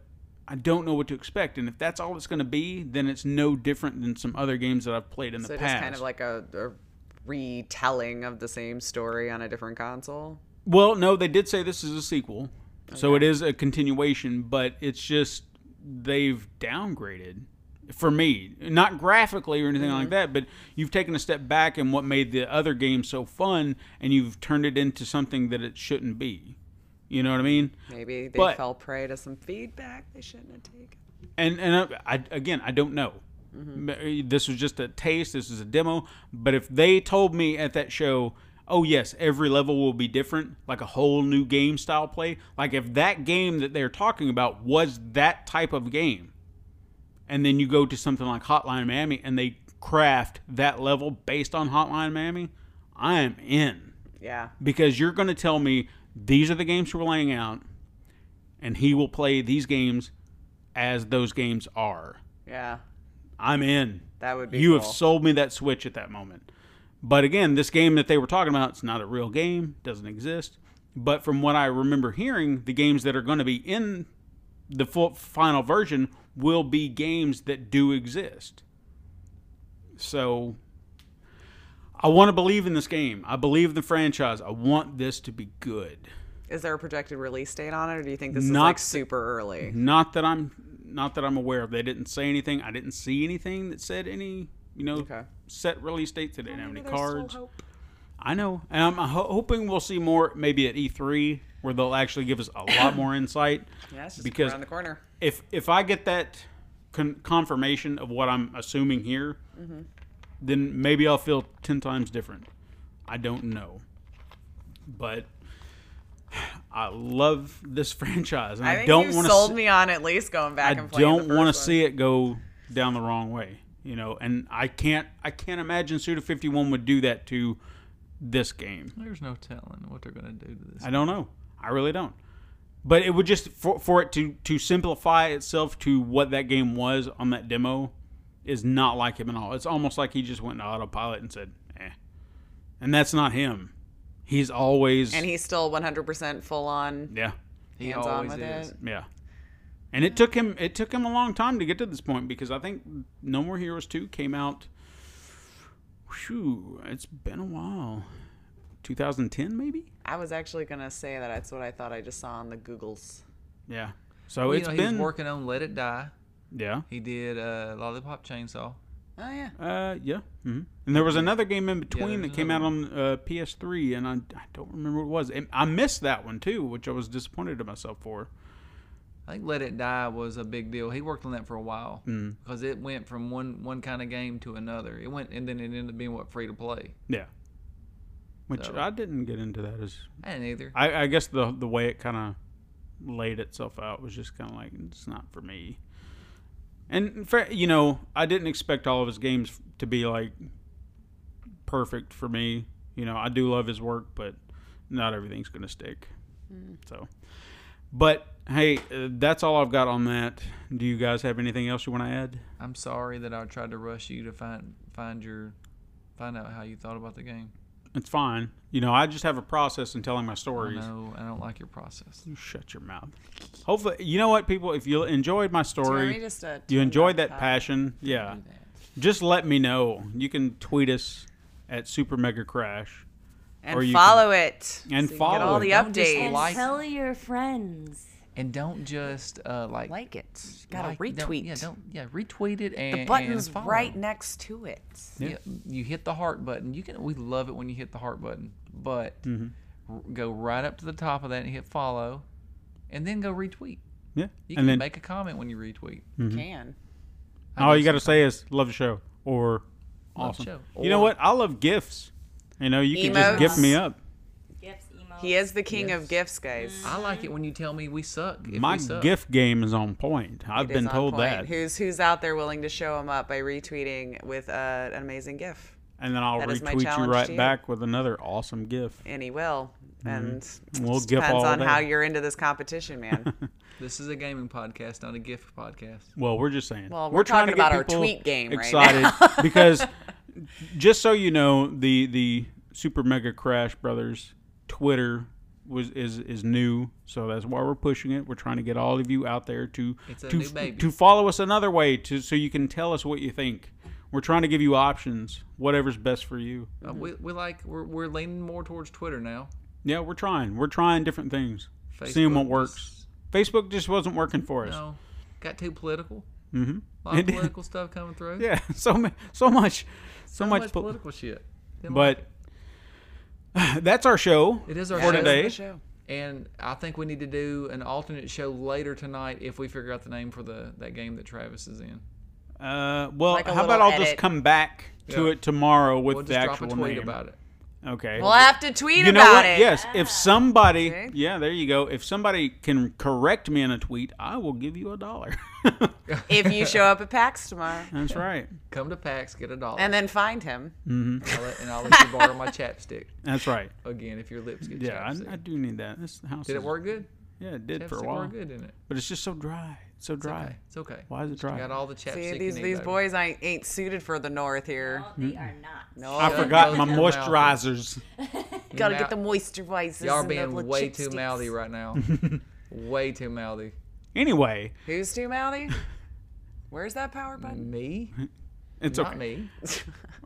S2: I don't know what to expect. And if that's all it's going to be, then it's no different than some other games that I've played in
S5: So
S2: the
S5: just
S2: past.
S5: kind of like a, a retelling of the same story on a different console.
S2: Well, no, they did say this is a sequel, so it is a continuation, but it's just they've downgraded for me, not graphically or anything like that, but you've taken a step back in what made the other game so fun, and you've turned it into something that it shouldn't be. You know what I mean?
S5: Maybe they
S2: But-
S5: fell prey to some feedback they shouldn't have taken.
S2: and and I, I again I don't know. M- uh, This was just a taste. This is a demo. But if they told me at that show, oh yes, every level will be different, like a whole new game style play. Like if that game that they're talking about was that type of game, and then you go to something like Hotline Miami and they craft that level based on Hotline Miami, I am in
S5: Yeah.
S2: because you're going to tell me these are the games we're laying out, and he will play these games as those games are.
S5: Yeah.
S2: I'm in.
S5: That would be
S2: you have
S5: cool.
S2: sold me that Switch at that moment. But again, this game that they were talking about, it's not a real game, doesn't exist. But from what I remember hearing, the games that are going to be in the full, final version will be games that do exist. So I want to believe in this game. I believe in the franchise. I want this to be good.
S5: Is there a projected release date on it, or do you think this is
S2: Not Mm-hmm.
S5: like
S2: th-
S5: super early?
S2: Not that I'm not that I'm aware of. They didn't say anything. I didn't see anything that said any, you know,
S5: Okay.
S2: set release dates. They didn't have any cards. I know, and I'm ho- hoping we'll see more maybe at E3 where they'll actually give us a lot more insight.
S5: Yeah, it's just
S2: Because-
S5: around the corner.
S2: If if I get that con- confirmation of what I'm assuming here,
S5: Mm-hmm.
S2: then maybe I'll feel ten times different. I don't know, but I love this franchise, and I,
S5: I think
S2: don't
S5: you
S2: want to
S5: sold me on at least going back
S2: I
S5: and playing.
S2: don't want to see it go down the wrong way, you know. And I can't, I can't imagine Suda Fifty One would do that to this game.
S3: There's no telling what they're gonna do to this.
S2: I don't know. I really don't. But it would just for, for it to to simplify itself to what that game was on that demo is not like him at all. It's almost like he just went into autopilot and said, "Eh," and that's not him. He's always
S5: And he's still 100% full on
S2: yeah
S3: He
S5: hands on
S3: always
S5: with
S3: is.
S5: it.
S2: yeah. And it took him it took him a long time to get to this point because I think No More Heroes two came out. Whew, it's been a while. 2010 maybe.
S5: I was actually gonna say that. That's what I thought I just saw on the Googles.
S2: Yeah. So
S3: You
S2: Oh, it's
S3: know, he
S2: been
S3: was working on Let It Die.
S2: yeah.
S3: He did uh, Lollipop Chainsaw.
S5: Oh yeah.
S2: Uh, yeah. hmm And there was another game in between
S3: there's
S2: that came out on uh, PS3, and I, I don't remember what it was. And I missed that one too, which I was disappointed in myself for.
S3: I think Let It Die was a big deal. He worked on that for a while because it went from one one kind of game to another. It went and then it ended up being what free to play.
S2: Yeah. Which
S3: So-
S2: I didn't get into that as
S3: I didn't either.
S2: I, I guess the the way it kind of laid itself out was just kind of like it's not for me. And fa you know, I didn't expect all of his games f- to be like perfect for me. You know, I do love his work, but not everything's going to stick. So, but hey, uh, that's all I've got on that. Do you guys have anything else you want to add?
S3: I'm sorry that I tried to rush you to find find your find out how you thought about the game.
S2: It's fine. You know, I just have a process in telling my stories.
S3: No, I don't like your process.
S2: You shut your mouth. Hopefully, you know what, people. If you enjoyed my story,
S5: just uh,
S2: you
S5: turn
S2: enjoyed
S5: that
S2: that passion, yeah, just let me know. You can tweet us at Super Mega Crash or
S5: and
S2: you
S5: follow it
S2: and
S5: so you can
S2: follow
S5: get all the
S2: it.
S5: updates.
S4: And
S3: like-
S4: tell your friends.
S3: And don't just uh, like
S5: like it. Gotta
S3: like- don't-
S5: retweet.
S3: yeah, don't yeah retweet it and
S5: the button's
S3: and follow.
S5: right next to it.
S3: Yeah, you hit the heart button. You can. We love it when you hit the heart button, but r- go right up to the top of that and hit follow, and then go retweet.
S2: Yeah,
S3: You can
S2: and then
S3: make a comment when you retweet.
S2: Mm-hmm.
S5: Can.
S2: all you got to say is love the show or
S3: Love the
S2: awesome.
S3: show.
S2: you know
S3: Or-
S2: what? I love gifts. You know, you can just
S5: Emotes.
S2: gift me up.
S4: Gifts, emails.
S5: He is the king of gifts, guys.
S3: I like it when you tell me we suck. If
S2: My
S3: we suck.
S2: gift game is on point. I've
S5: It
S2: been
S5: is on
S2: told
S5: point.
S2: that,
S5: Who's who's out there willing to show him up by retweeting with uh, an amazing gif?
S2: and then I'll
S5: That is my
S2: retweet you
S5: challenge
S2: right
S5: to you.
S2: back with another awesome gift.
S5: And he will. and
S2: Mm-hmm. We'll
S5: it
S2: gif
S5: depends
S2: all
S5: on
S2: day.
S5: how you're into this competition, man.
S3: This is a gaming podcast, not a gift podcast.
S2: Well, we're just saying.
S5: Well,
S2: we're,
S5: we're
S2: trying
S5: talking
S2: to get
S5: about our
S2: people
S5: tweet game right
S2: excited because just so you know, the the Super Mega Crash Brothers Twitter was is is new, so that's why we're pushing it. We're trying to get all of you out there to
S3: It's a
S2: to,
S3: new baby.
S2: to follow us another way to so you can tell us what you think. We're trying to give you options, whatever's best for you.
S3: Uh, we, we like we're, we're leaning more towards Twitter now.
S2: Yeah, we're trying. We're trying different things.
S3: Facebook
S2: seeing what works.
S3: just-
S2: Facebook just wasn't working for us.
S3: No, got too political. Mm-hmm. A lot of
S2: It did.
S3: political stuff coming through.
S2: Yeah, so mu- so much, so,
S3: so
S2: much.
S3: much,
S2: pol-
S3: political shit. Didn't like
S2: But that's our show.
S3: it. it is our
S2: for
S3: show,
S2: today.
S3: and I think we need to do an alternate show later tonight if we figure out the name for the that game that Travis is in.
S2: Uh, well,
S5: Like a
S2: how about I'll
S5: little
S2: just
S5: edit.
S2: come back to
S3: Yeah.
S2: it tomorrow with
S3: We'll
S2: the
S3: just drop
S2: actual
S3: a tweet
S2: name.
S3: about it.
S2: Okay.
S5: We'll have to tweet
S2: you know
S5: about
S2: what?
S5: it.
S2: Yes.
S3: Ah,
S2: If somebody,
S5: Okay.
S2: yeah, there you go. If somebody can correct me in a tweet, I will give you a dollar.
S5: If you show up at PAX tomorrow
S2: That's right.
S3: Come to PAX, get a dollar,
S5: and then find him.
S2: Mm-hmm.
S3: I'll let- and I'll let you borrow my chapstick
S2: That's right.
S3: again if your lips get
S2: Yeah,
S3: chapstick.
S2: I, I do need that. This house
S3: Did it
S2: is-
S3: work good?
S2: Yeah, it did for a
S3: Chapstick
S2: while,
S3: worked good, didn't it?
S2: but it's just so dry. It's so dry.
S3: Okay, it's okay.
S2: Why is it
S3: You got
S2: dry?
S3: all the chapstick.
S5: See,
S3: you
S5: these
S3: need,
S5: these
S3: baby.
S5: boys ain't, ain't suited for the north here.
S4: No,
S3: Mm-hmm.
S4: they are not.
S5: No,
S2: I
S3: Shut
S2: forgot
S3: those
S2: my
S3: in your mouth.
S2: moisturizers.
S3: Your
S5: gotta
S3: mou-
S5: get the moisturizers.
S3: Y'all are
S5: and the
S3: being
S5: little
S3: way too
S5: chapsticks.
S3: mouthy right now. way too mouthy.
S2: Anyway,
S5: Who's too mouthy? Where's that power button?
S3: Me?
S2: it's
S3: Not
S2: okay.
S3: me.
S2: All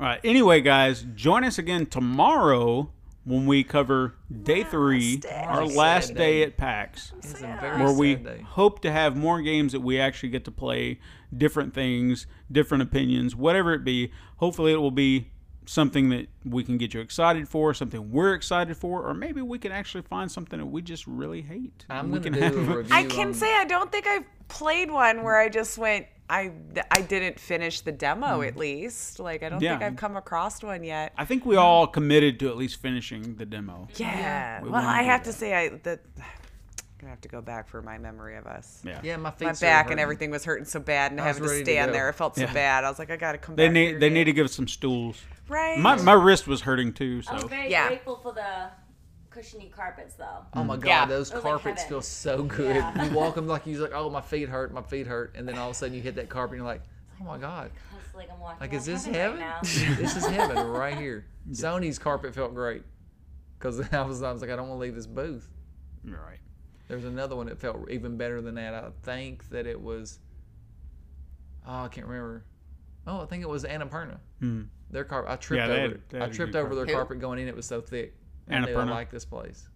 S2: right. Anyway, guys, join us again tomorrow when we cover day three, our last
S3: Sad
S2: day
S3: day.
S2: at PAX,
S3: It's a very
S2: where
S3: sad
S2: we
S3: day.
S2: hope to have more games that we actually get to play, different things, different opinions, whatever it be. Hopefully, it will be something that we can get you excited for, something we're excited for, or maybe we can actually find something that we just really hate.
S3: I'm
S2: we
S3: gonna
S2: can
S3: do
S2: have-
S3: a review.
S5: I can
S3: on-
S5: say I don't think I've played one where I just went. I I didn't finish the demo at least. Like I don't
S2: Yeah.
S5: think I've come across one yet.
S2: I think we all committed to at least finishing the demo.
S5: Yeah.
S2: We
S5: Well,
S2: wanna
S5: I
S2: do
S5: have to say I that gonna have to go back for my memory of us.
S2: Yeah.
S3: Yeah, my feet.
S5: My back and everything was hurting so bad, and
S3: was
S5: having to
S3: ready to
S5: stand
S3: go.
S5: there, I felt so
S2: Yeah.
S5: bad. I was like, I gotta come
S2: They
S5: back. here
S2: need they
S5: today.
S2: need to give us some stools.
S5: right.
S2: My, my wrist was hurting too, so
S4: I was very
S5: Yeah.
S4: grateful for the cushiony carpets, though.
S3: Oh my god,
S5: Mm, Yeah.
S3: those
S4: It was like
S3: carpets
S4: heaven.
S3: feel so good.
S4: Yeah.
S3: You walk them like you're like, oh my feet hurt, my feet hurt, and then all of a sudden you hit that carpet and you're like, oh my god,
S4: I was like, I'm walking.
S3: like
S4: on
S3: is this heaven?
S4: heaven? right
S3: this is heaven right here. Sony's carpet felt great because I was I was like, I don't want to leave this booth.
S2: All right.
S3: There's another one that felt even better than that. I think that it was. Oh, I can't remember. Oh, I think it was Annapurna. Mm. Their carpet. I tripped
S2: Hmm. Yeah, they
S3: over.
S2: had- they
S3: I
S2: had a
S3: tripped
S2: good
S3: over their
S5: carpet. Who?
S3: carpet going in. It was so thick. I knew I
S2: Annapurna.
S3: like this place.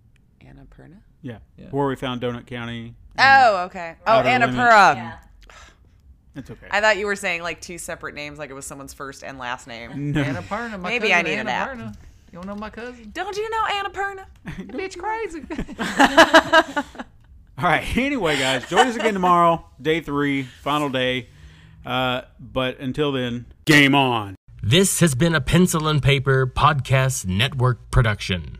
S5: Anna Perna.
S2: Yeah.
S3: Yeah.
S2: Where we found Donut County.
S5: Oh, okay. Oh,
S2: Outer
S5: Anna
S2: Limits.
S5: Pura.
S4: Yeah.
S2: It's okay.
S5: I thought you were saying like two separate names, like it was someone's first and last name.
S2: no.
S3: Annapurna. My
S5: Maybe I
S3: cousin
S5: need a nap.
S3: Annapurna. You don't know my cousin?
S5: Don't you know Anna Perna?
S3: Bitch, crazy.
S2: All right. Anyway, guys, join us again tomorrow, day three, final day. Uh, but until then, game on.
S1: This has been a Pencil and Paper Podcast Network production.